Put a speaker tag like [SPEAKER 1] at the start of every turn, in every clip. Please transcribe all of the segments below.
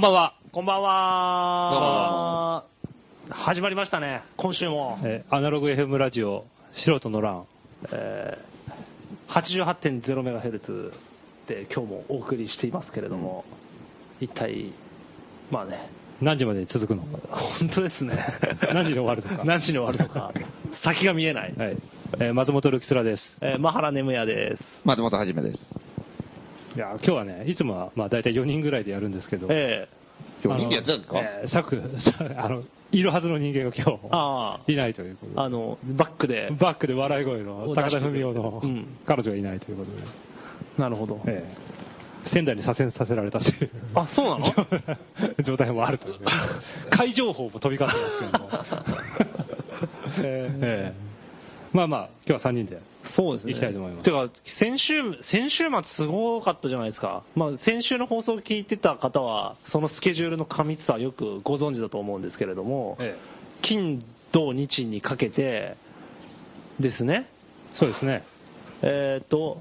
[SPEAKER 1] ばんは。こんばん
[SPEAKER 2] どうも
[SPEAKER 1] は。始まりましたね、今週も。
[SPEAKER 3] えーアナログ FM ラジオ、素人の欄。
[SPEAKER 1] えー、88.0メガヘルツで今日もお送りしていますけれども、一体、まあね、
[SPEAKER 3] 何時まで続くの
[SPEAKER 1] 本当ですね。
[SPEAKER 3] 何時に終わるの か
[SPEAKER 1] 何時に終わるのか。先が見えない。
[SPEAKER 3] はい。えー松本ルキスラです。
[SPEAKER 1] えー、マハラネムヤです。
[SPEAKER 2] 松本はじめです。
[SPEAKER 3] いや、今日はね、いつもは、まあ、大体4人ぐらいでやるんですけど、
[SPEAKER 1] え
[SPEAKER 2] 今
[SPEAKER 3] あ
[SPEAKER 2] 日
[SPEAKER 3] の
[SPEAKER 2] 人気やってたんですか、
[SPEAKER 1] え
[SPEAKER 3] さく、さ あの、いるはずの人間が今
[SPEAKER 1] ー、あ
[SPEAKER 3] 日、いないということ
[SPEAKER 1] あ、あの、バックで
[SPEAKER 3] で、。バックで笑い声の
[SPEAKER 1] を出
[SPEAKER 3] 高
[SPEAKER 1] して
[SPEAKER 3] 田
[SPEAKER 1] くれて
[SPEAKER 3] 文
[SPEAKER 1] る
[SPEAKER 3] 夫の
[SPEAKER 1] うん
[SPEAKER 3] 彼女がいないということで、
[SPEAKER 1] なるほど。
[SPEAKER 3] えー仙台に左遷させられたという。
[SPEAKER 1] あ、そうなの
[SPEAKER 3] 状態もあるというね、会情報も飛び交ってますけども、えー えーまあまあ、今日は3人で、
[SPEAKER 1] そうですね。
[SPEAKER 3] 行きたいと思います
[SPEAKER 1] てか、先週、先週末すごかったじゃないですか。まあ、先週の放送を聞いてた方は、そのスケジュールの過密さはよくご存知だと思うんですけれども、金、土、日にかけてですね、
[SPEAKER 3] そうですね、
[SPEAKER 1] えっ、と、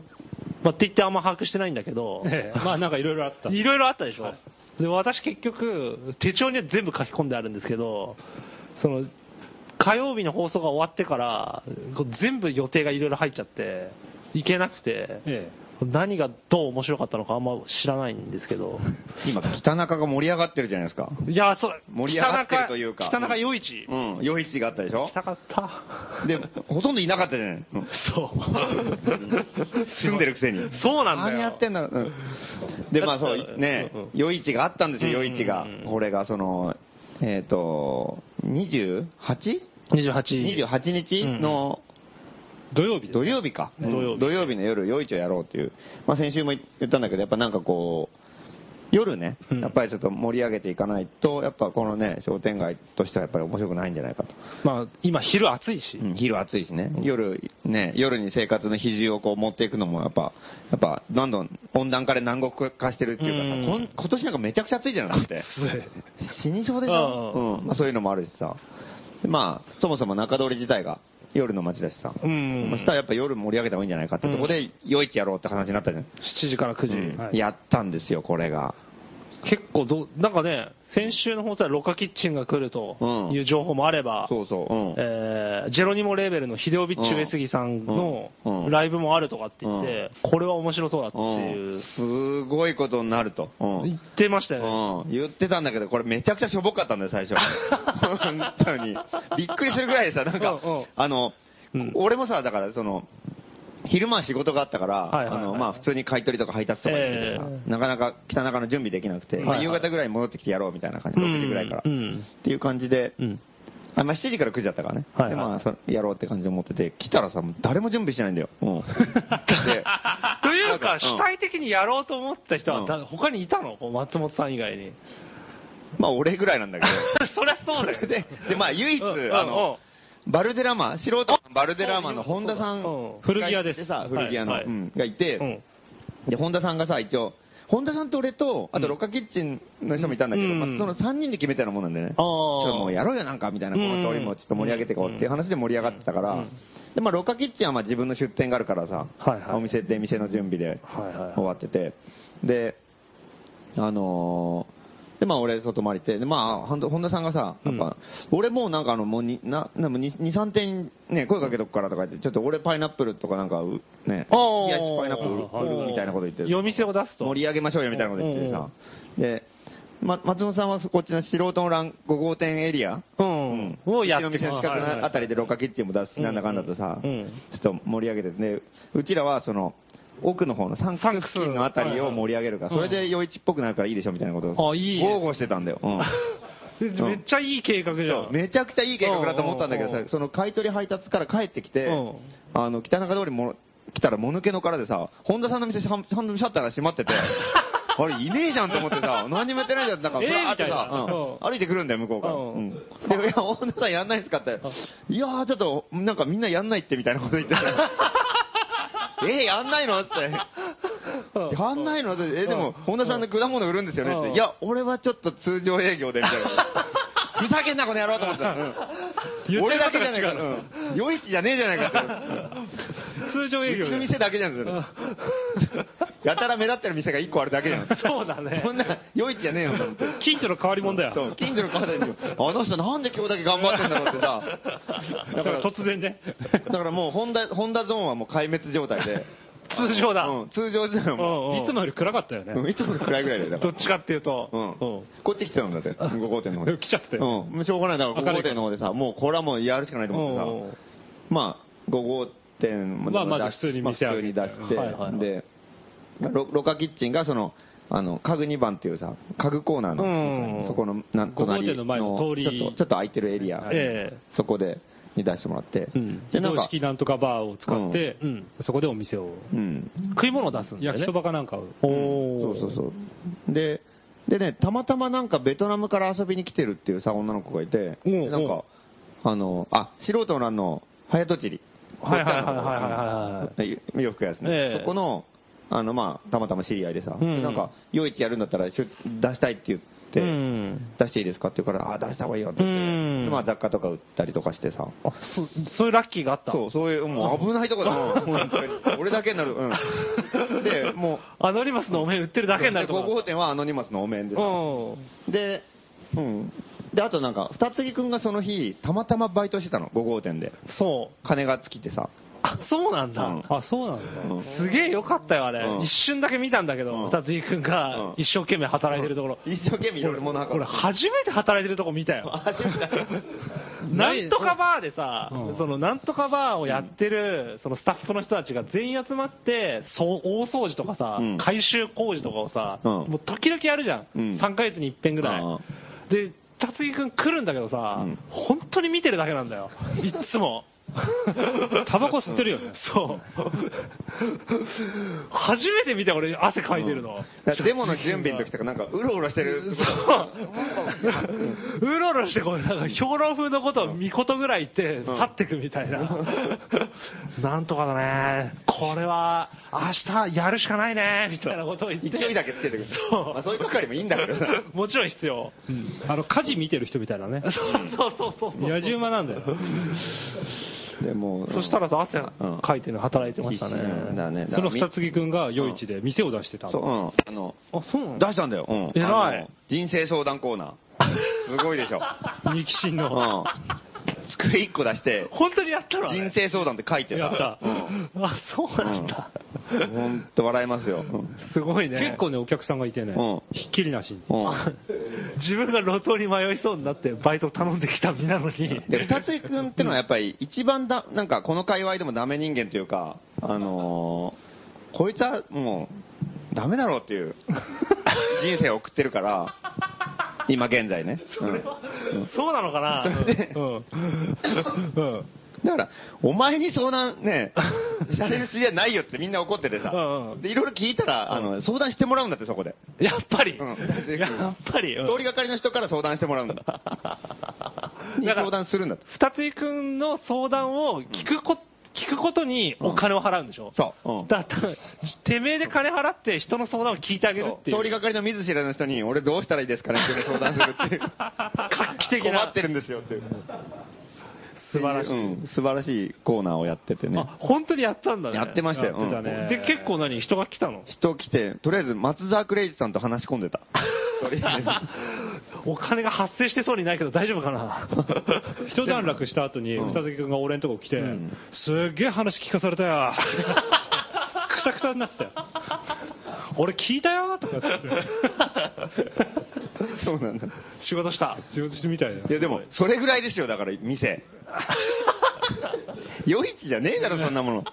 [SPEAKER 1] まあ、って言ってあんま把握してないんだけど、
[SPEAKER 3] ええまあなんかいろいろあった。
[SPEAKER 1] いろいろあったでしょ、
[SPEAKER 3] はい
[SPEAKER 1] で私結局手帳には全部書き込んであるんですけどその火曜日の放送が終わってからこう全部予定がいろいろ入っちゃって行けなくて、
[SPEAKER 3] え
[SPEAKER 1] 何がどう面白かったのかあんま知らないんですけど
[SPEAKER 2] 今、北中が盛り上がってるじゃないですか。
[SPEAKER 1] いやそれ
[SPEAKER 2] 盛り上がってるというか
[SPEAKER 1] 北中洋一
[SPEAKER 2] うん、余市があったでしょ
[SPEAKER 1] 来たかった
[SPEAKER 2] で、ほとんどいなかったじゃない。うん
[SPEAKER 1] そう
[SPEAKER 2] 住んでるくせに。
[SPEAKER 1] そうなんだよ
[SPEAKER 2] 何やってんだろう、うんで、まあそ
[SPEAKER 1] だって
[SPEAKER 2] う、ね
[SPEAKER 1] うんうん、
[SPEAKER 2] 余市があったんですよ、余市が
[SPEAKER 1] うんうんう。ん
[SPEAKER 2] これがその、えっ、と、28?28
[SPEAKER 1] 28
[SPEAKER 2] 28日の
[SPEAKER 3] 土曜日です
[SPEAKER 2] 土曜日か。
[SPEAKER 1] 土曜日
[SPEAKER 2] 土曜日の夜、夜市をやろうっていう。まあ先週も言ったんだけど、やっぱなんかこう、夜ね、
[SPEAKER 1] うん
[SPEAKER 2] やっぱりちょっと盛り上げていかないと、やっぱこのね、商店街としてはやっぱり面白くないんじゃないかと。
[SPEAKER 1] まあ今昼暑いし、
[SPEAKER 2] うん昼暑いしね、夜ね、夜に生活の比重をこう持っていくのもやっぱ、やっぱ、どんどん温暖化で南国化してるっていうかさ、
[SPEAKER 1] うん
[SPEAKER 2] こん今年なんかめちゃくちゃ暑いじゃなくて。死にそうでしょ、うんまあ、そういうのもあるしさ、でまあ、そもそも中通り自体が夜の街だしさ、
[SPEAKER 1] うん
[SPEAKER 2] そしたらやっぱ夜盛り上げた方がいいんじゃないかってとこで、夜市やろうって話になったじゃん、
[SPEAKER 1] 7時から9時、
[SPEAKER 2] うん
[SPEAKER 1] はい
[SPEAKER 2] やったんですよ、これが。
[SPEAKER 1] 結構ど、なんかね、先週の放送はロカキッチンが来るという情報もあれば、
[SPEAKER 2] そうそう、うん
[SPEAKER 1] えージェロニモ・レーベルのヒデオビッチ・上杉さんの
[SPEAKER 2] うんうん
[SPEAKER 1] ライブもあるとかって言って、これは面白そうだっていう
[SPEAKER 2] う、ん、すごいことになると。うん
[SPEAKER 1] 言ってましたよね。
[SPEAKER 2] うん、言ってたんだけど、これめちゃくちゃしょぼかったんだよ、最 初。本当に。びっくりするぐらいさ、なんか
[SPEAKER 1] うんうん、
[SPEAKER 2] あの
[SPEAKER 1] うん、
[SPEAKER 2] 俺もさ、だからその、昼間は仕事があったから、
[SPEAKER 1] はいはいはい
[SPEAKER 2] あの、まあ普通に買い取りとか配達とか行っててさ
[SPEAKER 1] え
[SPEAKER 2] なかなか北中の準備できなくて、まあ
[SPEAKER 1] はい
[SPEAKER 2] 夕
[SPEAKER 1] はい
[SPEAKER 2] 方ぐらいに戻ってきてやろうみたいな感じ、
[SPEAKER 1] うん
[SPEAKER 2] 6時ぐらいから。
[SPEAKER 1] う
[SPEAKER 2] っ
[SPEAKER 1] ん。
[SPEAKER 2] ていう感じで
[SPEAKER 1] う、ん。
[SPEAKER 2] あまあ7時から9時だったからね。
[SPEAKER 1] はいはい
[SPEAKER 2] で、まあそやろうって感じで思ってて、来たらさ、もう誰も準備してないんだよ。うん。で
[SPEAKER 1] という
[SPEAKER 2] な
[SPEAKER 1] か、
[SPEAKER 2] んかうん
[SPEAKER 1] 主体的にやろうと思った人
[SPEAKER 2] う
[SPEAKER 1] は、
[SPEAKER 2] ん
[SPEAKER 1] だ他にいたのこう松本さん以外 に。
[SPEAKER 2] まあ俺ぐらいなんだけど。
[SPEAKER 1] そりゃそうだよ。
[SPEAKER 2] で、で、まあ唯一
[SPEAKER 1] うんうんう、ん
[SPEAKER 2] あの、バルデラマ、素人のバルデラマの本田さん
[SPEAKER 1] うん、
[SPEAKER 3] 古着屋です
[SPEAKER 2] がいてさ、古着屋の、
[SPEAKER 1] はいはい
[SPEAKER 2] うんがいて、
[SPEAKER 1] うん。
[SPEAKER 2] で、本田さんがさ、一応、本田さんと俺と、あと、ロッカキッチンの人もいたんだけど、
[SPEAKER 1] うん
[SPEAKER 2] まあ、その3人で決めたようなもんなんでね、ち
[SPEAKER 1] あー
[SPEAKER 2] ょっともうやろうよなんかみたいな、この通りもちょっと盛り上げていこうっていう話で盛り上がってたから、
[SPEAKER 1] うん
[SPEAKER 2] で、まあ、ロッカキッチンはまあ自分の出店があるからさ、
[SPEAKER 1] はいはい
[SPEAKER 2] お店で店の準備で
[SPEAKER 1] はいはい
[SPEAKER 2] 終わってて、で、あのーで、まあ俺、外回り行って、で、まあ、ほんと本田さんがさ、やっぱ、俺もうなんかあの、もうに、な、なもう2、3点ね、声かけとくからとか言って、ちょっと俺パイナップルとかなんか、うね、
[SPEAKER 1] あー
[SPEAKER 2] 冷やしパイナップル売るみたいなこと言って、
[SPEAKER 1] 夜店を出すと。
[SPEAKER 2] 盛り上げましょうよみたいなこと言って
[SPEAKER 1] うん
[SPEAKER 2] さ、で、ま、松本さんはこっちの素人のラン5号店エリア、
[SPEAKER 1] うん。をやって
[SPEAKER 2] うちの店の近くのあたりでロッカキッチンも出すし、なんだかんだとさ、
[SPEAKER 1] うんうん
[SPEAKER 2] ちょっと盛り上げてて、でうちらはその、奥の方のサンクス付近のあたりを盛り上げるから、
[SPEAKER 1] うん
[SPEAKER 2] それで余市っぽくなるからいいでしょみたいなことを、
[SPEAKER 1] あいいです
[SPEAKER 2] 豪語してたんだよ。うん
[SPEAKER 1] うんめっちゃいい計画じゃ。
[SPEAKER 2] そうんめちゃくちゃいい計画だと思ったんだけど
[SPEAKER 1] うんうん
[SPEAKER 2] さ
[SPEAKER 1] う、ん
[SPEAKER 2] その買い取り配達から帰ってきて
[SPEAKER 1] うん、
[SPEAKER 2] あの、北中通りも、来たらもぬけの殻でさ、本田さんの店シャン、シャンシャッターが閉 まってて、あれ、いねえじゃんと思ってさ、何にもやってないじゃん、なんか、
[SPEAKER 1] ええ
[SPEAKER 2] ブラーってさ、
[SPEAKER 1] みたいな
[SPEAKER 2] うん歩いてくるんだよ、向こうから。
[SPEAKER 1] う
[SPEAKER 2] うんんで、いや、本田さんやんないですかって、いやー、ちょっと、なんかみんなやんないって、みたいなこと 言ってさえー、やんないのって。
[SPEAKER 1] うん
[SPEAKER 2] やんないのって、え、でも、本田さんの果物売るんですよねっ
[SPEAKER 1] うん
[SPEAKER 2] て。いや、俺はちょっと通常営業で、みたいな。ふざけんな、この野郎と思って。うん俺だけじゃないから。うん夜市じゃねえじゃないかって。
[SPEAKER 1] 通常営業
[SPEAKER 2] うちの
[SPEAKER 1] で。
[SPEAKER 2] 店だけじゃん、それ。やたら目立ってる店が1個あるだけじゃん。
[SPEAKER 1] そうだね
[SPEAKER 2] そんな、良いっちゃねえよ、と思って。
[SPEAKER 3] 近所の変わり者だよ。
[SPEAKER 2] そう、近所の方に、あの人なんで今日だけ頑張ってんだろうってさ。だ
[SPEAKER 3] だ
[SPEAKER 2] か、
[SPEAKER 3] からら突然ね。
[SPEAKER 2] だからもう、ホンダ、ホンダゾーンはもう壊滅状態で、
[SPEAKER 1] 通常だ。
[SPEAKER 2] うん、通常時代はも
[SPEAKER 1] うんうん
[SPEAKER 3] いつもより暗かったよね
[SPEAKER 2] う、。うんいつも暗いぐらいだよ、だか
[SPEAKER 1] ど
[SPEAKER 2] ら
[SPEAKER 1] っ。ちかっていうと、
[SPEAKER 2] うん
[SPEAKER 1] うん
[SPEAKER 2] こっち来てたんだって、5号店の方に。
[SPEAKER 3] 来ちゃってた
[SPEAKER 2] うん、
[SPEAKER 3] よ
[SPEAKER 2] もうしょうがない。だから5号店の方でさ、もうこれはもうやるしかないと思ってさ、まあ、5号店
[SPEAKER 3] まあまず普通に店
[SPEAKER 2] まあ
[SPEAKER 3] 開
[SPEAKER 2] 普通に
[SPEAKER 3] けて
[SPEAKER 2] 出して、
[SPEAKER 1] はいはいはい
[SPEAKER 2] で、ロロカキッチンがその、あの、家具2番っていうさ、家具コーナー
[SPEAKER 1] うんう
[SPEAKER 2] の、
[SPEAKER 1] ん
[SPEAKER 2] そこの、な
[SPEAKER 3] 五号店の前の通り
[SPEAKER 2] ちょっと、ちょっと空いてるエリア、
[SPEAKER 1] ええ
[SPEAKER 2] そこで、に出してもらって、
[SPEAKER 1] うん
[SPEAKER 2] で、
[SPEAKER 3] 移
[SPEAKER 2] な
[SPEAKER 3] 動
[SPEAKER 2] んか、
[SPEAKER 3] 式なんとかバーを使って
[SPEAKER 1] うんうん、
[SPEAKER 3] そこでお店を、
[SPEAKER 2] うん、
[SPEAKER 1] 食い物を出すんだよ
[SPEAKER 3] 焼
[SPEAKER 1] ね。
[SPEAKER 3] きそばかなんかを。
[SPEAKER 1] お
[SPEAKER 2] そ
[SPEAKER 1] お
[SPEAKER 2] うそうそう。で、でね、たまたまなんかベトナムから遊びに来てるっていうさ、女の子がいて、
[SPEAKER 1] おうおう
[SPEAKER 2] なんか、あの、あ、素人のあの、早とちり。
[SPEAKER 1] はいはいはいはいはいはい
[SPEAKER 2] い。洋服屋ですね。
[SPEAKER 1] ええ
[SPEAKER 2] そこの、あの、まあ、たまたま知り合いでさ、
[SPEAKER 1] うん
[SPEAKER 2] なんか、夜市やるんだったらしゅ出したいって言って、
[SPEAKER 1] うん
[SPEAKER 2] 出していいですかって言うから、あ、出した方がいいよって言って、
[SPEAKER 1] うん
[SPEAKER 2] でまあ、雑貨とか売ったりとかしてさ、
[SPEAKER 1] そういうラッキーがあった。
[SPEAKER 2] そう、そういう、もう危ないとこだな、本当に俺だけになる。うん。で、もう、
[SPEAKER 1] アノリマスのお面売ってるだけになる
[SPEAKER 2] で
[SPEAKER 1] と
[SPEAKER 2] 5
[SPEAKER 1] 思
[SPEAKER 2] 号店はアノニマスのお面でさ、
[SPEAKER 1] う。
[SPEAKER 2] で、うん。で、あとなんか、二木くんがその日、たまたまバイトしてたの、5号店で。
[SPEAKER 1] うん。そう。
[SPEAKER 2] 金が尽きてさ。
[SPEAKER 1] あ、そうなんだ。
[SPEAKER 2] うん
[SPEAKER 3] あ、そうなんだ。
[SPEAKER 1] すげえよかったよ、あれ、
[SPEAKER 2] うん
[SPEAKER 1] 一瞬だけ見たんだけ
[SPEAKER 2] う
[SPEAKER 1] ど、
[SPEAKER 2] ん
[SPEAKER 1] 二つ井くん
[SPEAKER 2] うん
[SPEAKER 1] が一生懸命働いてるところ。
[SPEAKER 2] 一生懸命いろいろ物運
[SPEAKER 1] これ
[SPEAKER 2] ぶ。
[SPEAKER 1] 初めて働いてるとこ見たよ。なんとかバーでさ、
[SPEAKER 3] うん
[SPEAKER 1] そのなんとかバーをやってる、そのスタッフの人たちが全員集まって、そう大掃除とかさ、
[SPEAKER 2] うん
[SPEAKER 1] 改修工事とかをさ、
[SPEAKER 2] うん
[SPEAKER 1] もう時々やるじゃん。
[SPEAKER 2] うん
[SPEAKER 1] 3ヶ月に一遍ぐらい。
[SPEAKER 2] あ
[SPEAKER 1] で、辰木くん来るんだけどさ、
[SPEAKER 2] うん
[SPEAKER 1] 本当に見てるだけなんだよ。いっつ も。
[SPEAKER 3] タバコ吸ってるよね。
[SPEAKER 1] そう。 初めて見た俺汗かいてるの。
[SPEAKER 2] だからデモの準備の時とかなんか、うろうろしてる。
[SPEAKER 1] うろうろしてこう、なんか、兵糧風のことを見事ぐらい言って、去ってくみたいな。なんとかだね。これは、明日やるしかないね、みたいなことを言って。
[SPEAKER 2] 勢いだけつけてくる。
[SPEAKER 1] そう
[SPEAKER 2] まあ、そういう係もいいんだけどさ。
[SPEAKER 1] もちろん必要。
[SPEAKER 3] あの、火事見てる人みたいなね
[SPEAKER 1] そう。そうそうそうそう。
[SPEAKER 3] 野獣馬なんだよ。
[SPEAKER 2] でも、
[SPEAKER 1] そしたらさ、汗
[SPEAKER 2] うん
[SPEAKER 1] かいてるの働いてましたね
[SPEAKER 2] 必死なん。だね。
[SPEAKER 3] その二
[SPEAKER 2] だからみ
[SPEAKER 3] つ木くんが夜市で店を出してた
[SPEAKER 2] そう、う
[SPEAKER 3] の。
[SPEAKER 2] ん。あの、
[SPEAKER 1] あ、そうな
[SPEAKER 2] 出したんだよ。うん。
[SPEAKER 1] 偉い
[SPEAKER 2] あの。人生相談コー ナー。すごいでしょ。
[SPEAKER 3] 肉親の。
[SPEAKER 2] うん。机一個出して、
[SPEAKER 1] 本当にやったのあれ
[SPEAKER 2] 人生相談って書いてさ
[SPEAKER 3] やった
[SPEAKER 2] うん。
[SPEAKER 1] あ、そうなんだ。
[SPEAKER 2] ほんと笑えますよ。うん
[SPEAKER 1] すごいね。
[SPEAKER 3] 結構ね、お客さんがいてね
[SPEAKER 2] う、
[SPEAKER 3] ひっきりなしに。
[SPEAKER 2] うん。
[SPEAKER 1] 自分が路頭に迷いそうになってバイト頼んできた身なのに。
[SPEAKER 2] で、二つ井くんってのはやっぱり一番だ、なんかこの界隈でもダメ人間というか、あのーこいつはもう、ダメだろうっ ていう人生を送ってるから、今現在ね。うん
[SPEAKER 1] そうなのかなうん。うん。
[SPEAKER 2] だから、お前に相談ね、される筋じゃないよってみんな怒っててさ
[SPEAKER 1] うんう、ん
[SPEAKER 2] で、いろいろ聞いたら、あの、相談してもらうんだってそこで。
[SPEAKER 1] やっぱり。
[SPEAKER 2] うん大成功
[SPEAKER 1] やっぱり。うん
[SPEAKER 2] 通りがかりの人から相談してもらうんだ。 に
[SPEAKER 1] だから
[SPEAKER 2] 相談するんだって。
[SPEAKER 1] 二つ井くんの相談を聞くこ、聞くことにお金を払うんでしょ
[SPEAKER 2] そううん
[SPEAKER 1] だから、てめえで金払って人の相談を聞いてあげるっていう。
[SPEAKER 2] 通りがかりの見ず知らぬ人に、俺どうしたらいいですかねっていうのを相談するっていう。
[SPEAKER 1] 画期的
[SPEAKER 2] 困
[SPEAKER 1] な
[SPEAKER 2] って。るんですよっていう。
[SPEAKER 1] 素晴らしい
[SPEAKER 2] うん素晴らしいコーナーをやっててね。
[SPEAKER 1] あ、本当にやったんだね。
[SPEAKER 2] やってましたよ。
[SPEAKER 3] やってたね
[SPEAKER 2] うん
[SPEAKER 1] で、結構何人が来たの
[SPEAKER 2] 人来て、とりあえず松沢クレイジさんと話し込んでた。 とりあえず
[SPEAKER 1] お金が発生してそうにないけど大丈夫か な
[SPEAKER 3] 一段落した後に、
[SPEAKER 2] うん
[SPEAKER 3] 二月君が俺のとこ来て
[SPEAKER 2] ん、
[SPEAKER 3] すっげえ話聞かされたよ。くたくたになってたよ。俺聞いたよとかって言って。
[SPEAKER 2] そうなんだ。
[SPEAKER 1] 仕事 した。
[SPEAKER 3] 仕事してみたい
[SPEAKER 2] い
[SPEAKER 3] な。
[SPEAKER 2] やでも、それぐらいですよ、だから店。夜市じゃねえだろ、そんなもの。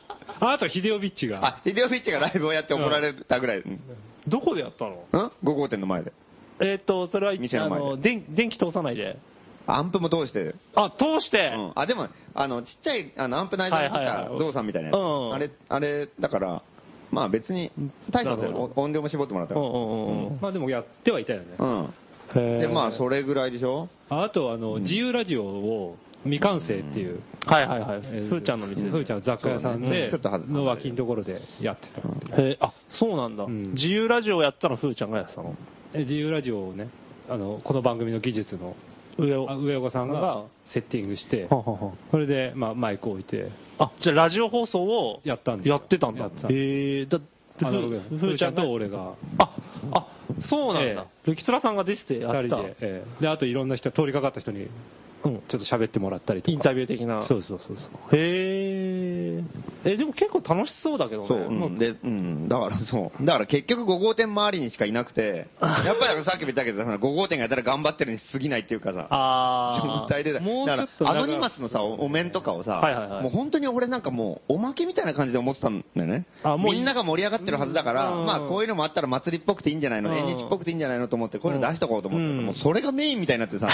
[SPEAKER 3] あと、ヒデオビッチが。
[SPEAKER 2] あ、ヒデオフィッチがライブをやって怒られたぐらい。うん
[SPEAKER 1] どこでやったの
[SPEAKER 2] うん ?5 号店の前で。
[SPEAKER 1] えっ、と、それは、
[SPEAKER 2] 店の
[SPEAKER 1] あ
[SPEAKER 2] 前で
[SPEAKER 1] の電電気通さないで。
[SPEAKER 2] アンプも通して。
[SPEAKER 1] あ、通して、
[SPEAKER 2] うんあ、でも、あの、ちっちゃい、あの、アンプ内蔵に来
[SPEAKER 1] はいはい
[SPEAKER 2] た
[SPEAKER 1] はい
[SPEAKER 2] ゾウさんみたいなやつ。
[SPEAKER 1] うん
[SPEAKER 2] あれ、あれ、だから、まあ別に、大したことない
[SPEAKER 1] なるほ
[SPEAKER 2] 音量も絞ってもらった
[SPEAKER 1] う
[SPEAKER 2] か
[SPEAKER 1] んうんうん
[SPEAKER 3] まあでもやってはいたよね。
[SPEAKER 2] ら。うん。
[SPEAKER 1] へー
[SPEAKER 2] で、まあ、それぐらいでしょ
[SPEAKER 3] あと、あの、自由ラジオを未完成っていう。
[SPEAKER 1] はいはいはい。ふ
[SPEAKER 3] えー
[SPEAKER 1] ーちゃんの店
[SPEAKER 3] ふーちゃんの雑貨屋さん
[SPEAKER 2] そうだねう
[SPEAKER 3] で
[SPEAKER 2] んちょっとはず、
[SPEAKER 3] の脇のところでやってた。
[SPEAKER 1] へーあ、そうなんだ、
[SPEAKER 3] うん
[SPEAKER 1] 自由ラジオやったのふーちゃんがやってたの
[SPEAKER 3] え自由ラジオをね、あの、この番組の技術の
[SPEAKER 1] 上を。
[SPEAKER 3] あ上岡さんがセッティングして
[SPEAKER 1] は、はは
[SPEAKER 3] それで、まあ、マイク置いて、
[SPEAKER 1] あ、じゃあラジオ放送を
[SPEAKER 3] やったんですよ
[SPEAKER 1] やってたんだ。
[SPEAKER 3] やってた
[SPEAKER 1] へえだ
[SPEAKER 3] アナログや
[SPEAKER 1] ふ
[SPEAKER 3] ふーちゃんと俺が
[SPEAKER 1] あ、あ、そうなんだ
[SPEAKER 3] え。
[SPEAKER 1] ルキツラさんが出ててや
[SPEAKER 3] 2
[SPEAKER 1] っ
[SPEAKER 3] 人
[SPEAKER 1] た
[SPEAKER 3] で、ええであといろんな人通りかかった人に
[SPEAKER 1] うん
[SPEAKER 3] ちょっと喋ってもらったりとか
[SPEAKER 1] インタビュー的な。
[SPEAKER 3] そうそうそうそう
[SPEAKER 1] へえ。え、でも結構楽しそうだけどね。
[SPEAKER 2] そう、うん、で、うん、だからそう。だから結局5号店周りにしかいなくて、やっぱりさっきも言ったけど、その5号店がやたら頑張ってるに過ぎないっていうかさ、
[SPEAKER 1] あー
[SPEAKER 2] 状態でだ。
[SPEAKER 3] もうちょっと
[SPEAKER 2] だから、アノニマスのさ、おお面とかをさ、
[SPEAKER 1] はいはいはい
[SPEAKER 2] もう本当に俺なんかもう、おまけみたいな感じで思ってたんだよね。
[SPEAKER 1] あもう
[SPEAKER 2] みんなが盛り上がってるはずだから、
[SPEAKER 1] うん
[SPEAKER 2] まあこういうのもあったら祭りっぽくていいんじゃないの、
[SPEAKER 1] うん
[SPEAKER 2] 縁日っぽくていいんじゃないのと思って、こういうの出しとこうと思ってたら、
[SPEAKER 1] うん
[SPEAKER 2] もうそれがメインみたいになってさ、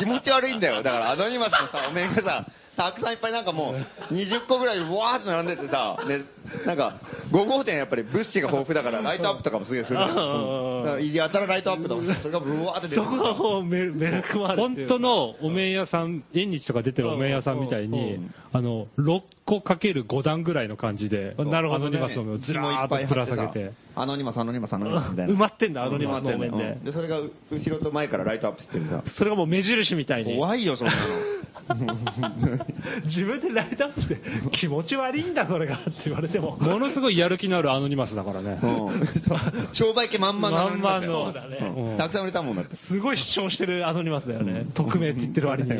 [SPEAKER 2] 気持ち悪いんだよ。だからアノニマスのさ、お面がさ、たくさんいっぱいなんかもう、20個ぐらいわーって並んでてさ、で、なんか、5号店やっぱり物資が豊富だから、ライトアップとかもすげえするじゃん
[SPEAKER 1] うん
[SPEAKER 2] うんだからやたらライトアップとか、それがブワーって出て
[SPEAKER 1] そ
[SPEAKER 2] くる
[SPEAKER 1] こがもうめめるくまるっ
[SPEAKER 3] 本
[SPEAKER 1] ていうか。
[SPEAKER 3] 当のお面屋さん、縁日とか出てるお面屋さんみたいに
[SPEAKER 1] うんうん、
[SPEAKER 3] あの、6個かける5段ぐらいの感じで、
[SPEAKER 2] そう
[SPEAKER 3] アノニマスのお面をずらーっとぶら下げて。。
[SPEAKER 2] アノニマス、アノニマス、アノニマスみたいな。
[SPEAKER 1] 埋まってんだ、アノニマスのお面
[SPEAKER 2] 埋まってんのうん
[SPEAKER 1] で。
[SPEAKER 2] で、それがう後ろと前からライトアップしてるさ。
[SPEAKER 1] それがもう目印みたいに。
[SPEAKER 2] 怖いよ、そんな の。
[SPEAKER 1] 自分でライトアップ して、気持ち悪いんだ、それがって言われても。
[SPEAKER 3] ものすごいやる気のあるアノニマスだからね。
[SPEAKER 2] うんそう商売系満々のアノニマス
[SPEAKER 1] 満
[SPEAKER 2] よ
[SPEAKER 1] 々のそうだね
[SPEAKER 2] うんたくさん売れたもんだって。
[SPEAKER 1] すごい主張してるアノニマスだよね。匿名って言ってる 割に。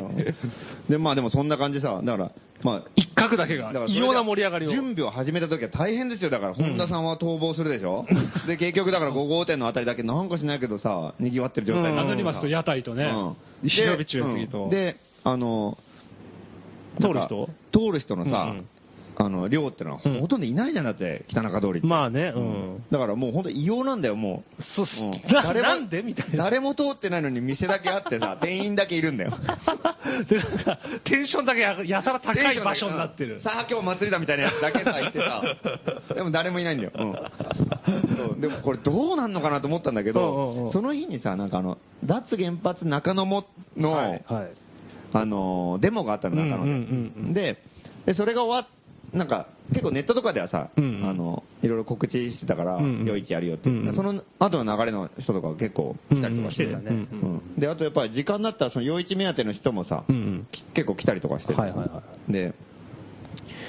[SPEAKER 2] で、まあでもそんな感じさ、だから、まあ、
[SPEAKER 1] 一角だけが
[SPEAKER 2] だから、それ
[SPEAKER 1] 異
[SPEAKER 2] で
[SPEAKER 1] 様な盛り上がりを。
[SPEAKER 2] 準備を始めた時は大変ですよ。だから、本田さんは逃亡するで しょ、で、結局だから5号店のあたりだけなんかしないけどさ、賑わってる状態にな
[SPEAKER 3] ア
[SPEAKER 2] る
[SPEAKER 3] ノニマスと屋台とね、
[SPEAKER 2] うん
[SPEAKER 3] 忍び中継
[SPEAKER 2] うん
[SPEAKER 3] と。
[SPEAKER 2] で、あの、
[SPEAKER 1] 通る人
[SPEAKER 2] なんか通る人のさ
[SPEAKER 1] うんうん、
[SPEAKER 2] あの、量ってのは
[SPEAKER 1] うん
[SPEAKER 2] ほとんどいないじゃなくて、北中通りって。
[SPEAKER 1] まあね、うん。
[SPEAKER 2] だからもう本当異様なんだよ、もう。
[SPEAKER 1] そうっす
[SPEAKER 2] うん
[SPEAKER 1] な
[SPEAKER 2] 誰も
[SPEAKER 1] なんでみたいな。
[SPEAKER 2] 誰も通ってないのに店だけあってさ、店員だけいるんだよ。
[SPEAKER 1] で、なんか、テンションだけややたら高い場所になってる。
[SPEAKER 2] さあ、今日祭りだみたいなやつだけさ、言ってさ。でも誰もいないんだよ。うんそうでもこれどうなんのかなと思ったんだけ
[SPEAKER 1] うんうんう
[SPEAKER 2] ど
[SPEAKER 1] ん、
[SPEAKER 2] その日にさ、なんかあの、脱原発中野もの、
[SPEAKER 1] はい。はい。
[SPEAKER 2] あのーデモがあったの、中野で。
[SPEAKER 1] うんうんうんうん
[SPEAKER 2] でで、それが終わっ、なんか、結構ネットとかではさ、
[SPEAKER 1] うんうん
[SPEAKER 2] あの、いろいろ告知してたから、
[SPEAKER 1] うんうん
[SPEAKER 2] 夜市やるよって。
[SPEAKER 1] うんうん
[SPEAKER 2] その後の流れの人とかが結構来たりとかして。
[SPEAKER 1] うんうん来てたね
[SPEAKER 2] うんで、あとやっぱり時間になったら、その夜市目当ての人もさ、
[SPEAKER 1] うん
[SPEAKER 2] き結構来たりとかして
[SPEAKER 1] う
[SPEAKER 2] る
[SPEAKER 1] ん。はいはいは
[SPEAKER 2] で、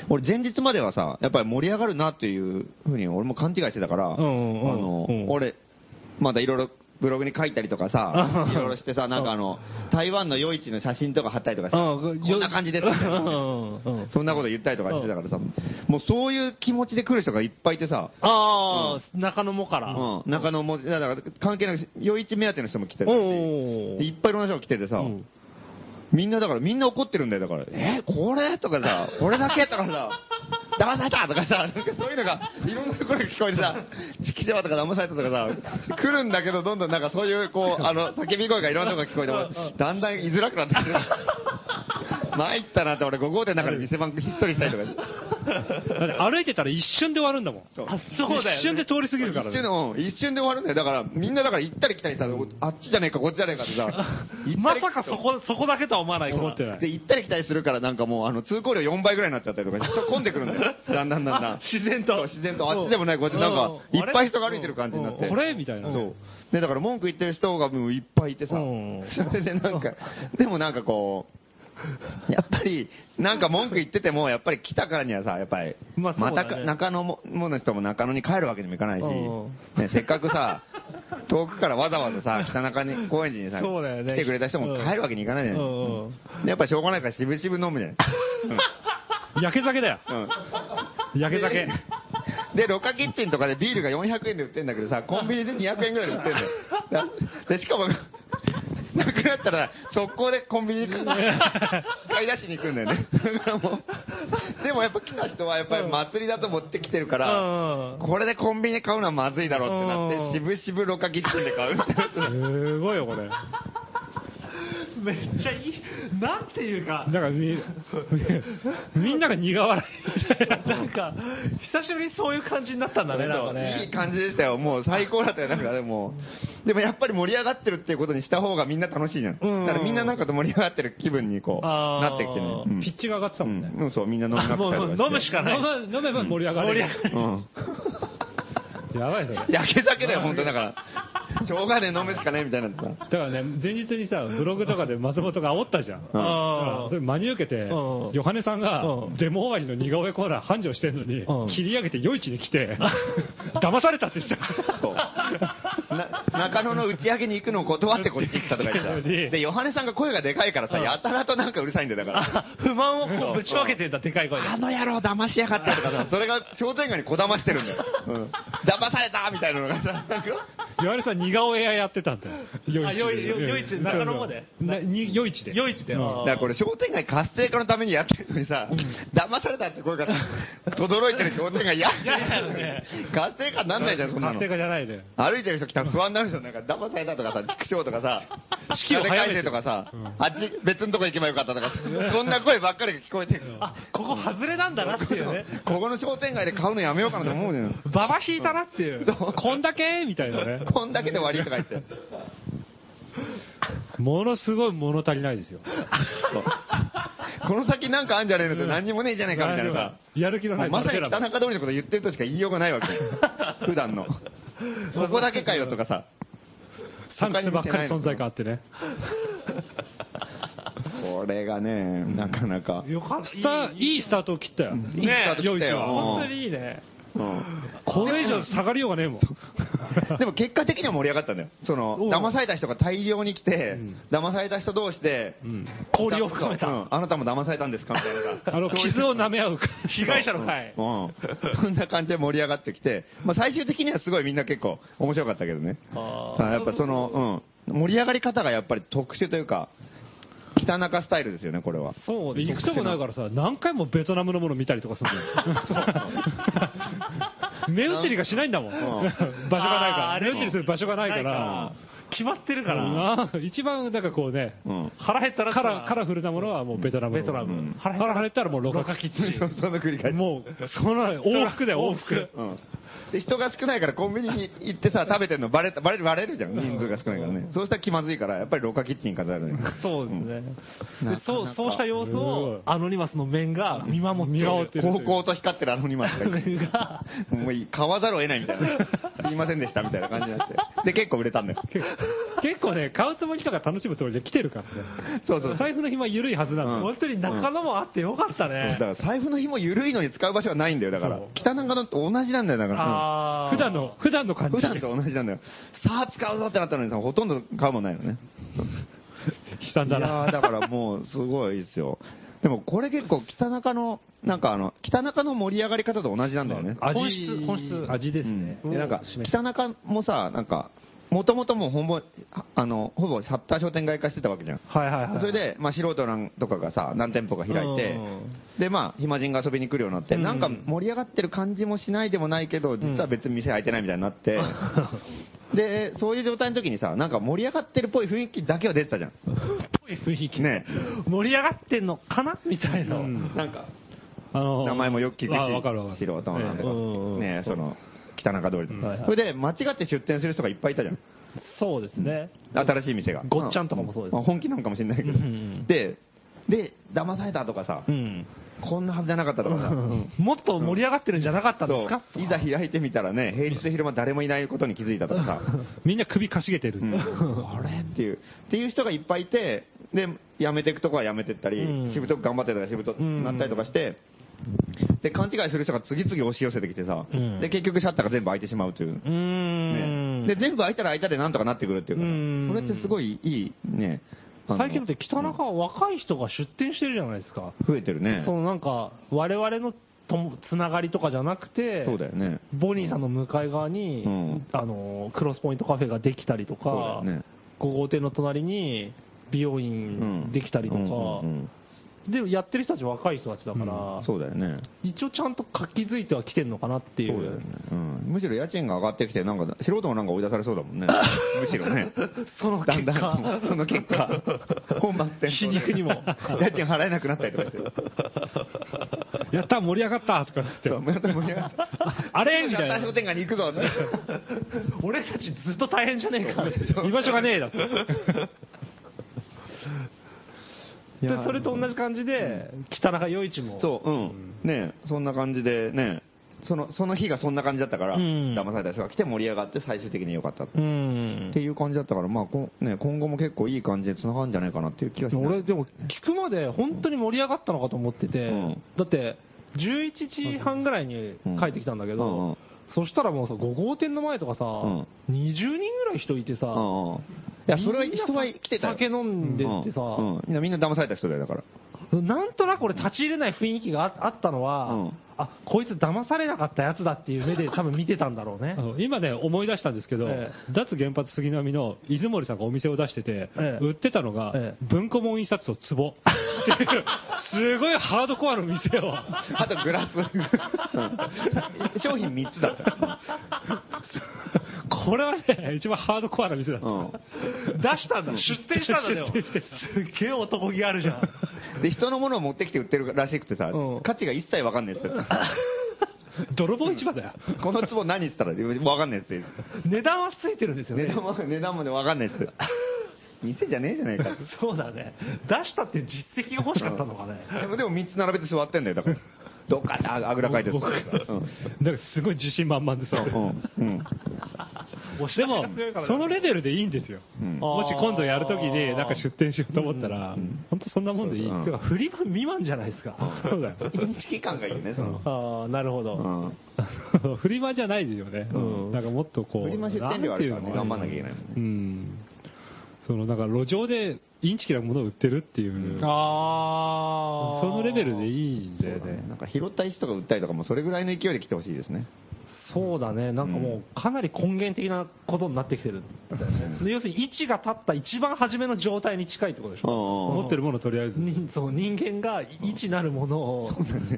[SPEAKER 2] 俺前日まではさ、やっぱり盛り上がるなっていうふうに俺も勘違いしてたから、あ
[SPEAKER 1] んうん
[SPEAKER 2] の
[SPEAKER 1] うん、
[SPEAKER 2] 俺、まだいろいろブログに書いたりとかさ、いろいろしてさ、なんかあの、台湾の夜市の写真とか貼ったりとかして、
[SPEAKER 1] い。
[SPEAKER 2] こんな感じですみたい
[SPEAKER 1] うんう
[SPEAKER 2] な。
[SPEAKER 1] んうんうん。
[SPEAKER 2] そんなこと言ったりとかしてたからさ、もうそういう気持ちで来る人がいっぱいいてさ、
[SPEAKER 1] ああ、中野もから。
[SPEAKER 2] うん、中野も、だから関係なく、夜市目当ての人も来てる
[SPEAKER 1] お
[SPEAKER 2] し、
[SPEAKER 1] お
[SPEAKER 2] でいっぱいいろんな人が来ててさ、
[SPEAKER 1] うん
[SPEAKER 2] みんなだから、みんな怒ってるんだよ、だから。え、これとかさ、これだけとかさ、騙されたとかさ、なんかそういうのが、いろんな声が聞こえてさ、チキシャワとか騙されたとかさ、来るんだけど、どんどんなんかそういう、こう、あの、叫び声がいろんなとこから聞こえて、だんだん居づらくなってくる。参ったなって、俺5号店の中で店番ひっそりしたりとか。
[SPEAKER 3] だって歩いてたら一瞬で終わるんだもん。
[SPEAKER 2] そう
[SPEAKER 1] あ、そうだよね。
[SPEAKER 3] 一瞬で通り過ぎるから
[SPEAKER 2] 一瞬で、
[SPEAKER 3] ね。
[SPEAKER 2] うん一瞬で終わるんだよ。だから、みんなだから行ったり来たりさ、あっちじゃねえか、こっちじゃねえかってさ、行った
[SPEAKER 1] ま
[SPEAKER 2] り来た
[SPEAKER 1] さか
[SPEAKER 2] り
[SPEAKER 1] そこ、そこだけとは思わないから。
[SPEAKER 3] 思ってない
[SPEAKER 2] で、行ったり来たりするから、なんかもう、あの、通行料4倍ぐらいになっちゃったりとか、人混んでくるんだ よ。だんだんだんだん。
[SPEAKER 1] 自然と
[SPEAKER 2] そう自然と、あっちでもない、こうやってなんか、
[SPEAKER 1] うん
[SPEAKER 2] いっぱい人が歩いてる感じになって。
[SPEAKER 3] うんこれみたいな
[SPEAKER 2] そう。ね、だから文句言ってる人がもういっぱいいてさ。
[SPEAKER 1] うん
[SPEAKER 2] そ れでなんか、でもなんかこう、やっぱり、なんか文句言ってても、やっぱり来たからにはさ、やっぱり、
[SPEAKER 1] まあそうだね
[SPEAKER 2] たか中野ももの人も中野に帰るわけにもいかないし、
[SPEAKER 1] うん
[SPEAKER 2] ね、せっかくさ、遠くからわざわざさ、北中に高円寺にさ、
[SPEAKER 1] そうだよね
[SPEAKER 2] 来てくれた人も帰るわけにいかないじゃない、
[SPEAKER 1] うんうん
[SPEAKER 2] でやっぱしょうがないから、しぶしぶ飲むじゃない。
[SPEAKER 3] 焼け酒 だよ。
[SPEAKER 2] うん
[SPEAKER 3] 焼け酒。
[SPEAKER 2] で、ロカキッチンとかでビールが400円で売ってんだけどさ、コンビニで200円ぐらいで売ってんだよ。だで、しかも、なくなったら、速攻でコンビニに買い出しに行くんだよね。 だからもうでもやっぱ来た人はやっぱり祭りだと思って来てるから、
[SPEAKER 1] うん
[SPEAKER 2] これでコンビニで買うのはまずいだろうってなって、しぶしぶロカキッチンで買うみたいな。
[SPEAKER 3] すごいよ、これ。
[SPEAKER 1] めっちゃいい。なんていうか
[SPEAKER 3] だ、からみ、みんなが苦笑
[SPEAKER 1] なんか、久しぶりにそういう感じになったんだね、なんか
[SPEAKER 2] いい
[SPEAKER 1] ね。
[SPEAKER 2] 感じでしたよ。もう最高だったよ。なんかでも、でもやっぱり盛り上がってるっていうことにした方がみんな楽しいじゃん。
[SPEAKER 1] うん
[SPEAKER 2] だからみんななんかと盛り上がってる気分にこう、
[SPEAKER 1] あー
[SPEAKER 2] なってきてね。う
[SPEAKER 3] い。
[SPEAKER 2] ん
[SPEAKER 3] ピッチが上がってたもんね。
[SPEAKER 2] うん、そう、みんな飲みなく
[SPEAKER 1] も
[SPEAKER 2] たりと
[SPEAKER 1] う
[SPEAKER 2] か
[SPEAKER 1] 飲むしかない。
[SPEAKER 3] 飲め飲めば盛り上がれる。
[SPEAKER 2] うん。
[SPEAKER 3] やばいそれ。
[SPEAKER 2] 焼け酒だよ、本当だから。生姜で飲むしかないみたいになって
[SPEAKER 3] だからね、前日にさ、ブログとかで松本が煽ったじゃん。
[SPEAKER 4] ああ
[SPEAKER 3] それ真に受けて、
[SPEAKER 4] ん
[SPEAKER 3] ヨハネさんが
[SPEAKER 4] うん、
[SPEAKER 3] デモ終わりの似顔絵コーナー繁盛してるのに
[SPEAKER 4] うん、
[SPEAKER 3] 切り上げて夜市に来て、騙されたって言ってた。
[SPEAKER 2] そうな中野の打ち上げに行くのを断ってこっち来たと か言ってた。で、ヨハネさんが声がでかいからさ、やたらとなんかうるさいんだよ、だから。
[SPEAKER 1] 不満をこうぶちまけてんだ、でかい声で。
[SPEAKER 2] あの野郎騙しやがってとかさ、それが商店街にこだましてるんだよ。うん騙されたみたいなのがさ、なんか、
[SPEAKER 3] ヨハネさん似顔絵屋やってたんだよ。
[SPEAKER 1] あよいよ夜市中野まで
[SPEAKER 3] なに夜市で。
[SPEAKER 1] 夜市で。
[SPEAKER 3] うん
[SPEAKER 2] だからこれ商店街活性化のためにやってるのにさ、騙されたって声がとどろいてる商店街や
[SPEAKER 1] やだね
[SPEAKER 2] 活性化なんないじゃん、そんな
[SPEAKER 3] 活
[SPEAKER 2] の
[SPEAKER 3] 性。化じゃないで。
[SPEAKER 2] 歩いてる人来たら不安になるじゃん、なんか騙されたとかさ、畜生とかさ、
[SPEAKER 1] 気を
[SPEAKER 2] で
[SPEAKER 1] 早
[SPEAKER 2] 返
[SPEAKER 1] めて
[SPEAKER 2] せとかさ、あっち別のとこ行けばよかったとか、そんな声ばっかりが聞こえてくる。
[SPEAKER 1] あ、ここ外れなんだなっていうね。
[SPEAKER 2] ここの商店街で買うのやめようかなと思うじゃん。
[SPEAKER 1] ババ引いたなっていう。
[SPEAKER 3] こんだけみたいなね。
[SPEAKER 2] こんだけで終わりとか言って。
[SPEAKER 3] ものすごい物足りないですよ。
[SPEAKER 2] この先なんかあんじゃねえのって何にもねえじゃねえかみたいなさ。
[SPEAKER 3] やる気のない
[SPEAKER 2] まさに
[SPEAKER 3] 彼ら
[SPEAKER 2] 北
[SPEAKER 3] も
[SPEAKER 2] 中通りのこと言ってるとしか言いようがないわけ。普段の。ここだけかよとかさ。
[SPEAKER 3] 産地ばっかり存在感あってね。
[SPEAKER 2] これがね、なかなか。
[SPEAKER 1] よかった。
[SPEAKER 3] スターいいスタートを切ったよ。
[SPEAKER 2] いいスタート切った
[SPEAKER 3] 夜市は
[SPEAKER 2] よ。
[SPEAKER 1] 本当にいいね。
[SPEAKER 2] うん
[SPEAKER 3] これ以上下がりようがねえもん。
[SPEAKER 2] うんでも結果的には盛り上がったんだよ。その、騙された人が大量に来て、騙された人同士で、
[SPEAKER 1] 交流を深めた
[SPEAKER 2] うんあなたも騙されたんですかみたいな。
[SPEAKER 3] あの、傷を舐め合うか。
[SPEAKER 1] 被害者の会。
[SPEAKER 2] うん。そんな感じで盛り上がってきて、まあ最終的にはすごいみんな結構面白かったけどね。
[SPEAKER 1] あー
[SPEAKER 2] あやっぱその、うん。盛り上がり方がやっぱり特殊というか、北中スタイルですよね、これは。
[SPEAKER 1] そうね
[SPEAKER 3] 行くとこないからさ、何回もベトナムのもの見たりとかするんだよ。目移りがしないんだもん。
[SPEAKER 2] ん
[SPEAKER 3] 場所がない
[SPEAKER 1] あー
[SPEAKER 3] か
[SPEAKER 1] あ
[SPEAKER 3] ら。
[SPEAKER 1] れ
[SPEAKER 3] 目移りする場所がないから。
[SPEAKER 1] 決まってるか
[SPEAKER 3] う
[SPEAKER 1] ら。
[SPEAKER 3] んあー一番、なんかこうね、
[SPEAKER 2] うん。
[SPEAKER 1] 腹減ったら
[SPEAKER 3] カラカラフルなものはもうベトナムの。
[SPEAKER 1] ベトナム
[SPEAKER 3] うん腹減ったらもうロ
[SPEAKER 1] ロ
[SPEAKER 3] カ
[SPEAKER 1] カ
[SPEAKER 3] キ
[SPEAKER 1] キッチン。
[SPEAKER 2] その繰り返し。
[SPEAKER 3] もう、その往復だよ、往復。
[SPEAKER 2] うん。で、人が少ないからコンビニに行ってさ、食べてんのバレた、バレる、バレるじゃん。人数が少ないからね。そうしたら気まずいから、やっぱり廊下キッチン飾るね。
[SPEAKER 1] そうですね。
[SPEAKER 2] な
[SPEAKER 1] で
[SPEAKER 2] か
[SPEAKER 1] そう、そうした様子を、アノニマスの面が見守って
[SPEAKER 3] 見守ってる
[SPEAKER 2] 高校と光ってるアノニマスがいて
[SPEAKER 1] 面が、
[SPEAKER 2] もういい買わざるを得ないみたいな。すいませんでした、みたいな感じに なって。で、結構売れたんだよ。
[SPEAKER 3] 結構ね、買うつもりとか楽しむつもりで来てるからね。
[SPEAKER 2] そうそう
[SPEAKER 3] 財布の暇緩いはずなの。
[SPEAKER 1] 本当に中野もあってよかった
[SPEAKER 2] だ
[SPEAKER 1] ね。
[SPEAKER 2] から財布の紐緩いのに使う場所はないんだよ、だから
[SPEAKER 3] そう。
[SPEAKER 2] 北中野と同じなんだよ、だから。
[SPEAKER 1] あー
[SPEAKER 3] 普段。の、普段の感
[SPEAKER 2] うん
[SPEAKER 3] じ。
[SPEAKER 2] 普段と同じなんだよ。さあ使うぞってなったのにさ、ほとんど買うもんないのね。
[SPEAKER 3] 悲惨だ
[SPEAKER 2] いや
[SPEAKER 3] な。
[SPEAKER 2] ーだからもう、すごいですよ。 でもこれ結構北中の、なんかあの、北中の盛り上がり方と同じなんだよね。
[SPEAKER 3] 味
[SPEAKER 1] 本質本質
[SPEAKER 3] 味ですね。
[SPEAKER 2] うんでなんか、北中もさ、なんか、もともともうほぼ、あの、ほぼシャッター商店街化してたわけじゃん。
[SPEAKER 1] はいはいはい。
[SPEAKER 2] それで、まあ、素人なんとかがさ、何店舗か開いて
[SPEAKER 1] うん、
[SPEAKER 2] で、まあ、暇人が遊びに来るようになって、
[SPEAKER 1] うん
[SPEAKER 2] なんか盛り上がってる感じもしないでもないけど、実は別に店開いてないみたいになって、で、そういう状態の時にさ、なんか盛り上がってるっぽい雰囲気だけは出てたじゃん。
[SPEAKER 1] ぽい雰囲気。
[SPEAKER 2] ね。
[SPEAKER 1] 盛り上がってんのかなみたいな。
[SPEAKER 3] うん
[SPEAKER 2] なんか、
[SPEAKER 3] あの
[SPEAKER 2] 名前もよく聞くし、
[SPEAKER 3] あわかるわかる。
[SPEAKER 2] 素人なん
[SPEAKER 1] ええ
[SPEAKER 2] とか
[SPEAKER 1] うんうん
[SPEAKER 2] ね、その、北中通りと
[SPEAKER 1] はいは
[SPEAKER 2] か
[SPEAKER 1] い
[SPEAKER 2] それで、間違って出店する人がいっぱいいたじゃん。
[SPEAKER 1] そうですね。
[SPEAKER 2] 新しい店が。
[SPEAKER 1] ごっちゃんとかもそうです
[SPEAKER 2] まあ本気なのかもしれないけど
[SPEAKER 1] うんうん。
[SPEAKER 2] で、で、騙されたとかさ
[SPEAKER 1] う、ん。
[SPEAKER 2] こんなはずじゃなかったとかさ、
[SPEAKER 1] もっと盛り上がってるんじゃなかったんですか
[SPEAKER 2] そういざ開いてみたらね、平日昼間誰もいないことに気づいたとかさ、
[SPEAKER 3] みんな首かしげてる。
[SPEAKER 2] うんあれっていう、っていう人がいっぱいいて、で、辞めていくとこは辞めてった
[SPEAKER 1] う
[SPEAKER 2] り、
[SPEAKER 1] ん
[SPEAKER 2] しぶとく頑張ってとか、しぶとくなったりとかして、で、勘違いする人が次々押し寄せてきてさ
[SPEAKER 1] うん、
[SPEAKER 2] で、結局シャッターが全部開いてしまうとい
[SPEAKER 1] う
[SPEAKER 2] う。
[SPEAKER 1] ーん。
[SPEAKER 2] ね、で全部開いたら開いたでなんとかなってくるっていうか
[SPEAKER 1] うん
[SPEAKER 2] これってすごいいいねあの
[SPEAKER 1] 最近だって北中は若い人が出店してるじゃないですか。
[SPEAKER 2] 増えてるね
[SPEAKER 1] そのなんか、我々のともつながりとかじゃなくて、
[SPEAKER 2] そうだよね
[SPEAKER 1] ボニーさんの向かい側に、
[SPEAKER 2] うん
[SPEAKER 1] あのクロスポイントカフェができたりと
[SPEAKER 2] そうだよ
[SPEAKER 1] か、
[SPEAKER 2] ね
[SPEAKER 1] 5号店の隣に美容
[SPEAKER 2] う
[SPEAKER 1] 院
[SPEAKER 2] ん
[SPEAKER 1] できたりとか、
[SPEAKER 2] うんうん
[SPEAKER 1] でやってる人たち若い人たちだから、
[SPEAKER 2] うんそうだよね
[SPEAKER 1] 一応ちゃんと活気づいてはきてるのかなってい
[SPEAKER 2] そう
[SPEAKER 1] う
[SPEAKER 2] だよね、うん、むしろ家賃が上がってきてなんか素人もなんか追い出されそうだ もんねむしろね
[SPEAKER 1] その
[SPEAKER 2] だ
[SPEAKER 1] 結
[SPEAKER 2] んだんそ
[SPEAKER 1] 果
[SPEAKER 2] のその結果本末転倒で
[SPEAKER 1] 皮肉にも
[SPEAKER 2] 家賃払えなくなったりとかして
[SPEAKER 3] やったー盛り上がったー とかつって
[SPEAKER 2] そ。うまた盛り上がった
[SPEAKER 3] あれみたい
[SPEAKER 2] ま
[SPEAKER 3] な
[SPEAKER 2] た。商店街に行くぞって
[SPEAKER 1] 俺たちずっと大変じゃねえか
[SPEAKER 3] 居場所がねえだって。
[SPEAKER 1] でそれと同じ感じで、北中余市も
[SPEAKER 2] そう、うん、ねそんな感じでね、その、その日がそんな感じだったから、
[SPEAKER 1] うん
[SPEAKER 2] 騙された人が来て盛り上がって最終的に良かったと。
[SPEAKER 1] う
[SPEAKER 2] っ
[SPEAKER 1] ん
[SPEAKER 2] ていう感じだったから、まあこんね、今後も結構いい感じで繋がるんじゃないかなっていう気がしない
[SPEAKER 1] 俺、でも聞くまで本当に盛り上がったのかと思ってて、
[SPEAKER 2] うん
[SPEAKER 1] だって、11時半ぐらいに帰ってきたんだけど、
[SPEAKER 2] うんうん
[SPEAKER 1] そしたらもうさ、5号店の前とかさ、
[SPEAKER 2] ん
[SPEAKER 1] 20人ぐらい人いてさ、
[SPEAKER 2] うんうんいや、それは人は来てたよ。
[SPEAKER 1] 酒飲んでってさ、
[SPEAKER 2] うんうんみんなみんな騙された人だよ、だから。
[SPEAKER 1] なんとなく俺立ち入れない雰囲気がああったのは、
[SPEAKER 2] うん
[SPEAKER 1] あこいつ騙されなかったやつだっていう目で多分見てたんだろうね
[SPEAKER 3] あ。の今ね、思い出したんですけど、
[SPEAKER 1] え
[SPEAKER 3] 脱原発杉並の出森さんがお店を出してて、
[SPEAKER 1] ええ
[SPEAKER 3] 売ってたのが、
[SPEAKER 1] ええ
[SPEAKER 3] 文庫門印刷と 壺っていうすごいハードコアの店を、
[SPEAKER 2] あとグラ ス。うん商品3つだった。
[SPEAKER 3] これはね、一番ハードコアな店だった。
[SPEAKER 2] うん
[SPEAKER 1] 出したんだ、 出店したんだよ。
[SPEAKER 3] 出店して
[SPEAKER 1] すっげえ男気あるじゃん。
[SPEAKER 2] で、人のものを持ってきて売ってるらしくてさ
[SPEAKER 1] うん、
[SPEAKER 2] 価値が一切わかんないですよ。
[SPEAKER 3] 泥棒市場だよ。
[SPEAKER 2] この壺何っつったらわかんないですよ。
[SPEAKER 1] 値段はついてるんですよ
[SPEAKER 2] 値
[SPEAKER 1] ね。
[SPEAKER 2] 段も、値段もね、わかんないですよ。店じゃねえじゃないか。
[SPEAKER 1] そうだね。出したっていう実績が欲しかったのかね。
[SPEAKER 2] でも、でも3つ並べて座ってんだよ、だから。どっかでああぐらかいてる。うん
[SPEAKER 3] なんかすごい自信満々でさ。
[SPEAKER 2] うんうん
[SPEAKER 1] 押し
[SPEAKER 3] で
[SPEAKER 1] 出し
[SPEAKER 3] も
[SPEAKER 1] が強いから、
[SPEAKER 3] そのレベルでいいんですよ。
[SPEAKER 2] うん
[SPEAKER 3] もし今度やるときに、なんか出店しようと思ったら
[SPEAKER 2] ん、
[SPEAKER 3] 本当そんなもんでいい。
[SPEAKER 2] そう
[SPEAKER 1] てか、フリマ未満じゃないですか。
[SPEAKER 3] そうだよ。
[SPEAKER 2] インチキ感がいいよね、その。
[SPEAKER 1] ああ、なるほど。
[SPEAKER 2] うん
[SPEAKER 3] フリマじゃないよね。
[SPEAKER 1] うん
[SPEAKER 3] なんかもっとこう。
[SPEAKER 2] フリマ出店料あるか
[SPEAKER 3] な
[SPEAKER 2] らね
[SPEAKER 3] んていうの
[SPEAKER 2] 頑張んなきゃいけないもんね
[SPEAKER 3] うん。その、なんか路上でインチキなものを売ってるっていう。
[SPEAKER 1] ああ。
[SPEAKER 3] そのレベルでいいんだよね。
[SPEAKER 2] なんか拾った石とか売ったりとかもそれぐらいの勢いで来てほしいですね。
[SPEAKER 1] そうだね、なんかもう、かなり根源的なことになってきてる、で要するに位置が立った一番初めの状態に近いってことでしょ、
[SPEAKER 3] 持ってるものとりあえず。
[SPEAKER 1] 人そう人間が位置なるものを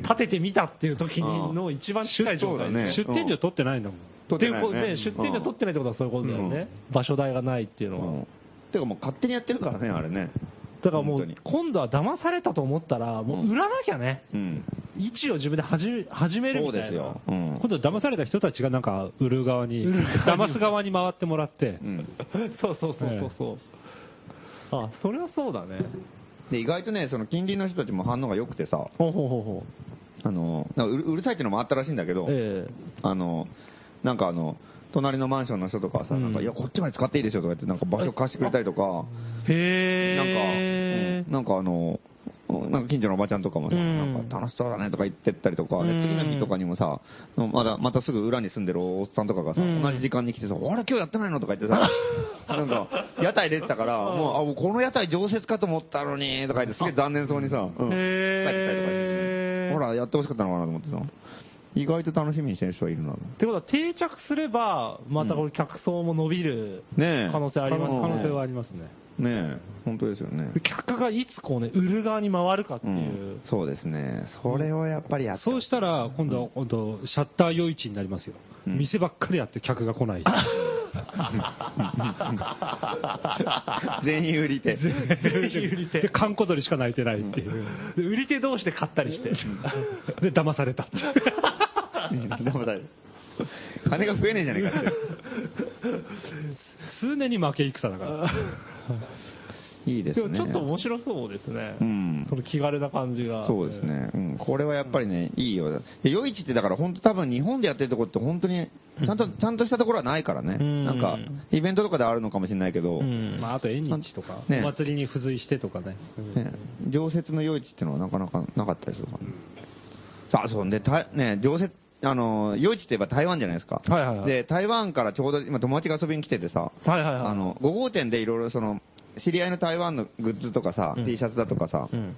[SPEAKER 1] 立ててみたっていう時にの一番近い状態
[SPEAKER 2] そうだね
[SPEAKER 3] 出店料取ってないんだもん。
[SPEAKER 2] 取
[SPEAKER 1] って
[SPEAKER 2] って
[SPEAKER 1] い
[SPEAKER 2] な
[SPEAKER 1] うこ
[SPEAKER 2] いよ
[SPEAKER 1] と
[SPEAKER 2] ね
[SPEAKER 1] で、出店料取ってないってことはそういうことだよね、場所代がないっていう
[SPEAKER 2] う
[SPEAKER 1] のは。
[SPEAKER 2] ん。てかもう勝手にやってるからね、あれね。
[SPEAKER 1] だからも
[SPEAKER 2] 本
[SPEAKER 1] う
[SPEAKER 2] 当に、
[SPEAKER 1] 今度は騙されたと思ったら、もう売らなきゃね、
[SPEAKER 2] うん。
[SPEAKER 1] 位置を自分で始め始める
[SPEAKER 2] そ
[SPEAKER 1] み
[SPEAKER 2] う
[SPEAKER 1] たいな。
[SPEAKER 2] ですよ。うん
[SPEAKER 3] 今。度騙された人たちがなんか売る側に、
[SPEAKER 1] 売る側に
[SPEAKER 3] 騙す側に回ってもらって
[SPEAKER 2] う、ん
[SPEAKER 1] そうそうそうそうそう。あ、それはそうだね。
[SPEAKER 2] で、意外とね、その近隣の人たちも反応が良くてさ、
[SPEAKER 1] ほうほうほうほ
[SPEAKER 2] あの、なんかうるうるさいっていうのもあったらしいんだけど
[SPEAKER 1] う。、ええ
[SPEAKER 2] あの、なんかあの、隣のマンションの人とかはさ、なんか、いや、こっちまで使っていいですよとか言って、なんか場所貸してくれたりとか、なんか、
[SPEAKER 1] へ
[SPEAKER 2] うんなんかあの、うんなんか近所のおばちゃんとかもさ、
[SPEAKER 1] うん
[SPEAKER 2] なんか楽しそうだねとか言ってったりとか、で
[SPEAKER 1] うん
[SPEAKER 2] 次の日とかにもさ、まだ、またすぐ裏に住んでるおっさんとかがさ、
[SPEAKER 1] うん
[SPEAKER 2] 同じ時間に来てさ、あれ今日やってないのとか 言ってさ、なんか、屋台出てたから、もう、あ、もうこの屋台常設かと思ったのに、とか言って、すげえ残念そうにさ、うん帰ってたりとかして
[SPEAKER 1] へー
[SPEAKER 2] ほら、やってほしかったのかなと思ってさ、意外と楽しみにしてる人はいるなと。
[SPEAKER 1] ってことは定着すれば、またこれ客層も伸びる
[SPEAKER 2] ねえ。
[SPEAKER 1] 可能性あります
[SPEAKER 2] うん
[SPEAKER 1] ね
[SPEAKER 3] 可能性はありますね。
[SPEAKER 2] ねえ、本当ですよね。
[SPEAKER 1] 客がいつこうね、売る側に回るかって
[SPEAKER 2] う
[SPEAKER 1] い
[SPEAKER 2] ん
[SPEAKER 1] う。、
[SPEAKER 2] そうですね。それをやっぱりやって
[SPEAKER 3] そうしたら、今度、今度、シャッター夜市になりますよ。
[SPEAKER 2] うん
[SPEAKER 3] 店ばっかりやって客が来 ない。
[SPEAKER 2] 全 員売り 手。
[SPEAKER 1] 売り手
[SPEAKER 3] で、閑古鳥しか泣いてないっていう。
[SPEAKER 1] で売り手同士で買ったりして。
[SPEAKER 3] で、騙されたって。
[SPEAKER 2] 騙される金が増えねえじゃねえかっ
[SPEAKER 3] 数年に負け戦だから。
[SPEAKER 2] て。いいで
[SPEAKER 1] でもちょっと面白そうですね。
[SPEAKER 2] うん
[SPEAKER 1] その気軽な感じが。
[SPEAKER 2] そうですね、うん、これはやっぱりね、いいよ、で夜市ってだから、本当、多分日本でやってるとこって、本当にちゃんとちゃんとしたところはないからね、
[SPEAKER 1] うん
[SPEAKER 2] なんか、イベントとかであるのかもしれないけど、
[SPEAKER 1] うん。
[SPEAKER 3] まあ、あと、縁日とか、
[SPEAKER 2] ね
[SPEAKER 3] お祭りに付随してとかね。
[SPEAKER 2] ね、常設の夜市っていうのはなかなかなかったりするから、さあ、そんで、たね、常設、あの、夜市って言えば台湾じゃないですか。
[SPEAKER 1] はいはいはい
[SPEAKER 2] で、台湾からちょうど今友達が遊びに来ててさ、
[SPEAKER 1] はいはいはい。
[SPEAKER 2] あの、5号店でいろいろその、知り合いの台湾のグッズとかさ、
[SPEAKER 1] うん
[SPEAKER 2] T シャツだとかさ、
[SPEAKER 1] うん。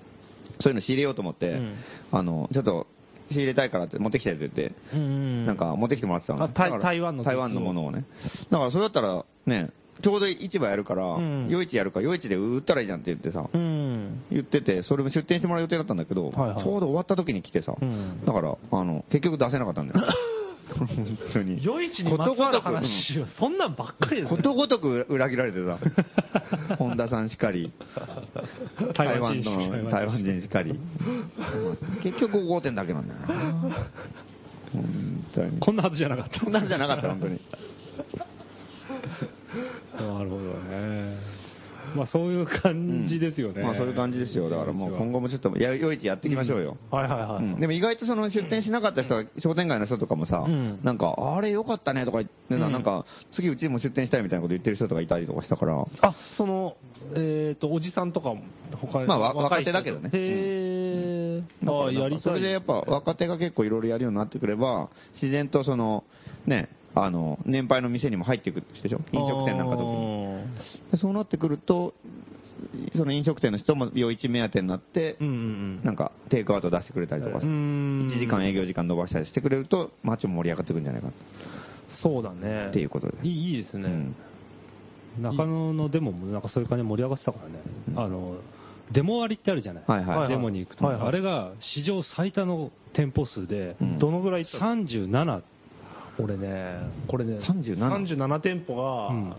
[SPEAKER 2] そういうの仕入れようと思って、
[SPEAKER 1] うん
[SPEAKER 2] あの、ちょっと仕入れたいからって持ってきてって言って、
[SPEAKER 1] うんうん。
[SPEAKER 2] なん、か持ってきてもらってたのね、
[SPEAKER 1] あ台
[SPEAKER 2] だから
[SPEAKER 1] 台湾の
[SPEAKER 2] 台湾のものをね。だからそれだったら、ね、ちょうど市場やるから、
[SPEAKER 1] ん
[SPEAKER 2] 夜市やるから、夜市で売ったらいいじゃんって言ってさ、
[SPEAKER 1] うん。
[SPEAKER 2] 言ってて、それも出店してもらう予定だったんだけど、
[SPEAKER 1] はいはい
[SPEAKER 2] ちょうど終わった時に来てさ、
[SPEAKER 1] うん
[SPEAKER 2] だから、あの、結局出せなかったん だよ。本当に。
[SPEAKER 1] 夜市にまつわる話は、そんなんばっかりです
[SPEAKER 2] こ
[SPEAKER 1] ね。
[SPEAKER 2] とごとく裏切られてさ、本田さんしかり、台
[SPEAKER 3] 台
[SPEAKER 2] 湾
[SPEAKER 3] 湾人
[SPEAKER 2] の台湾人しかり、結局5号店だけなんだよな、本当に。
[SPEAKER 3] こんなはずじゃなかった。
[SPEAKER 2] こんなのじゃなかった、本当に。
[SPEAKER 3] なるほどね。まあ、あそういう感じですよね。
[SPEAKER 2] まあそういう感じですよ。だからもう今後もちょっと、や、よいちやっていきましょうよ。
[SPEAKER 1] はいはいはい。
[SPEAKER 2] うんでも意外とその出店しなかった人が、商店街の人とかもさ、
[SPEAKER 1] ん
[SPEAKER 2] なんか、あれ良かったねとか言ってな、
[SPEAKER 1] うん
[SPEAKER 2] なんか、次うちも出店したいみたいなこと言ってる人とかいたりとかしたから、
[SPEAKER 1] あ、その、えっ、と、おじさんとかも、他に。
[SPEAKER 2] まあわ
[SPEAKER 1] い人
[SPEAKER 2] 若手だけどね
[SPEAKER 1] へー。
[SPEAKER 2] だから
[SPEAKER 1] ああ、やりたい。
[SPEAKER 2] それでやっぱ若手が結構いろいろやるようになってくれば、自然とその、ね、あの、年配の店にも入っていくでしょ飲食店なんか特に。でそうなってくると、その飲食店の人も夜市目当てになって、
[SPEAKER 1] うんうん
[SPEAKER 2] なんか、テイクアウト出してくれたりとか
[SPEAKER 1] う
[SPEAKER 2] さ、
[SPEAKER 1] ん。
[SPEAKER 2] 1時間営業時間伸ばしたりしてくれると、街も盛り上がってくるんじゃないか
[SPEAKER 1] そうだね。
[SPEAKER 2] っていうことで
[SPEAKER 1] いいいいです
[SPEAKER 2] と。
[SPEAKER 1] ね。
[SPEAKER 2] うん
[SPEAKER 3] 中野のデモもなんかそういう感じで盛り上がってたからね、
[SPEAKER 2] うん
[SPEAKER 3] あのデモ割ってあるじゃない、
[SPEAKER 2] はいはいはい
[SPEAKER 3] デモに行くと、
[SPEAKER 1] はいはい
[SPEAKER 3] あれが史上最多の店舗数で、
[SPEAKER 2] うん
[SPEAKER 1] どのぐらい行った
[SPEAKER 3] 37、
[SPEAKER 1] 俺ね、これね、
[SPEAKER 2] 37
[SPEAKER 1] 37店舗が、
[SPEAKER 3] うん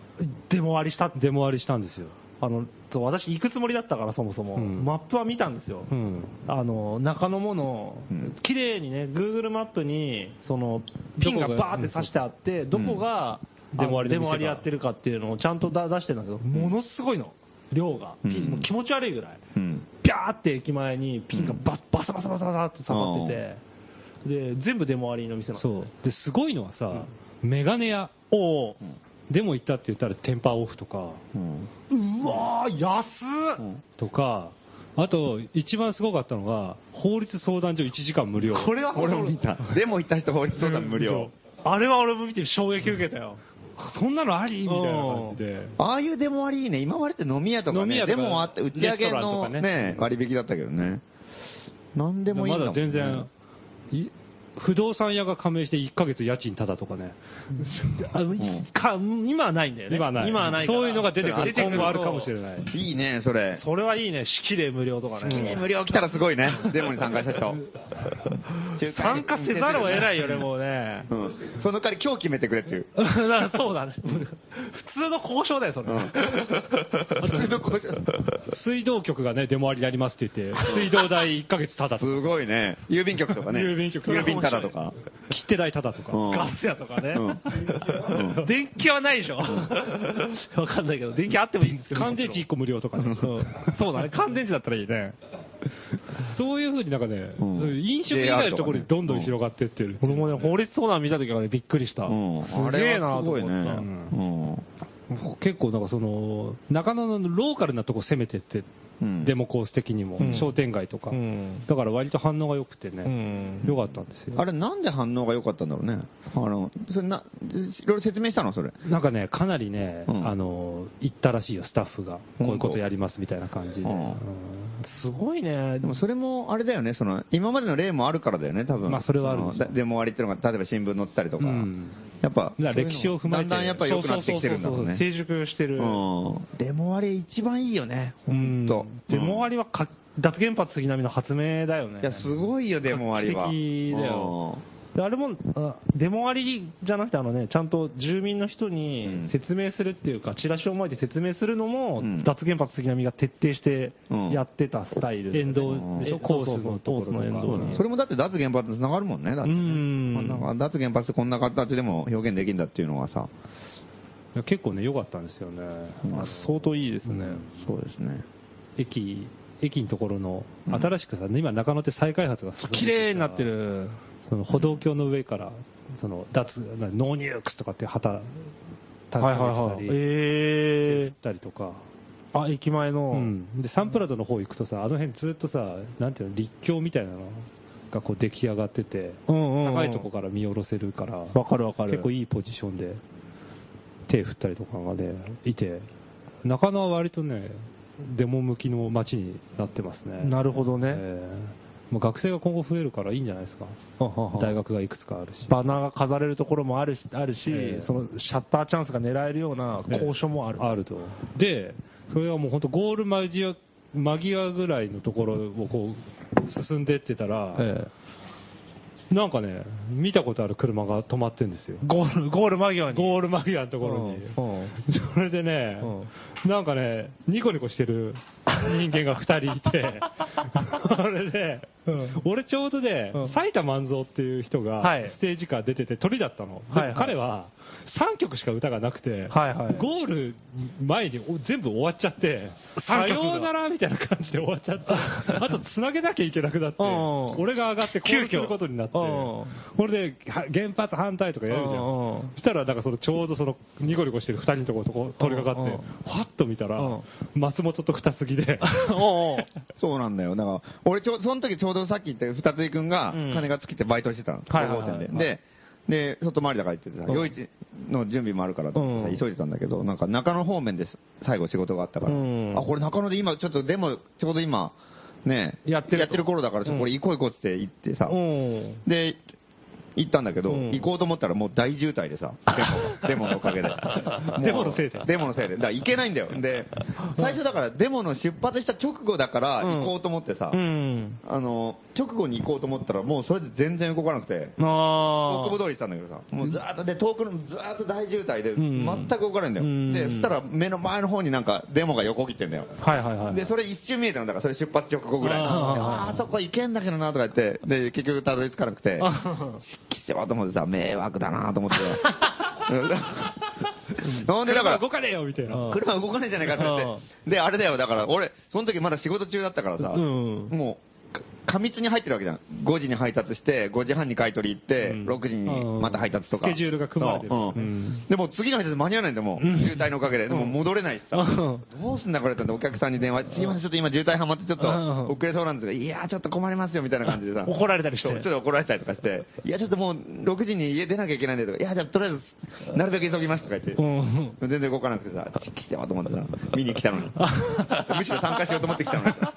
[SPEAKER 1] デモ割りしたって
[SPEAKER 3] デモ割りしたんですよ、
[SPEAKER 1] あの、そう私行くつもりだったから、そもそも。
[SPEAKER 3] うん
[SPEAKER 1] マップは見たんですよ。
[SPEAKER 3] うん、
[SPEAKER 1] あの中野もの
[SPEAKER 2] うん、
[SPEAKER 1] 綺麗にね、Google マップにそのピンがバーって刺してあって、どこが
[SPEAKER 3] うん
[SPEAKER 1] あ
[SPEAKER 3] 出回りの店が
[SPEAKER 1] 出回りやってるかっていうのをちゃんとだ出してるんだけど、ものすごいの、量が、ピン
[SPEAKER 2] うん
[SPEAKER 1] もう気持ち悪いぐらい、
[SPEAKER 2] うん。
[SPEAKER 1] ビャーって駅前にピンがババサバサバサバサって刺さってて、で全部出回りの店なの。
[SPEAKER 3] そうですごいのはさ、メガネ屋、
[SPEAKER 1] おう
[SPEAKER 3] デモ行ったって言ったら、テンパーオフとか、
[SPEAKER 2] うん。
[SPEAKER 1] うわー、安っ、
[SPEAKER 3] とかあと、一番すごかったのが、法律相談所1時間無料。
[SPEAKER 1] これは
[SPEAKER 2] 俺も見 た。でも行った人法律相談無料。
[SPEAKER 1] あれは俺も見て衝撃受けたよ。
[SPEAKER 3] そんなのありみたいな感じで、
[SPEAKER 2] ああいうデモ割いいね。今までって飲み屋とか
[SPEAKER 3] 飲み
[SPEAKER 2] ね、
[SPEAKER 3] 屋と
[SPEAKER 2] デ
[SPEAKER 3] か
[SPEAKER 2] モあって、打ち
[SPEAKER 3] レ
[SPEAKER 2] 上げ
[SPEAKER 3] ストラン
[SPEAKER 2] の
[SPEAKER 3] とかね
[SPEAKER 2] ね、割引だったけどね。なんでもいいん
[SPEAKER 3] ま
[SPEAKER 2] だも
[SPEAKER 3] だ
[SPEAKER 2] ん
[SPEAKER 3] 全
[SPEAKER 2] ね
[SPEAKER 3] 然、い不動産屋が加盟して1ヶ月家賃タダとかね、
[SPEAKER 1] あか今はないんだよね。
[SPEAKER 3] 今はない
[SPEAKER 1] 今はないから
[SPEAKER 3] そういうのが出てくる
[SPEAKER 2] 出てくる
[SPEAKER 3] 今後あるかもしれない
[SPEAKER 2] いいね、それ。
[SPEAKER 1] それはいいね、式で無料とか
[SPEAKER 2] いいね
[SPEAKER 1] ね。
[SPEAKER 2] 無料来たらすごいね。デモに参加した人。。
[SPEAKER 1] 参加せざるを得ないいよね、もうね。
[SPEAKER 2] うん。その代わり今日決めてくれっていう。
[SPEAKER 1] だからそうだね。普通の交渉だよ、それ。
[SPEAKER 2] うん。普通の交渉
[SPEAKER 3] 水道局がね、出回りやりますって言って、水道代1ヶ月タダとか、
[SPEAKER 2] すごいね。郵便局とかね。
[SPEAKER 3] 郵便局
[SPEAKER 2] 郵便タダとか。
[SPEAKER 3] 切手代タダとか、
[SPEAKER 2] うん
[SPEAKER 1] ガス屋とかね。
[SPEAKER 2] うんうん
[SPEAKER 1] 電気はないでしょ。わかんないけど、電気あってもいいんですけど。
[SPEAKER 3] 乾電池1個無料とかね、
[SPEAKER 1] うんそうだね、乾電池だったらいいね。
[SPEAKER 3] そういうふうになんかね、
[SPEAKER 2] うん
[SPEAKER 3] そういう飲食以外のところにどんどん広がってってる。
[SPEAKER 1] 俺もね、法律相談見た時はね、びっくりした。
[SPEAKER 2] うん。あ
[SPEAKER 1] すげえ
[SPEAKER 2] れ
[SPEAKER 1] な
[SPEAKER 2] は
[SPEAKER 1] と
[SPEAKER 2] すごいね。う
[SPEAKER 1] 思った。
[SPEAKER 2] ん。
[SPEAKER 3] 結構なんかその、中野のローカルなとこ攻めてって、
[SPEAKER 2] うん
[SPEAKER 3] デモコース的にも、
[SPEAKER 1] うん
[SPEAKER 3] 商店街とか、
[SPEAKER 1] うん。
[SPEAKER 3] だから割と反応が良くてね、
[SPEAKER 1] うん。
[SPEAKER 3] 良かったんですよ。
[SPEAKER 2] あれ、なんで反応が良かったんだろうね。あの、それな、いろいろ説明したのそれ。
[SPEAKER 3] なんかね、かなりね、
[SPEAKER 2] うん
[SPEAKER 3] あの、行ったらしいよ、スタッフが。こういうことやりますみたいな感じで。
[SPEAKER 2] うん
[SPEAKER 1] すごいね
[SPEAKER 2] で。もそれも、あれだよね、その、今までの例もあるからだよね、多分。
[SPEAKER 3] まあそれはあるでしょ
[SPEAKER 2] のだデモ割っていうのが、例えば新聞載ってたりと
[SPEAKER 3] う
[SPEAKER 2] か。
[SPEAKER 3] ん
[SPEAKER 2] やっぱ、
[SPEAKER 3] だから歴史を踏まえて
[SPEAKER 2] だんだんやっぱ良くなってきてるんだもんね。
[SPEAKER 1] 成熟してる。
[SPEAKER 2] うん。デモ割一番いいよね、ほんと。
[SPEAKER 1] デモ割りはか脱原発杉並みの発明だよね。
[SPEAKER 2] いや、すごいよ、デモ割は。
[SPEAKER 1] 画期的だよであれも、あデモ割りじゃなくて、あのね、ちゃんと住民の人
[SPEAKER 2] うん
[SPEAKER 1] に説明するっていうか、チラシを巻いて説明するのも、
[SPEAKER 2] うん
[SPEAKER 1] 脱原発杉並みが徹底して
[SPEAKER 2] うん
[SPEAKER 1] やってたスタイルだよね、
[SPEAKER 3] 沿道でし
[SPEAKER 1] う
[SPEAKER 3] ょ、
[SPEAKER 1] ん
[SPEAKER 3] コースのと
[SPEAKER 1] そうそうそうコース
[SPEAKER 3] ころとか
[SPEAKER 1] の沿
[SPEAKER 2] う
[SPEAKER 1] 道
[SPEAKER 2] ん
[SPEAKER 1] に
[SPEAKER 2] それもだって脱原発につながるもんね、だってね。
[SPEAKER 1] うん
[SPEAKER 2] まあなんか脱原発ってこんな形でも表現できるんだっていうのはさ。
[SPEAKER 3] いや結構ね、良かったんですよね。
[SPEAKER 2] うん
[SPEAKER 1] あ相当いいですね。
[SPEAKER 2] そうですね。
[SPEAKER 3] 駅、駅のところの
[SPEAKER 2] う、ん
[SPEAKER 3] 新しくさ、今中野って再開発が進んでてさ
[SPEAKER 1] 綺麗になって。る。
[SPEAKER 3] その歩道橋の上から、その脱、なノーニュークスとかって旗、
[SPEAKER 1] はいはいはい。
[SPEAKER 3] え振っ
[SPEAKER 1] え
[SPEAKER 3] たりとか。
[SPEAKER 1] ー、あ、駅前の、
[SPEAKER 3] うん、でサンプラザの方行くとさ、あの辺ずっとさ、なんていうの、立教みたいなのがこう出来上がってて、
[SPEAKER 1] うんうんうん
[SPEAKER 3] 高いとこから見下ろせるから、
[SPEAKER 1] わかるわかる
[SPEAKER 3] 結構いいポジションで、手振ったりとかがね、いて、中野は割とね、デモ向きの街になってますね。
[SPEAKER 1] なるほどね。
[SPEAKER 3] えーまあ学生が今後増えるからいいんじゃないですか、大学がいくつかあるし。
[SPEAKER 1] バナーが飾れるところもあるし、あるし、
[SPEAKER 3] ええ
[SPEAKER 1] そのシャッターチャンスが狙えるような高所もある。
[SPEAKER 3] あると。で、それはもう本当ゴール間際間際ぐらいのところをこう進んでってたら、
[SPEAKER 1] え
[SPEAKER 3] なんかね、見たことある車が止まってんですよ
[SPEAKER 1] え。ゴール、ゴール間際に。
[SPEAKER 3] ゴー
[SPEAKER 1] ル
[SPEAKER 3] ル間際のところに。
[SPEAKER 1] うんうん
[SPEAKER 3] それでね、
[SPEAKER 1] うん
[SPEAKER 3] なんかね、ニコニコしてる人間が2人い て、あれで、
[SPEAKER 1] うん
[SPEAKER 3] 俺ちょうどで、
[SPEAKER 1] うん
[SPEAKER 3] 斉田万蔵っていう人が
[SPEAKER 1] はい
[SPEAKER 3] ステージから出てて鳥だったの。
[SPEAKER 1] はいはい
[SPEAKER 3] で彼は3曲しか歌がなくて、
[SPEAKER 1] はいはい
[SPEAKER 3] ゴール前にお全部終わっちゃって、さ
[SPEAKER 1] 三曲が
[SPEAKER 3] ようならみたいな感じで終わっ ちゃって、あと繋げなきゃいけなくなって、
[SPEAKER 1] うんうん
[SPEAKER 3] 俺が上がって
[SPEAKER 1] 急遽
[SPEAKER 3] 急遽することになって、
[SPEAKER 1] うん
[SPEAKER 3] これでは原発反対とかやるじ
[SPEAKER 1] うんう
[SPEAKER 3] ゃ
[SPEAKER 1] ん
[SPEAKER 3] ん
[SPEAKER 1] う。ん
[SPEAKER 3] そしたら、なんかそのちょうどそのニコニコしてる2人のところそこ通りかかって、
[SPEAKER 1] うんうん
[SPEAKER 3] ファッと見たら
[SPEAKER 1] うん、
[SPEAKER 3] 松本と二継ぎで、
[SPEAKER 1] おうおう
[SPEAKER 2] そうなんだよ。だから、俺ちょ、その時ちょうどさっき言った二つ井くんが
[SPEAKER 1] うん
[SPEAKER 2] 金が尽きてバイトしてたの。
[SPEAKER 1] はいはいはい
[SPEAKER 2] 高校店で。で、で、外回りだから行っててさ、夜市の準備もあるからと思って
[SPEAKER 1] うん
[SPEAKER 2] さ急いでたんだけど、なんか中野方面です最後仕事があったから、
[SPEAKER 1] うん
[SPEAKER 2] あ、これ中野で今、ちょっとでも、ちょうど今、ね、
[SPEAKER 1] やってると
[SPEAKER 2] 頃だから、ちょっとこれ行こう行こうっつって行ってさ、
[SPEAKER 1] うん
[SPEAKER 2] で、行ったんだけど、
[SPEAKER 1] うん
[SPEAKER 2] 行こうと思ったらもう大渋滞でさ、デモ、デモ のおか げで。もう
[SPEAKER 3] デモのせいで
[SPEAKER 2] デモのせいで。だから行けないんだよ。で、最初だからデモの出発した直後だから
[SPEAKER 1] うん
[SPEAKER 2] 行こうと思ってさ、
[SPEAKER 1] うん
[SPEAKER 2] あの、直後に行こうと思ったらもうそれで全然動かなくて、
[SPEAKER 1] あ
[SPEAKER 2] 大久保通り行ってたんだけどさ、もうずーっとで、遠くのずーっと大渋滞で、
[SPEAKER 1] ん
[SPEAKER 2] 全く動かないんだよ。
[SPEAKER 1] うん
[SPEAKER 2] で、そしたら目の前の方になんかデモが横切ってんだよ。
[SPEAKER 1] あはいはいはい
[SPEAKER 2] で、それ一瞬見えたのだから、それ出発直後ぐらい。で
[SPEAKER 1] あー
[SPEAKER 2] あーそこ行けんだけどなとか言って、で、結局たどり着かなくて、
[SPEAKER 1] あ
[SPEAKER 2] きちゃと思ってさ、迷惑だな と思って。うんなんでだから
[SPEAKER 3] 動、かねえよみたいな。
[SPEAKER 2] 車動かねえじゃないかって言って。で、あれだよ、だから俺、その時まだ仕事中だったからさ、
[SPEAKER 1] うん
[SPEAKER 2] もう、か過密に入ってるわけじゃん。5時に配達して、5時半に買い取り行って、
[SPEAKER 3] うん
[SPEAKER 2] 6時にまた配達とか。
[SPEAKER 3] スケジュールが組まれてる
[SPEAKER 2] そううん
[SPEAKER 3] うん
[SPEAKER 2] でも次の配達間に合わないんだよ、もう。渋滞のおかげで。でも戻れないしさ。どうすんだこれってお客さんに電話、すいません、ちょっと今渋滞はまってちょっ
[SPEAKER 1] うん
[SPEAKER 2] と遅れそうなんですが、いやー、ちょっと困りますよみたいな感じでさ。
[SPEAKER 1] 怒られたりして
[SPEAKER 2] そうちょっと怒られたりとかして、いや、ちょっともう6時に家出なきゃいけないんだけど、いや、じゃあとりあえず、なるべく急ぎますとか言って。
[SPEAKER 1] うん
[SPEAKER 2] 全然動かなくてさ、来てよと思ってさ、見に来た のに。むしろ参加しようと思って来たのにさ。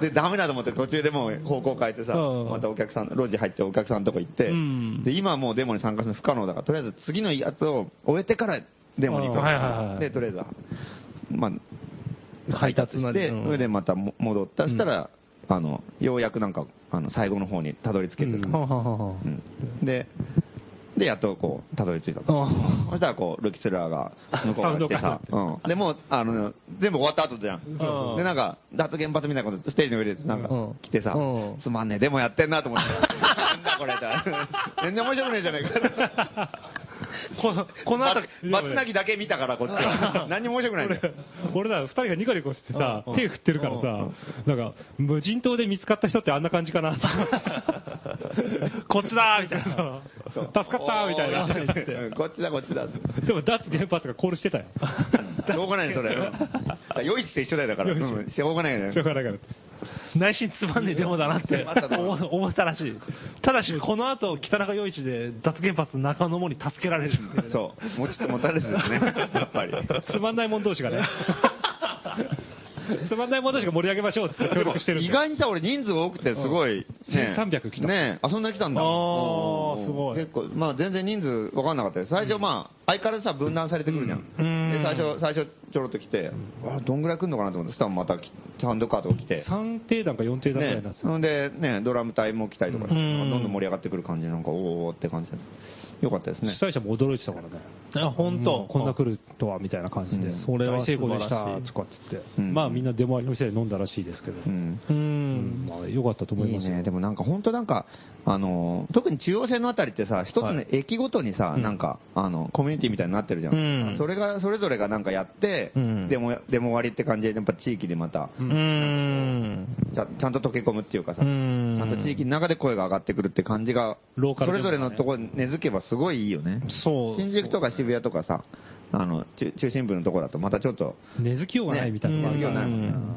[SPEAKER 2] で、ダメだと思って途中でもう方向変えてさ、
[SPEAKER 1] うん
[SPEAKER 2] またお客さん、路地入ってお客さんのとこ行って、
[SPEAKER 1] うん
[SPEAKER 2] で、今はもうデモに参加するの不可能だから、とりあえず次のやつを終えてからデモに行こう。
[SPEAKER 1] うんはいはいはい
[SPEAKER 2] で、とりあえず、まあ、
[SPEAKER 1] 配達まで
[SPEAKER 2] して
[SPEAKER 1] うん
[SPEAKER 2] それでまたも戻った。そしたら、あの、ようやくなんか、あの、最後の方にたどり着けてさ、
[SPEAKER 3] うん
[SPEAKER 1] はははは
[SPEAKER 2] うんで、で、やっとこう、たどり着いたと。
[SPEAKER 1] あ
[SPEAKER 2] そしたらこう、ルキスラーが向こうから来てさ
[SPEAKER 3] サウンド、
[SPEAKER 2] うん、で、もう、あの、全部終わった後じゃん。
[SPEAKER 1] そう
[SPEAKER 2] で、なんか、脱原発みたいなこと、ステージの上で、なんか
[SPEAKER 1] うん、
[SPEAKER 2] 来てさ
[SPEAKER 1] うん、
[SPEAKER 2] つまんねえ、でもやってんなと思って。なんだこれ、全然面白くねえじゃないか。
[SPEAKER 1] このこの後
[SPEAKER 2] バツバツナギだけ見たから、こっちは。何にも面白くないんだよ。
[SPEAKER 3] 俺ら二人がニコニコしてさ
[SPEAKER 1] うん、
[SPEAKER 3] 手振ってるからさ、なんか、無人島で見つかった人ってあんな感じかな。
[SPEAKER 1] こっちだーみたいな
[SPEAKER 2] そう
[SPEAKER 3] 助かったーみたい な
[SPEAKER 2] おー うんこっちだ、こっちだ。
[SPEAKER 3] でも脱原発がコールしてたよ。
[SPEAKER 2] しょうがないねそれ。 うん夜市と一緒だよ、だから。うんしょうがないよね。
[SPEAKER 3] しょうがないから。
[SPEAKER 1] 内心つまんねえデモだなって思思ったらしいただしこの後北中陽一で脱原発中野もに助けられるんで
[SPEAKER 2] そう。もちと持たれずですね、やっぱり。
[SPEAKER 3] つまんないもん同士がね。つまんないもん同士が盛り上げましょうって協力してるんだ
[SPEAKER 2] 意
[SPEAKER 3] よ
[SPEAKER 2] 外にさ、俺人数多くて、すごい。ね
[SPEAKER 3] 1300来た
[SPEAKER 2] ねえ、遊んできたんだ。
[SPEAKER 1] あ
[SPEAKER 2] うん
[SPEAKER 1] ーすごい
[SPEAKER 2] 結構、まあ全然人数分かんなかったよ。最初まあ、相変わらずさ、分断されてくるじゃ
[SPEAKER 1] うん
[SPEAKER 2] ん。で、最初、最初ちょろっと来て、あどんぐらい来るのかなと思って、そしたらまた来サウンドカード来て。
[SPEAKER 3] 三定団か四定団ぐらい
[SPEAKER 2] ね
[SPEAKER 3] になって、た
[SPEAKER 2] そんで、ね、ドラム隊も来たりとかして、
[SPEAKER 1] うん
[SPEAKER 2] なんかどんどん盛り上がってくる感じで、なんか、おーおーって感じで、よかったですね
[SPEAKER 3] 主。催者も驚いてたからね。
[SPEAKER 1] あ本当、
[SPEAKER 3] うんこんな来るとはみたいな感じで
[SPEAKER 2] うん、
[SPEAKER 1] それは
[SPEAKER 3] 大成功で
[SPEAKER 1] 素晴
[SPEAKER 3] した
[SPEAKER 1] らしい
[SPEAKER 3] とかっつって、
[SPEAKER 2] うん
[SPEAKER 3] まあみんな出回りの店で飲んだらしいですけど、
[SPEAKER 2] うん
[SPEAKER 1] う
[SPEAKER 3] うん
[SPEAKER 1] ん
[SPEAKER 3] まあ良かったと思い
[SPEAKER 2] いい
[SPEAKER 3] ますよ
[SPEAKER 2] ね、でもなんか本当なんか、あのー特に中央線のあたりってさ、一つの駅ごとにさ、
[SPEAKER 1] うん
[SPEAKER 2] なんか、あの、コミュニティみたいになってるじゃん。
[SPEAKER 1] うん
[SPEAKER 2] それが、それぞれがなんかやって、
[SPEAKER 1] うん
[SPEAKER 2] でも、でも終わりって感じで、やっぱ地域でまた、
[SPEAKER 1] うん
[SPEAKER 2] ちゃちゃんと溶け込むっていうかさ、
[SPEAKER 1] うん
[SPEAKER 2] ちゃんと地域の中で声が上がってくるって感じが、
[SPEAKER 3] ローカ
[SPEAKER 2] そ
[SPEAKER 3] ルで
[SPEAKER 2] れ
[SPEAKER 3] もね
[SPEAKER 2] ぞれのところに根付けばすごいいいよね。
[SPEAKER 1] そう
[SPEAKER 2] 新宿とか渋谷とかさ、あの、中中心部のとこだとまたちょっと、
[SPEAKER 3] 根付きようがないみたいなとこあるから
[SPEAKER 2] ね根付きようがないもん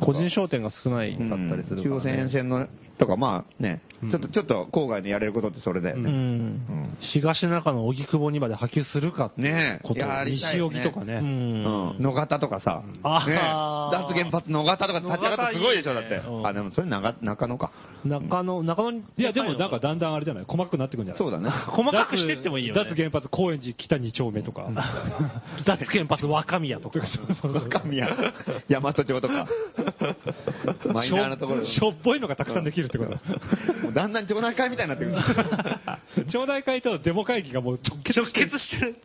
[SPEAKER 1] 個人商店が少ない
[SPEAKER 2] うん
[SPEAKER 1] かったりする
[SPEAKER 2] 中
[SPEAKER 1] から、
[SPEAKER 2] 央線沿線の、とかまあね、ちょっと、ちょっと郊外でやれることってそれだよ
[SPEAKER 1] う
[SPEAKER 2] ね。
[SPEAKER 1] ん
[SPEAKER 2] うん
[SPEAKER 1] 東中野荻窪にまで波及するかって
[SPEAKER 2] ねえ
[SPEAKER 1] こと
[SPEAKER 2] いやありたい
[SPEAKER 3] 西
[SPEAKER 2] ね
[SPEAKER 3] 荻とかね、
[SPEAKER 1] うん
[SPEAKER 2] うん野方とかさ、ねえ
[SPEAKER 1] あー
[SPEAKER 2] 脱原発野方とか立ち上がってすごいでしょ、だ
[SPEAKER 1] 野
[SPEAKER 2] っ
[SPEAKER 1] 方いい
[SPEAKER 2] て。
[SPEAKER 1] ねうん
[SPEAKER 2] あ、でもそれ長中野か。
[SPEAKER 1] 中野中野に
[SPEAKER 3] いやでもなんかだんだんあれじゃない、細かくなってくんじゃない
[SPEAKER 2] そうだね。
[SPEAKER 1] 細かくしてってもいいよね
[SPEAKER 3] 脱原発高円寺北2丁目とか、
[SPEAKER 1] 脱原発若宮 とか
[SPEAKER 2] 若宮、大和町とか。マイナーなところ。
[SPEAKER 3] しょっぽいのがたくさんできるってこと。
[SPEAKER 2] もうだんだん町内会みたいになってくる。
[SPEAKER 3] 町内会とデモ会議がもう直結
[SPEAKER 1] 直結してる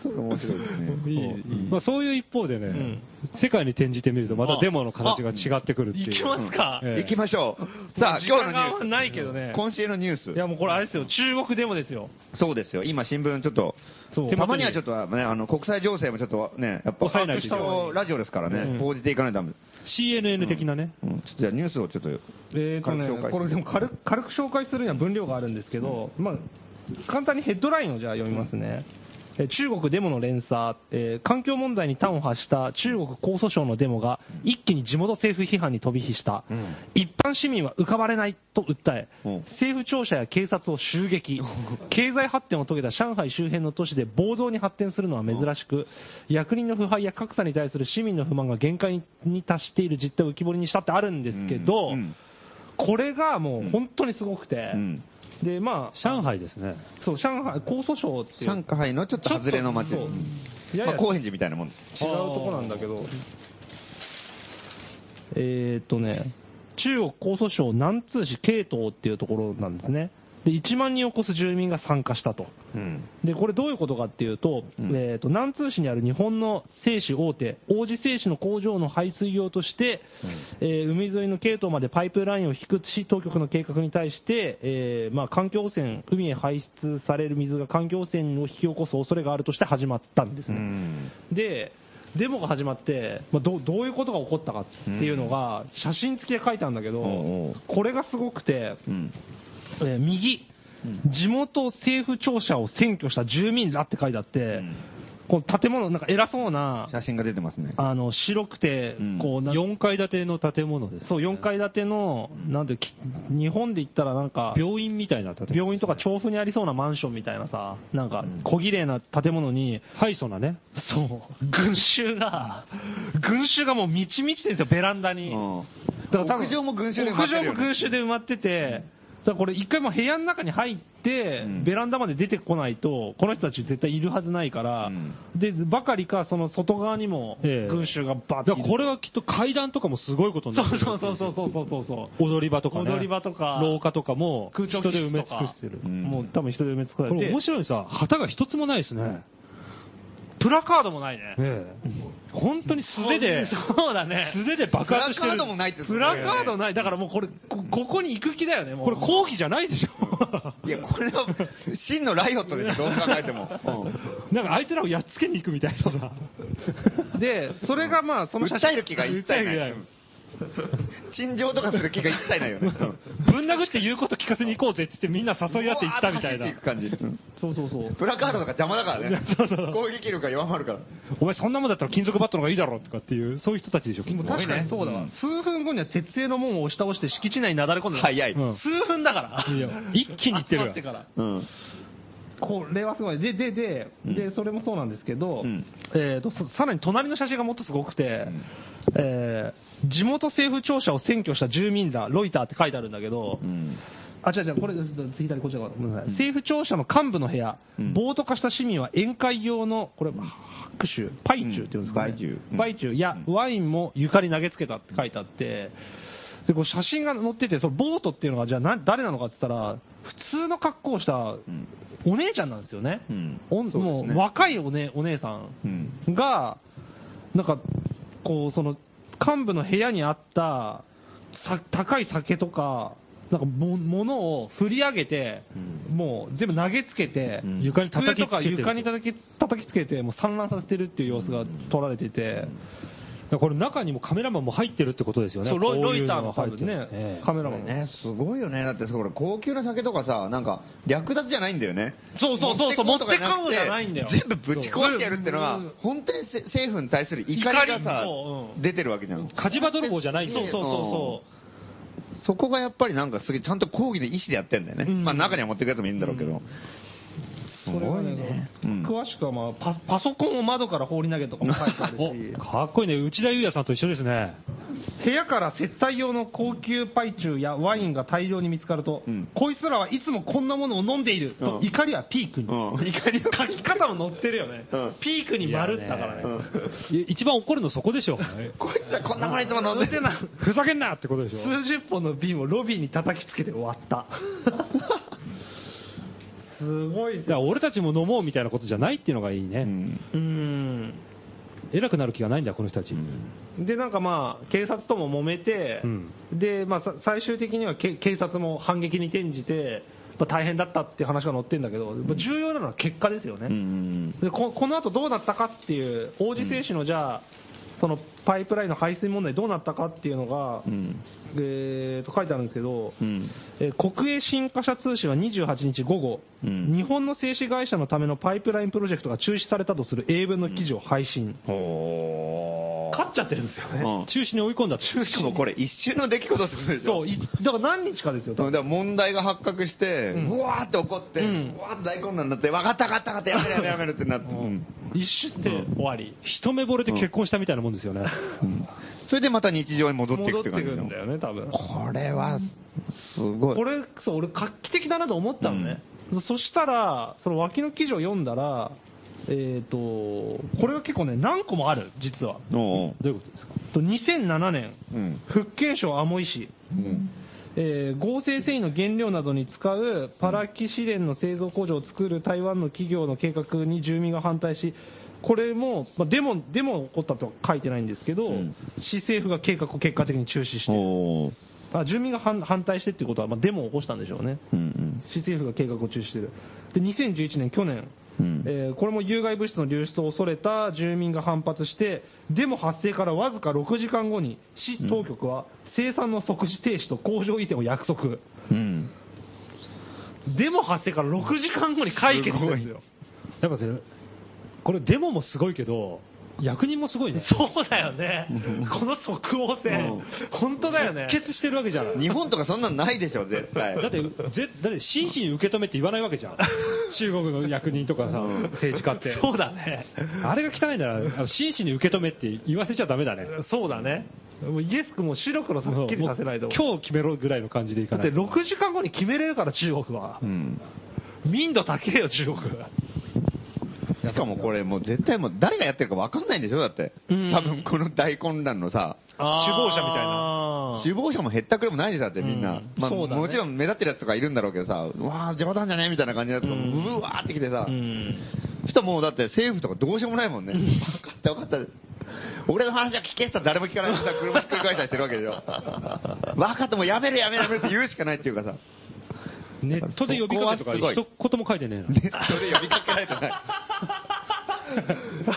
[SPEAKER 2] それ面白いですね。
[SPEAKER 3] いい
[SPEAKER 2] うん
[SPEAKER 3] まあ、そういう一方でね、
[SPEAKER 5] ん
[SPEAKER 3] 世界に転じてみるとまたデモの形が違ってくるっていう
[SPEAKER 5] 行きますか
[SPEAKER 3] ええ
[SPEAKER 2] 行きましょう。さあ、今日のニ
[SPEAKER 5] 時間が
[SPEAKER 2] ュー
[SPEAKER 5] ないけどね
[SPEAKER 2] ス。。今週のニュース
[SPEAKER 5] い。やもうこれあれですよ、中国デモですよ。
[SPEAKER 2] そうですよ。今、新聞ちょっと
[SPEAKER 5] そう、
[SPEAKER 2] たまにはちょっとね、あの、国際情勢もちょっとね、やっぱ、
[SPEAKER 3] 抑えないといけない
[SPEAKER 2] 人ラジオですからね、報じていかないとダメ。
[SPEAKER 3] CNN 的なね、
[SPEAKER 2] うんちょっとじゃあニュースをちょっと、
[SPEAKER 1] えーとね
[SPEAKER 2] 軽く紹介、
[SPEAKER 1] これでも軽く軽く紹介するには分量があるんですけど、まあ、簡単にヘッドラインをじゃあ読みますね。えー中国デモの連鎖、えー環境問題に端を発した中国江蘇省のデモが一気に地元政府批判に飛び火した、
[SPEAKER 2] うん
[SPEAKER 1] 一般市民は浮かばれないと訴え、
[SPEAKER 2] うん
[SPEAKER 1] 政府庁舎や警察を襲撃、経済発展を遂げた上海周辺の都市で暴動に発展するのは珍しく、役人の腐敗や格差に対する市民の不満が限界に達している実態を浮き彫りにしたってあるんですけど、
[SPEAKER 2] うん
[SPEAKER 1] これがもう本当にすごくて、
[SPEAKER 2] うん
[SPEAKER 1] でまあ、
[SPEAKER 3] 上海ですね、
[SPEAKER 1] そう上海、江蘇省っていう、
[SPEAKER 2] 上海のちょっと外れの街
[SPEAKER 1] ちょっとそうや
[SPEAKER 2] まあ、
[SPEAKER 1] や
[SPEAKER 2] 高円寺みたいなもんです。
[SPEAKER 1] 違うとこなんだけど、えーっとね、中国江蘇省南通市慶東っていうところなんですね。で1万人を超す住民が参加したと。
[SPEAKER 2] うん
[SPEAKER 1] でこれどういうことかっていうと,、
[SPEAKER 2] うん
[SPEAKER 1] えーと南通市にある日本の製紙大手王子製紙の工場の排水用として、えー海沿いの系統までパイプラインを引く市当局の計画に対して、えーまあ、環境汚染海へ排出される水が環境汚染を引き起こす恐れがあるとして始まったんです
[SPEAKER 2] う
[SPEAKER 1] ね、
[SPEAKER 2] ん
[SPEAKER 1] でデモが始まって、まあ、どうどういうことが起こったかっていうのが写真付きで書いたんだけど、
[SPEAKER 2] おうおう
[SPEAKER 1] これがすごくて、
[SPEAKER 2] うん
[SPEAKER 1] えー右、地元政府庁舎を占拠した住民らって書いてあって、
[SPEAKER 2] ん
[SPEAKER 1] この建物、なんか偉そうな、
[SPEAKER 2] 写真が出てますね。
[SPEAKER 1] あの白くて
[SPEAKER 2] うん、
[SPEAKER 1] こうな、
[SPEAKER 3] 4階建ての建物です、
[SPEAKER 1] そう4階建ての、なんていうき日本で言ったらなんか、
[SPEAKER 3] 病院みたいな建物、
[SPEAKER 1] 病院とか調布にありそうなマンションみたいなさ、なんか小綺麗な建物に、
[SPEAKER 3] ハイソなね、
[SPEAKER 1] そう、群衆が、群衆がもうみちみちですよ、ベランダに。だから多分
[SPEAKER 2] 屋上も群衆で埋まってるよね
[SPEAKER 1] 屋上も群衆で埋まってて、だからこれ一回もう部屋の中に入って、
[SPEAKER 2] うん
[SPEAKER 1] ベランダまで出てこないと、この人たち絶対いるはずないから、
[SPEAKER 2] うん
[SPEAKER 1] で、ばかりか、その外側にも
[SPEAKER 3] ええ
[SPEAKER 1] 群衆がバー
[SPEAKER 3] だ
[SPEAKER 1] っ
[SPEAKER 3] か
[SPEAKER 1] て
[SPEAKER 3] らこれはきっと階段とかもすごいことに
[SPEAKER 1] そ
[SPEAKER 3] なって
[SPEAKER 1] う
[SPEAKER 3] る
[SPEAKER 1] そうそうそうそうそうそう。
[SPEAKER 3] 踊り場とかね、
[SPEAKER 1] 踊り場とか
[SPEAKER 3] 廊下とかも
[SPEAKER 1] 空
[SPEAKER 3] 人
[SPEAKER 1] 調
[SPEAKER 3] で
[SPEAKER 1] 機
[SPEAKER 3] 埋
[SPEAKER 1] 室
[SPEAKER 3] め
[SPEAKER 1] と
[SPEAKER 3] 尽く
[SPEAKER 1] か
[SPEAKER 3] してる、、
[SPEAKER 2] うん
[SPEAKER 1] もう多分人で埋め尽くさ
[SPEAKER 3] こ
[SPEAKER 1] れ
[SPEAKER 3] れ、
[SPEAKER 1] て
[SPEAKER 3] 面、白いのさ、旗が一つもないですね、ね
[SPEAKER 1] プラカードもないね。
[SPEAKER 3] え本当に素手で、
[SPEAKER 1] そうだね。
[SPEAKER 3] 素手で
[SPEAKER 2] プ
[SPEAKER 3] 爆
[SPEAKER 2] ラ
[SPEAKER 3] 発して
[SPEAKER 2] カー
[SPEAKER 3] る
[SPEAKER 2] ド、もないって
[SPEAKER 1] プラカード
[SPEAKER 2] ない。
[SPEAKER 1] ない。だからもうこれ、こここに行く気だよね、もう。
[SPEAKER 3] これ、抗議じゃないでしょ。
[SPEAKER 2] いや、これは真のライオットですよ、どう考え ても。
[SPEAKER 3] なんかあいつらをやっつけに行くみたいなさ。
[SPEAKER 1] で、それがまあ、その写
[SPEAKER 2] 訴
[SPEAKER 1] 真。
[SPEAKER 2] える気が一切 ない。陳情とかする気が一切ないよね。
[SPEAKER 3] ぶん殴って言うこと聞かせに行こうぜって言ってみんな誘い合って行ったみたいな
[SPEAKER 2] うわーっ。と走っていく感
[SPEAKER 1] そうそうそう。
[SPEAKER 2] じ。プラカードとか邪魔だから ね。攻撃力が弱まるから。
[SPEAKER 3] お前そんなもんだったら金属バットの方がいいだろうとかっていう、そういう人たちでしょ、きっと
[SPEAKER 2] 確かに
[SPEAKER 1] そうだわ、数分後には鉄製の門を押し倒して敷地内になだれ込んだ
[SPEAKER 2] 早い。
[SPEAKER 3] うん
[SPEAKER 1] 数分だから
[SPEAKER 3] いや一気に行って
[SPEAKER 1] 集
[SPEAKER 3] るよ
[SPEAKER 1] まってから
[SPEAKER 2] うん。
[SPEAKER 1] これはすごいででで
[SPEAKER 2] う
[SPEAKER 1] でそれもそうなんですけど、
[SPEAKER 2] うん
[SPEAKER 1] えー、とそさらに隣の写真がもっとすごくて、えー地元政府庁舎を占拠した住民らロイターって書いてあるんだけど、
[SPEAKER 2] うん。
[SPEAKER 1] あ、違う違う、これ、左、こっちだごめんなさい。政府庁舎の幹部の部屋、
[SPEAKER 2] うん
[SPEAKER 1] 暴徒化した市民は宴会用の、これ、白酒、パイチューって言うんですか、ね
[SPEAKER 2] うん白酒うん
[SPEAKER 1] 白酒や
[SPEAKER 2] う
[SPEAKER 1] ワインも床に投げつけたって書いてあって、で、こう写真が載ってて、その暴徒っていうのが、じゃあな誰なのかって言ったら、普通の格好をした
[SPEAKER 2] うん
[SPEAKER 1] お姉ちゃんなんですよね。
[SPEAKER 2] うん
[SPEAKER 1] お
[SPEAKER 2] そうですね
[SPEAKER 1] もう若いお,、ね、お姉さん。
[SPEAKER 2] うん。
[SPEAKER 1] が、なんか、こう、その、幹部の部屋にあった、さ高い酒とか、なんかも、物を振り上げて、
[SPEAKER 2] うん
[SPEAKER 1] もう全部投げつけて、
[SPEAKER 2] うん
[SPEAKER 3] 床に叩
[SPEAKER 1] 机
[SPEAKER 3] き
[SPEAKER 1] と
[SPEAKER 3] つけ
[SPEAKER 1] か
[SPEAKER 3] てる
[SPEAKER 1] 床に叩き叩きつけて、もう散乱させてるっていう様子が撮られてて、
[SPEAKER 3] だからこれ中にもカメラマンも入ってるってことですよね。
[SPEAKER 1] そうロイ
[SPEAKER 3] こ
[SPEAKER 1] ロ
[SPEAKER 3] い
[SPEAKER 1] イターの
[SPEAKER 3] が
[SPEAKER 1] 多
[SPEAKER 3] 入って
[SPEAKER 1] 分
[SPEAKER 3] る
[SPEAKER 1] ね、
[SPEAKER 3] ええ
[SPEAKER 1] カメラマンも、
[SPEAKER 2] ね、すごいよね。だってそれ高級な酒とかさ、なんか略奪じゃないんだよね。
[SPEAKER 1] そうそうそうそう
[SPEAKER 2] 持ってこうとか
[SPEAKER 1] 持ってこうじゃないんだよ
[SPEAKER 2] 全部ぶち壊してやるってのが
[SPEAKER 1] そううん、
[SPEAKER 2] 本当にせ政府に対する怒りが
[SPEAKER 1] 怒
[SPEAKER 2] さ
[SPEAKER 1] りそうう、ん
[SPEAKER 2] 出てるわけじゃん。
[SPEAKER 3] 火事場泥棒じゃないんだ
[SPEAKER 1] そうそうそうそう。
[SPEAKER 2] そこがやっぱりなんかすげえちゃんと抗議で意思でやってんだよね。
[SPEAKER 1] うん
[SPEAKER 2] まあ中には持ってくやつもいるんだろうけど。す
[SPEAKER 1] それ
[SPEAKER 2] ご
[SPEAKER 1] はいね
[SPEAKER 2] ね。
[SPEAKER 1] 詳しくは、まあパ、パソコンを窓から放り投げとかも書いてあるし。
[SPEAKER 3] おかっこいいね。内田裕也さんと一緒ですね。
[SPEAKER 1] 部屋から接待用の高級パイチューやワインが大量に見つかると、
[SPEAKER 2] うん
[SPEAKER 1] こいつらはいつもこんなものを飲んでいると
[SPEAKER 2] うん
[SPEAKER 1] 怒りはピークに、
[SPEAKER 2] うん。 うん。怒りを。
[SPEAKER 1] 書き方も載ってるよね、
[SPEAKER 2] うん
[SPEAKER 1] ピークに丸ったからね
[SPEAKER 2] う
[SPEAKER 3] いや
[SPEAKER 2] ん
[SPEAKER 3] い一番怒るのそこでしょ。
[SPEAKER 2] こいつらこんなもんいつも飲んでる。
[SPEAKER 3] ふざけんなってことでしょ。
[SPEAKER 1] 数十本の瓶をロビーに叩きつけて終わったすごい
[SPEAKER 3] だから俺たちも飲もうみたいなことじゃないっていうのがいいね、
[SPEAKER 2] うん
[SPEAKER 1] うん
[SPEAKER 3] 偉くなる気がないんだこの人たち、
[SPEAKER 1] でなんかまあ警察とも揉めて、
[SPEAKER 3] うん
[SPEAKER 1] でまあさ最終的にはけ警察も反撃に転じて、まあ、大変だったっていう話が載ってるんだけど、まあ重要なのは結果ですよね、
[SPEAKER 2] うん
[SPEAKER 1] でここの後どうなったかっていう王子製紙のじゃあ、そのパイプラインの排水問題どうなったかっていうのが、
[SPEAKER 2] うん
[SPEAKER 1] えーと書いてあるんですけど、
[SPEAKER 2] うん
[SPEAKER 1] えー国営新華社通信は28日午後、
[SPEAKER 2] うん
[SPEAKER 1] 日本の製紙会社のためのパイプラインプロジェクトが中止されたとする英文の記事を配信、
[SPEAKER 2] ほー
[SPEAKER 1] 勝っちゃってるんですよね、
[SPEAKER 2] うん
[SPEAKER 3] 中止に追い込んだって
[SPEAKER 2] しかもこれ一瞬の出来事ってことでしょ
[SPEAKER 1] そういだから何日かですよ、多
[SPEAKER 2] だか
[SPEAKER 1] 分
[SPEAKER 2] ら問題が発覚して、
[SPEAKER 1] ん
[SPEAKER 2] うわーって怒って、うんわーって大混乱になって、わかったわかったわかった、やめるやめるやめるってなって、うん
[SPEAKER 1] 一瞬で終わり、
[SPEAKER 3] 一目惚れて結婚したみたいなもんですよね、
[SPEAKER 2] それでまた日常に戻っていく
[SPEAKER 1] 戻
[SPEAKER 2] っ
[SPEAKER 1] ってて
[SPEAKER 2] 感
[SPEAKER 1] く
[SPEAKER 2] じでし
[SPEAKER 1] る
[SPEAKER 2] ょ
[SPEAKER 1] んだよね、多分
[SPEAKER 2] これは、すごい。
[SPEAKER 1] これそう俺画期的だなと思ったのね、そしたらその脇の記事を読んだらえっ、とこれが結構ね何個もある実は
[SPEAKER 2] おうおう
[SPEAKER 3] どういうことですか
[SPEAKER 1] と2007年
[SPEAKER 2] うん
[SPEAKER 1] 福建省アモイ市
[SPEAKER 2] うん
[SPEAKER 1] えー合成繊維の原料などに使うパラキシレンの製造工場を作る台湾の企業の計画に住民が反対し、これも、まあ、デモ、デモが起こったとは書いてないんですけど、
[SPEAKER 2] ん
[SPEAKER 1] 市政府が計画を結果的に中止して、
[SPEAKER 2] おう
[SPEAKER 1] あ住民が反反対してっていうことは、まあ、デモを起こしたんでしょうね。
[SPEAKER 2] うん
[SPEAKER 1] 市政府が計画を中止してる。で、2011年、去年、
[SPEAKER 2] うん
[SPEAKER 1] えーこれも有害物質の流出を恐れた住民が反発して、デモ発生からわずか6時間後に、市当局は生産の即時停止と工場移転を約束。
[SPEAKER 2] うんうん
[SPEAKER 1] デモ発生から6時間後に解決ですよ。
[SPEAKER 3] やっぱそれこれデモもすごいけど役人もすごいね
[SPEAKER 1] そうだよね。この即応戦。本当だよね。
[SPEAKER 3] 決してるわけじゃん
[SPEAKER 2] 日本とかそんなんないでしょ、絶対。
[SPEAKER 3] だって、ぜだって真摯に受け止めって言わないわけじゃん。中国の役人とかさ、政治家って。
[SPEAKER 1] そうだね。
[SPEAKER 3] あれが汚いなら、あの真摯に受け止めって言わせちゃダメだね。
[SPEAKER 1] そうだね。もうイエス君も白黒さっきりさせないと。
[SPEAKER 3] 今日決めろぐらいの感じでいか
[SPEAKER 1] だっ
[SPEAKER 3] な
[SPEAKER 1] て
[SPEAKER 3] い。
[SPEAKER 1] 6時間後に決めれるから中国は
[SPEAKER 2] う。ん
[SPEAKER 1] 民度高えよ中国。
[SPEAKER 2] しかもこれ、もう絶対もう誰がやってるか分かんないんでしょ、だって。
[SPEAKER 1] うん
[SPEAKER 2] 多分この大混乱のさ、
[SPEAKER 3] 首謀者みたいな。
[SPEAKER 1] な
[SPEAKER 2] 首謀者もへったくれもないでしょ、だってみんな。
[SPEAKER 1] うん
[SPEAKER 2] まあ、
[SPEAKER 1] そうだね
[SPEAKER 2] もちろん目立ってるやつとかいるんだろうけどさ、うわー冗談じゃねえみたいな感じのやつが、う
[SPEAKER 1] うん
[SPEAKER 2] わーってきてさ、
[SPEAKER 1] うん。
[SPEAKER 2] そしたらもうだって政府とかどうしようもないもんね。分かった分かった。俺の話は聞けって言ったら誰も聞かないでさ、車ひっくり返したりしてるわけでしょ。分かった、もうやめるやめるやめるって言うしかないっていうかさ、
[SPEAKER 3] ネットで呼びかけとか
[SPEAKER 2] そ
[SPEAKER 3] 一
[SPEAKER 2] こはすごい
[SPEAKER 3] 言も書いてねえ
[SPEAKER 2] ネットで呼びかけられてない。
[SPEAKER 3] な。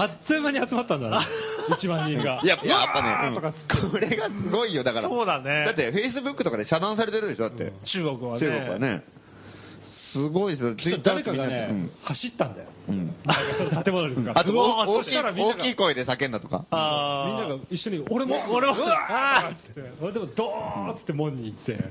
[SPEAKER 3] あっという間に集まったんだ な。1万人が。
[SPEAKER 2] いや、いややっぱね、うんこれがすごいよ、だから。
[SPEAKER 1] そうだね
[SPEAKER 2] だって、フェイスブックとかで遮断されてるでしょ、だって。
[SPEAKER 1] 中国はね。
[SPEAKER 2] 中国はね。すごいですよ、ツ
[SPEAKER 3] 誰かが
[SPEAKER 2] う
[SPEAKER 3] ね
[SPEAKER 2] ん、
[SPEAKER 3] 走ったんだよ。
[SPEAKER 2] うん
[SPEAKER 3] 建物に向かって
[SPEAKER 2] あと、
[SPEAKER 3] うわ
[SPEAKER 2] お大
[SPEAKER 3] そ
[SPEAKER 2] き
[SPEAKER 3] し
[SPEAKER 2] い
[SPEAKER 3] たらみんな
[SPEAKER 2] 大
[SPEAKER 3] が
[SPEAKER 2] きい声で叫んだとか。
[SPEAKER 1] あー
[SPEAKER 3] みんなが一緒に、俺も、
[SPEAKER 1] 俺も
[SPEAKER 3] うわーって俺でも、ドーッつって門に行って、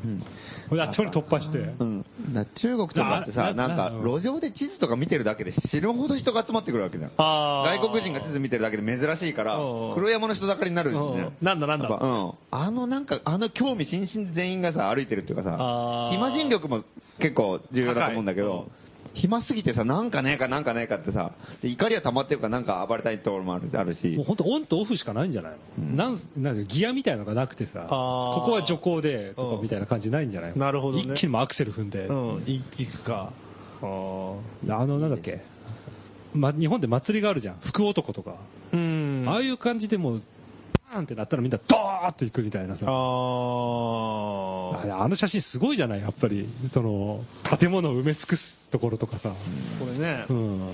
[SPEAKER 3] ほんであっちに突破して、
[SPEAKER 2] うん、だから中国とかってさ、
[SPEAKER 3] な
[SPEAKER 2] なん
[SPEAKER 3] な
[SPEAKER 2] か路上で地図とか見てるだけで死ぬほど人が集まってくるわけじゃん。
[SPEAKER 1] あー
[SPEAKER 2] 外国人が地図見てるだけで珍しいから
[SPEAKER 1] うんうん、
[SPEAKER 2] 黒山の人だかりになるんですね
[SPEAKER 1] う。んなんだなんだ
[SPEAKER 2] やっぱうん。あのなんか、あの興味津々全員がさ、歩いてるっていうか
[SPEAKER 1] あ
[SPEAKER 2] さ、
[SPEAKER 1] ー
[SPEAKER 2] 暇人力も結構重要だと思うんだけど、暇すぎてさ、なんかねえかなんかねえかってさ、で怒りは溜まってるからなんか暴れたいところもあるある
[SPEAKER 3] もう
[SPEAKER 2] し、
[SPEAKER 3] 本当オンとオフしかないんじゃないの、
[SPEAKER 2] ん
[SPEAKER 3] なんなんかギアみたいのがなくてさ、
[SPEAKER 1] あー
[SPEAKER 3] ここは徐行でとかみたいな感じないんじゃないの、
[SPEAKER 1] うんなるほどね
[SPEAKER 3] 一気にもうアクセル踏んで、
[SPEAKER 1] うん、い行くか。あー
[SPEAKER 3] あのなんだっけ、ま、日本で祭りがあるじゃん、福男とか、
[SPEAKER 1] うん。
[SPEAKER 3] ああいう感じでもう、パーンってなったらみんな、ドーッと行くみたいなさ。
[SPEAKER 1] あ
[SPEAKER 3] あれあの写真すごいじゃないやっぱり、その、建物を埋め尽くすところとかさ。
[SPEAKER 1] ーこれね
[SPEAKER 3] う、ん。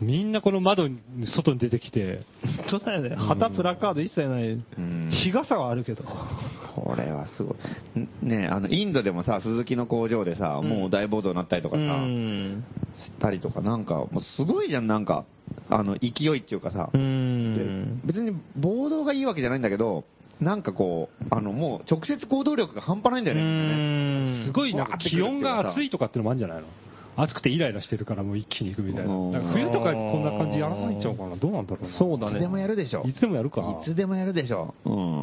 [SPEAKER 3] みんなこの窓に、外に出てきて、
[SPEAKER 1] 本当だよね、旗、プラカード一切ない、
[SPEAKER 2] ん
[SPEAKER 1] 日傘はあるけど、
[SPEAKER 2] これはすごい。んねえあの、インドでもさ、鈴木の工場でさ、もう大暴動になったりとかさ、
[SPEAKER 1] うん、
[SPEAKER 2] したりとか、なんか、もうすごいじゃん、なんか、あの、勢いっていうかさ、
[SPEAKER 1] うん、
[SPEAKER 2] で別に暴動がいいわけじゃないんだけど、なんかこう、あの、もう直接行動力が半端ないんだよねみんなね。
[SPEAKER 3] すごいなんか気温が暑いとかってのもあるんじゃないの暑くてイライラしてるからもう一気に行くみたいな。
[SPEAKER 2] うん
[SPEAKER 3] なんか冬とかこんな感じやらないんちゃうかな。どうなんだろうな。
[SPEAKER 1] そうだ
[SPEAKER 2] いつでもや
[SPEAKER 1] ね、
[SPEAKER 2] るでしょ。
[SPEAKER 3] いつでもやるか。
[SPEAKER 2] いつでもやるでしょ。うん。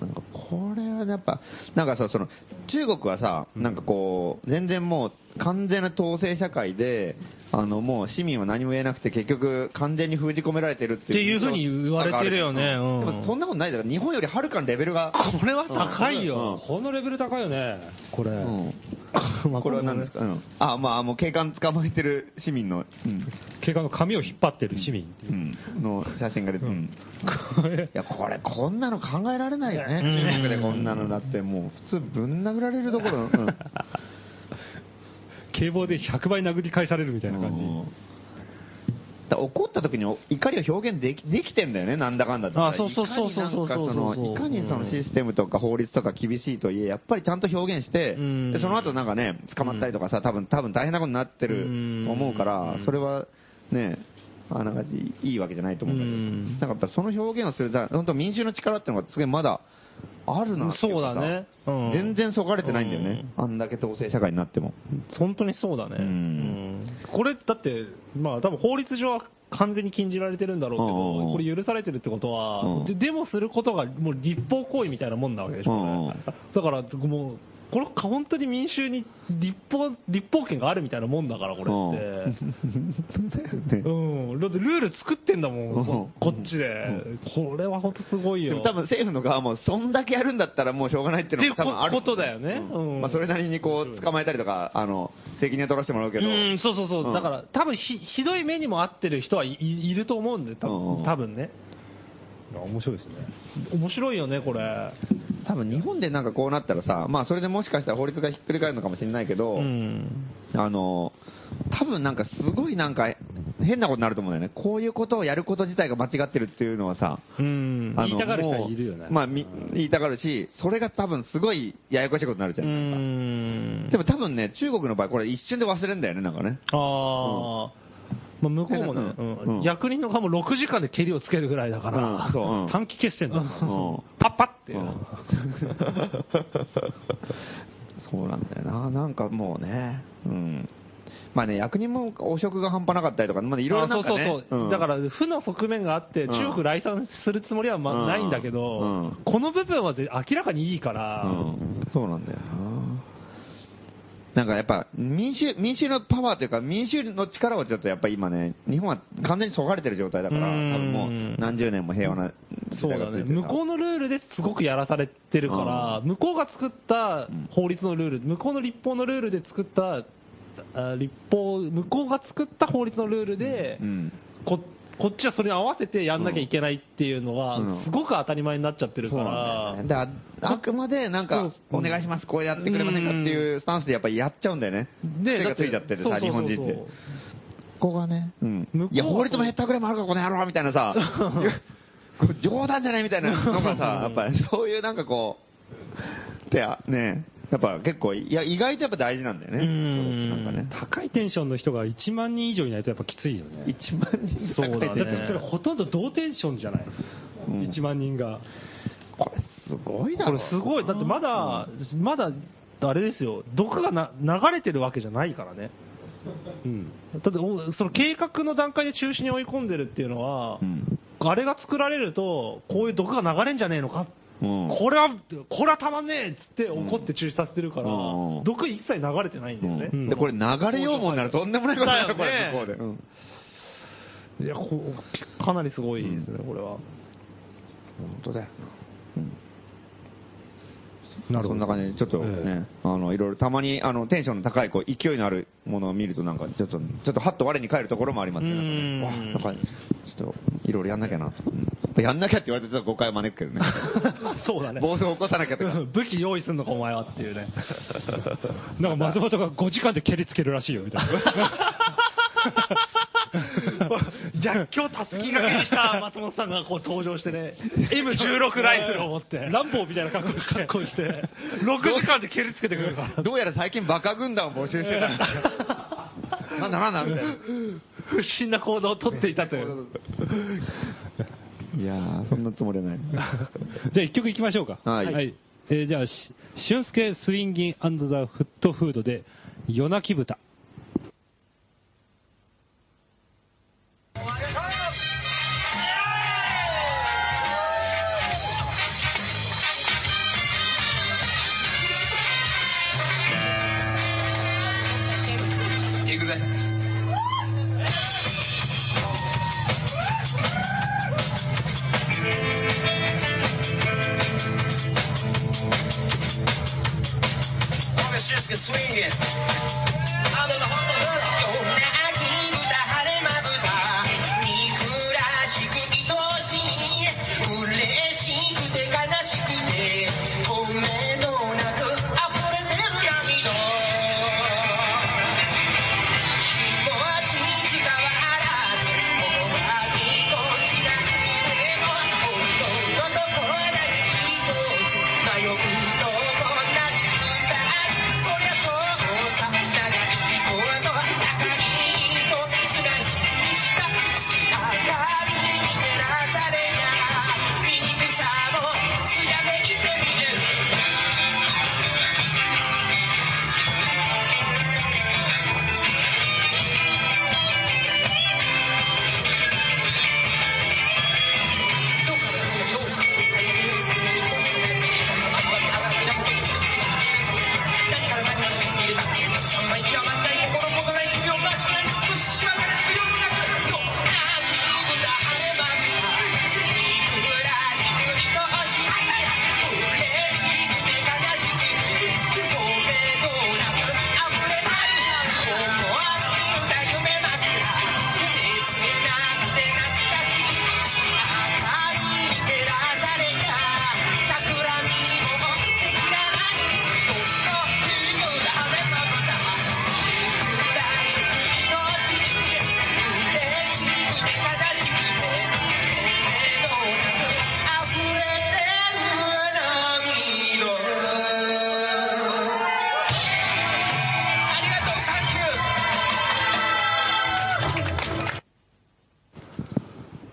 [SPEAKER 2] なんかこれはやっぱ、なんかさ、その、中国はさ、なんかこう、全然もう完全な統制社会で、あの、もう市民は何も言えなくて結局完全に封じ込められてるっていう。
[SPEAKER 1] っていうふうに言われてるよね
[SPEAKER 2] なんかある
[SPEAKER 1] うん
[SPEAKER 2] けどでもそんなことないだから、日本よりはるかにレベルが。
[SPEAKER 1] これは高い
[SPEAKER 3] うん
[SPEAKER 1] よ、
[SPEAKER 3] このレベル高いよね。これ。
[SPEAKER 2] うんこれは何ですか、うん、あ、まあ、もう警官捕まえてる市民の、うん
[SPEAKER 3] 警官の髪を引っ張ってる市 民っていうう、
[SPEAKER 2] ん、の写真が出て、うん
[SPEAKER 3] これ
[SPEAKER 2] いや、これ、こんなの考えられないよね、中国でこんなのだって、もう、普通、ぶん殴られるところ、うん
[SPEAKER 3] 警棒で100倍殴り返されるみたいな感じ、
[SPEAKER 2] うんだから怒った時にお怒りを表現できできてんだよね、なんだかんだって。
[SPEAKER 1] あそうそうそうそうそうそう
[SPEAKER 2] いかになんかそのいかにそのシステムとか法律とか厳しいとはいえ、やっぱりちゃんと表現して、
[SPEAKER 1] うん
[SPEAKER 2] でその後なんかね、捕まったりとかさ、多分多分大変なことになってると思うから、それはね、あなんかいいわけじゃないと思うんだけど、なんかやっぱその表現をする、だ本当民衆の力っていうのがすごいまだあるなっていかさ
[SPEAKER 1] そうだねうん
[SPEAKER 2] 全然そがれてないんだよね、あんだけ統制社会になっても。
[SPEAKER 1] 本当にそうだね、
[SPEAKER 2] うん
[SPEAKER 1] うんこれだって、まあ多分法律上は完全に禁じられてるんだろうけど、
[SPEAKER 2] うんうんうん
[SPEAKER 1] これ許されてるってことは、
[SPEAKER 2] うん
[SPEAKER 1] で、でもすることがもう立法行為みたいなもんなわけでしょ、
[SPEAKER 2] うんうん
[SPEAKER 1] だからもう、これ、本当に民衆に立法立法権があるみたいなもんだから、これって。うん、だってルール作ってんだもん、ここっちで、これは本当すごい
[SPEAKER 2] で
[SPEAKER 1] よ
[SPEAKER 2] も。多分政府の側も、そんだけやるんだったらもうしょうがないっていうのも多分ある。
[SPEAKER 1] ってことだよね
[SPEAKER 2] うん
[SPEAKER 1] うん
[SPEAKER 2] まあそれなりにこう、捕まえたりとか、あの、責任を取らせてもらうけど。
[SPEAKER 1] うん、そうそうそう、
[SPEAKER 2] うん
[SPEAKER 1] だから、多分ひひどい目にも合ってる人はいいいると思うんで、多
[SPEAKER 2] うんうん
[SPEAKER 1] 分多分ね、
[SPEAKER 3] いや面白いですね
[SPEAKER 1] 面白いよね、これ、
[SPEAKER 2] 多分日本でなんかこうなったらさ、まあそれでもしかしたら法律がひっくり返るのかもしれないけど、
[SPEAKER 1] うん、
[SPEAKER 2] あの、多分なんかすごいなんか変なことになると思うんだよね。こういうことをやること自体が間違ってるっていうのはさ、
[SPEAKER 1] うん、
[SPEAKER 2] あの
[SPEAKER 3] 言いたがる人はいるよね
[SPEAKER 2] もうまあみ言いたがるし、それが多分すごいややこしいことになるじゃ。
[SPEAKER 1] うんん
[SPEAKER 2] でも多分ね、中国の場合これ一瞬で忘れるんだよね、なんかね。
[SPEAKER 1] あー、まあ、向こうもね、
[SPEAKER 2] う
[SPEAKER 1] うんん
[SPEAKER 2] うん
[SPEAKER 1] 役人の側も6時間で蹴りをつけるぐらいだから、
[SPEAKER 2] うんそううん
[SPEAKER 1] 短期決戦だから、
[SPEAKER 2] うん
[SPEAKER 1] パッパって、
[SPEAKER 2] そうなんだよな、なんかもうね、うん、まあね、役人も汚職が半端なかったりとか、まあ、いろいろ
[SPEAKER 1] あ
[SPEAKER 2] な
[SPEAKER 1] そ
[SPEAKER 2] ん
[SPEAKER 1] う
[SPEAKER 2] か
[SPEAKER 1] そう
[SPEAKER 2] ね、
[SPEAKER 1] そう、
[SPEAKER 2] うん
[SPEAKER 1] だから負の側面があって、
[SPEAKER 2] うん
[SPEAKER 1] 中国来賛するつもりは、ま
[SPEAKER 2] うん
[SPEAKER 1] ないんだけど、
[SPEAKER 2] うん
[SPEAKER 1] この部分はぜ明らかにいいから、
[SPEAKER 2] うんそうなんだよな。なんかやっぱ民衆、民衆のパワーというか、民衆の力をちょっとやっぱ今ね、日本は完全にそがれてる状態だから、多
[SPEAKER 1] うん
[SPEAKER 2] 分もう何十年も平和な時
[SPEAKER 1] そう
[SPEAKER 2] 代が
[SPEAKER 1] だ
[SPEAKER 2] 続
[SPEAKER 1] ね、
[SPEAKER 2] いて
[SPEAKER 1] 向こうのルールですごくやらされてるから、向こうが作った法律のルール、向こうの立法のルールで作った、あ立法、向こうが作った法律のルールで、
[SPEAKER 2] うん、
[SPEAKER 1] ここっちはそれに合わせてやんなきゃいけないっていうのが
[SPEAKER 2] うん、
[SPEAKER 1] すごく当たり前になっちゃってる
[SPEAKER 2] そ
[SPEAKER 1] か
[SPEAKER 2] うなんだよ
[SPEAKER 1] ら
[SPEAKER 2] ね。、だからあくまでなんか、お願いします、これやってくれませんかっていうスタンスでやっぱりやっちゃうんだよね。
[SPEAKER 1] で
[SPEAKER 2] 手
[SPEAKER 1] だ
[SPEAKER 2] がついちゃってるさ、
[SPEAKER 1] そう
[SPEAKER 2] 日
[SPEAKER 1] そう
[SPEAKER 2] 本
[SPEAKER 1] そう
[SPEAKER 2] 人
[SPEAKER 1] そう
[SPEAKER 2] って。ここがね、うん
[SPEAKER 1] 向こうはそう
[SPEAKER 2] いや、法律もへったくれもあるから、この野郎みたいなさ、いやこれ冗談じゃないみたいなの がさ、やっぱりそういうなんかこう、てや、ね、やっぱ結構、いや、意外とやっぱ大事なんだよね。
[SPEAKER 1] うん
[SPEAKER 2] それってなんかね、
[SPEAKER 3] 高いテンションの人が1万人以上いないとやっぱきついよね
[SPEAKER 2] 1万人
[SPEAKER 1] そうだね
[SPEAKER 3] だってそれほとんど同テンションじゃない、
[SPEAKER 2] うん
[SPEAKER 3] 1万人が
[SPEAKER 2] これすごいだ
[SPEAKER 1] こ
[SPEAKER 2] ろ。
[SPEAKER 1] れすごい、だってまだ、まだ、あれですよ、毒がな流れてるわけじゃないからね。
[SPEAKER 3] うん
[SPEAKER 1] だっておその計画の段階で中止に追い込んでるっていうのは、
[SPEAKER 2] うん
[SPEAKER 1] あれが作られると、こういう毒が流れんじゃねえのか、
[SPEAKER 2] うん
[SPEAKER 1] これは、これはたまんねえっつって怒って中止させてるから、
[SPEAKER 2] うんうん
[SPEAKER 1] 毒一切流れてないんだよね。
[SPEAKER 2] で、これ流れようもんならとんでもないことになる、これ、
[SPEAKER 1] だ
[SPEAKER 2] 向こ
[SPEAKER 1] よ
[SPEAKER 2] うで。うん
[SPEAKER 1] いやこかなりすごいですね、これは。
[SPEAKER 2] 本当だよ
[SPEAKER 3] なるほ
[SPEAKER 2] な。
[SPEAKER 3] ど
[SPEAKER 2] そんな感じで、ちょっとね、あの、いろいろたまに、あの、テンションの高い、こう、勢いのあるものを見ると、なんか、ちょっと、ちょっと、はっと我に返るところもありますね。
[SPEAKER 1] うん
[SPEAKER 2] なんかねわあなんか、ちょっと、いろいろやんなきゃなと。うんやっぱやんなきゃって言われて、ちょっと誤解を招くけどね。
[SPEAKER 1] そうだね。
[SPEAKER 2] 暴走を起こさなきゃとか。
[SPEAKER 1] 武器用意すんのか、お前はって いうね。
[SPEAKER 3] なんか松本が5時間で蹴りつけるらしいよみたい な
[SPEAKER 1] 逆境たすき掛けに した松本さんがこう登場してね、M16 ライフルを持って、
[SPEAKER 3] 乱暴みたいな格好して
[SPEAKER 1] こうして、6時間で蹴りつけてくるから。
[SPEAKER 2] どうやら最近バカ軍団を募集してたみたいな。なんだなんだみたいな。
[SPEAKER 1] 不審な行動をとっていた という。
[SPEAKER 2] いやー、そんなつもりはない。
[SPEAKER 3] じゃあ一曲いきましょうか。
[SPEAKER 2] はい
[SPEAKER 3] えーじゃあ、し俊介スインギンザ・フットフードで、夜泣き豚。
[SPEAKER 6] 行くぜ。Swinger.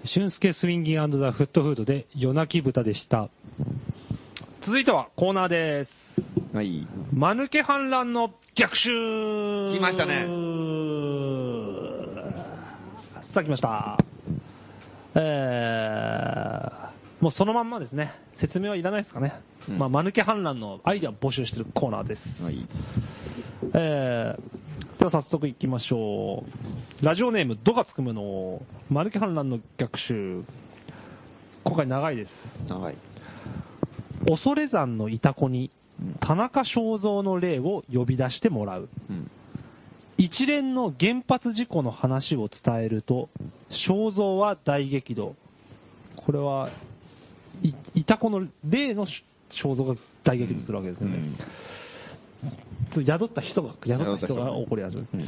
[SPEAKER 3] 俊介スウィンギンザ・フットフードで夜泣き豚でした。
[SPEAKER 1] 続いてはコーナーです。
[SPEAKER 2] はい。
[SPEAKER 1] 間抜け反乱の逆襲
[SPEAKER 2] 来ましたね
[SPEAKER 1] さあ来ました。えー、もうそのまんまですね。説明はいらないですかね。
[SPEAKER 2] うん
[SPEAKER 1] まあ、間抜け反乱のアイデアを募集してるコーナーです。
[SPEAKER 2] はい。
[SPEAKER 1] えーでは早速いきましょう。ラジオネーム、ドがつくむの、マルキ反乱の逆襲。今回長いです。
[SPEAKER 2] はい。
[SPEAKER 1] 恐山のいたこに、田中正造の霊を呼び出してもらう。
[SPEAKER 2] うん。
[SPEAKER 1] 一連の原発事故の話を伝えると、正造は大激怒。これは、いいたこの霊の正造が大激怒するわけですよね。宿った人が、宿った人が怒り始める。
[SPEAKER 2] うん。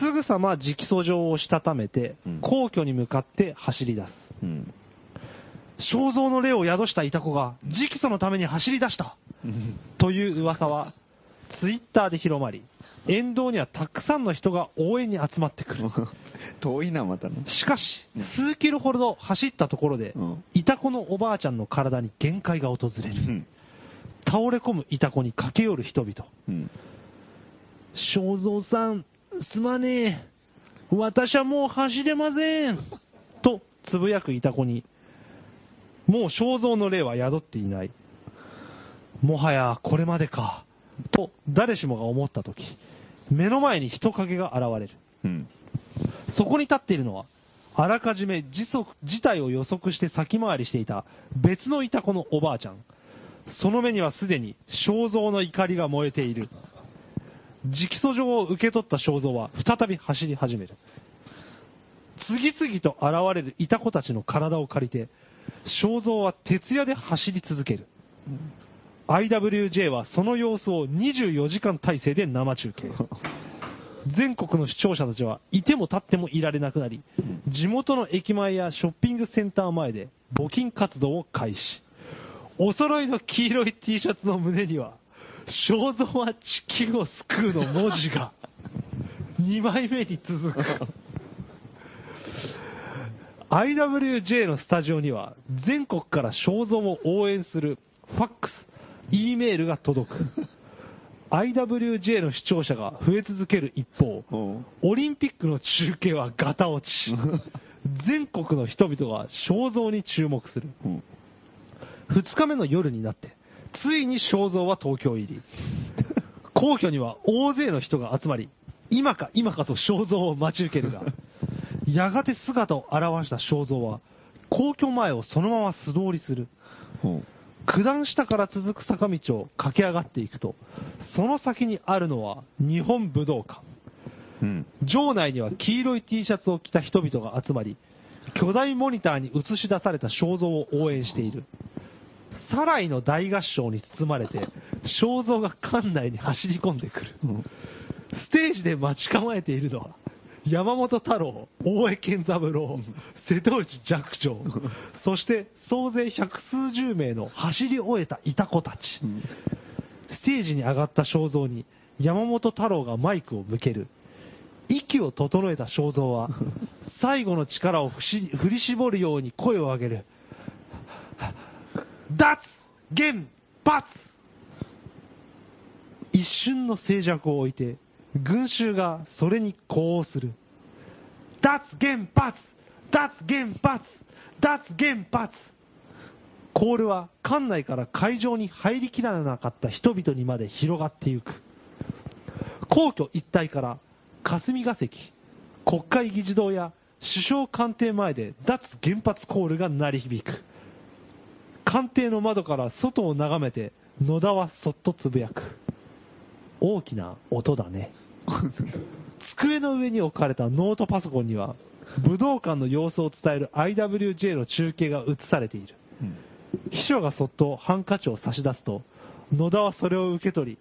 [SPEAKER 1] すぐさま直訴状をしたためて
[SPEAKER 2] うん、
[SPEAKER 1] 皇居に向かって走り出す。
[SPEAKER 2] うん。
[SPEAKER 1] 肖像の霊を宿したイタコが直訴のために走り出したという噂は、ツイッターで広まり、沿道にはたくさんの人が応援に集まってくる。
[SPEAKER 2] 遠いな、またね。
[SPEAKER 1] しかし、数キロほど走ったところで
[SPEAKER 2] うん、
[SPEAKER 1] イタコのおばあちゃんの体に限界が訪れ
[SPEAKER 2] う
[SPEAKER 1] る。
[SPEAKER 2] ん。
[SPEAKER 1] 倒れ込むイタコに駆け寄る人々。
[SPEAKER 2] うん。
[SPEAKER 1] 正蔵さん、すまねえ。私はもう走れません。と、つぶやくイタコに、もう正蔵の霊は宿っていない。もはやこれまでか。と、誰しもが思ったとき、目の前に人影が現れる。
[SPEAKER 2] うん。
[SPEAKER 1] そこに立っているのは、あらかじめ時速事態を予測して先回りしていた別のイタコのおばあちゃん。その目にはすでに肖像の怒りが燃えている。直訴状を受け取った肖像は再び走り始める。次々と現れるイタコたちの体を借りて、肖像は徹夜で走り続ける。IWJ はその様子を24時間体制で生中継。全国の視聴者たちはいても立ってもいられなくなり、地元の駅前やショッピングセンター前で募金活動を開始。お揃いの黄色い T シャツの胸には、肖像は地球を救うの文字が2枚目に続く。IWJ のスタジオには全国から肖像を応援するファックス、E メールが届く。IWJ の視聴者が増え続ける一方、
[SPEAKER 2] おう
[SPEAKER 1] オリンピックの中継はガタ 落ち。全国の人々が肖像に注目する。
[SPEAKER 2] うん。
[SPEAKER 1] 2日目の夜になって、ついに肖像は東京入 り。皇居には大勢の人が集まり、今か今かと肖像を待ち受ける が、やがて姿を現した肖像は、皇居前をそのまま素通りする。
[SPEAKER 2] おう
[SPEAKER 1] 九段下から続く坂道を駆け上がっていくと、その先にあるのは日本武道館。
[SPEAKER 2] うん。
[SPEAKER 1] 場内には黄色い T シャツを着た人々が集まり、巨大モニターに映し出された肖像を応援している。サライの大合唱に包まれて、肖像が館内に走り込んでくる。ステージで待ち構えているのは、山本太郎、大江健三郎、瀬戸内寂聴、そして総勢百数十名の走り終えたいた子たち。ステージに上がった肖像に山本太郎がマイクを向ける。息を整えた肖像は、最後の力をふし振り絞るように声を上げる。脱原発一瞬の静寂を置いて、群衆がそれに呼応する。脱原発脱原発脱原発コールは館内から会場に入りきらなかった人々にまで広がってゆく。皇居一帯から霞が関、国会議事堂や首相官邸前で脱原発コールが鳴り響く。官邸の窓から外を眺めて野田はそっとつぶやく。大きな音だ ね。机の上に置かれたノートパソコンには、武道館の様子を伝える IWJ の中継が映されている。秘書がそっとハンカチを差し出すと、野田はそれを受け取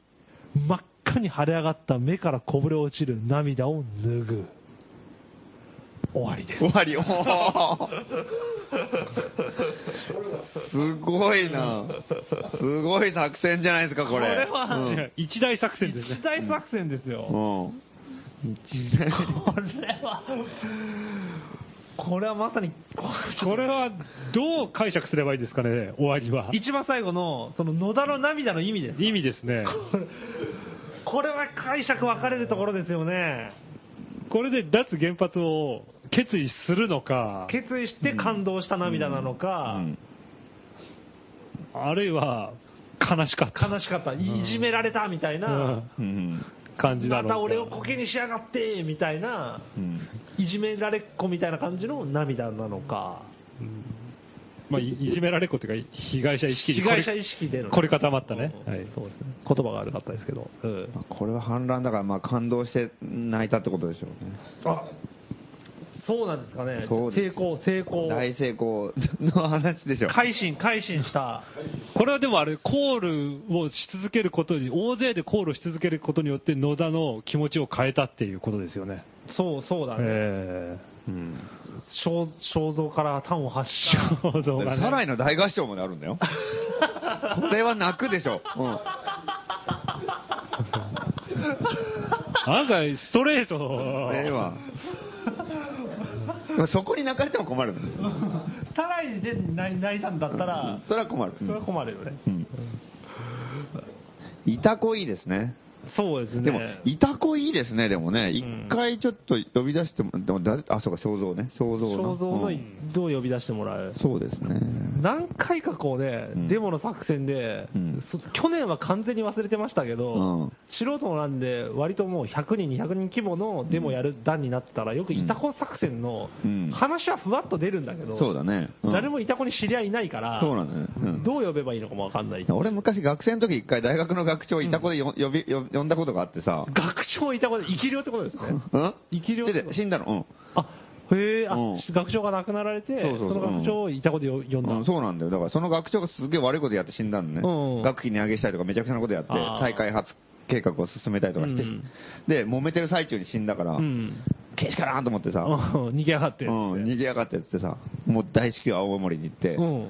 [SPEAKER 1] り、真っ赤に腫れ上がった目からこぼれ落ちる涙を拭う。終わりです。
[SPEAKER 2] 終わり、おーすごいな。すごい作戦じゃないですか、これ。
[SPEAKER 1] は
[SPEAKER 3] 違う一大作戦ですね
[SPEAKER 1] 一。大作戦ですよ。
[SPEAKER 2] うん。一大
[SPEAKER 1] これは、これはまさに、
[SPEAKER 3] これはどう解釈すればいいですかね、終わりは。
[SPEAKER 1] 一番最後の、その野田の涙の意味です。
[SPEAKER 3] 意味ですね。
[SPEAKER 1] これは解釈分かれるところですよね。
[SPEAKER 3] これで脱原発を決意するのか、
[SPEAKER 1] 決意して感動した涙なのか、
[SPEAKER 3] あるいは悲しかった
[SPEAKER 1] 悲しかった、いじめられたみたいな、
[SPEAKER 2] うん
[SPEAKER 3] 感じだろ
[SPEAKER 1] また
[SPEAKER 3] うか
[SPEAKER 1] 俺をコケにしやがってみたいな、
[SPEAKER 2] うん
[SPEAKER 1] いじめられっ子みたいな感じの涙なのか、
[SPEAKER 3] まあ、いいじめられっ子というか、被害者意識に
[SPEAKER 1] 被
[SPEAKER 3] 凝
[SPEAKER 1] 害
[SPEAKER 3] り
[SPEAKER 1] 者意識での、
[SPEAKER 3] 凝り固まったね。
[SPEAKER 1] うん
[SPEAKER 3] はい
[SPEAKER 1] そうですね、言葉が悪かったですけど、うん
[SPEAKER 2] まあこれは反乱だから、まあ、感動して泣いたってことでしょうね。
[SPEAKER 1] あそうなんですかね、
[SPEAKER 2] そう
[SPEAKER 1] 成
[SPEAKER 2] です
[SPEAKER 1] 功、成功、
[SPEAKER 2] 大成功の話でしょ。
[SPEAKER 1] 改心、改心した、
[SPEAKER 3] これはでもあれ、コールをし続けることに、大勢でコールをし続けることによって、野田の気持ちを変えたっていうことですよね。
[SPEAKER 1] そうそうだね、
[SPEAKER 3] え
[SPEAKER 2] うん
[SPEAKER 1] 肖肖像から端を発し
[SPEAKER 3] えー。そうだね
[SPEAKER 2] サライの大合唱まであるんだよ。これは泣くでしょ。うん
[SPEAKER 3] 案外、ストレート。
[SPEAKER 2] ええわ。まあそこに泣かれても困るの
[SPEAKER 1] た、さらにで泣い泣いたんだったら、
[SPEAKER 2] それは困る。
[SPEAKER 1] それは困るよね。
[SPEAKER 2] うんいたこいいですね。
[SPEAKER 1] そうですね。
[SPEAKER 2] でも、いたこいいですね、でもね。
[SPEAKER 1] ん
[SPEAKER 2] 一回ちょっと呼び出しても、でもだあ、そうか、肖像ね。肖像な
[SPEAKER 1] 肖像の
[SPEAKER 2] う
[SPEAKER 1] い
[SPEAKER 2] ん
[SPEAKER 1] どう呼び出してもらう、
[SPEAKER 2] そうですね。
[SPEAKER 1] 何回かこうね、
[SPEAKER 2] うん
[SPEAKER 1] デモの作戦で、
[SPEAKER 2] うん
[SPEAKER 1] そ去年は完全に忘れてましたけど、
[SPEAKER 2] うん
[SPEAKER 1] 素人なんで、割ともう100人、200人規模のデモやる段になってたら、よくイタコ作戦の
[SPEAKER 2] うん
[SPEAKER 1] 話はふわっと出るんだけど、
[SPEAKER 2] そうだね。うん
[SPEAKER 1] 誰もイタコに知り合いいないから、
[SPEAKER 2] そうなんだね。うん
[SPEAKER 1] どう呼べばいいのかもわかんない、
[SPEAKER 2] 俺昔学生の時一回大学の学長いたこでよ呼び、呼呼んだことがあってさ。
[SPEAKER 1] 学長イタコで生き量ってことですね。
[SPEAKER 2] うん
[SPEAKER 1] 生き量って
[SPEAKER 2] 違う違う死んだの。
[SPEAKER 1] あへえ、あ
[SPEAKER 2] うん
[SPEAKER 1] 学長が亡くなられて、
[SPEAKER 2] そうそうそう
[SPEAKER 1] の学長をイタコで呼んだ、
[SPEAKER 2] うん。うんそうなんだよ。だからその学長がすげえ悪いことやって死んだのね。
[SPEAKER 1] うんうん
[SPEAKER 2] 学費値上げしたりとかめちゃくちゃなことやって、
[SPEAKER 1] あー
[SPEAKER 2] 再開発計画を進めたりとかして、
[SPEAKER 1] うん
[SPEAKER 2] で、揉めてる最中に死んだから、
[SPEAKER 1] うん
[SPEAKER 2] けしからんと思ってさ、
[SPEAKER 1] うん 逃げやがって、
[SPEAKER 2] うん、逃げやがってっつってさ、もう大至急青森に行って、
[SPEAKER 1] うん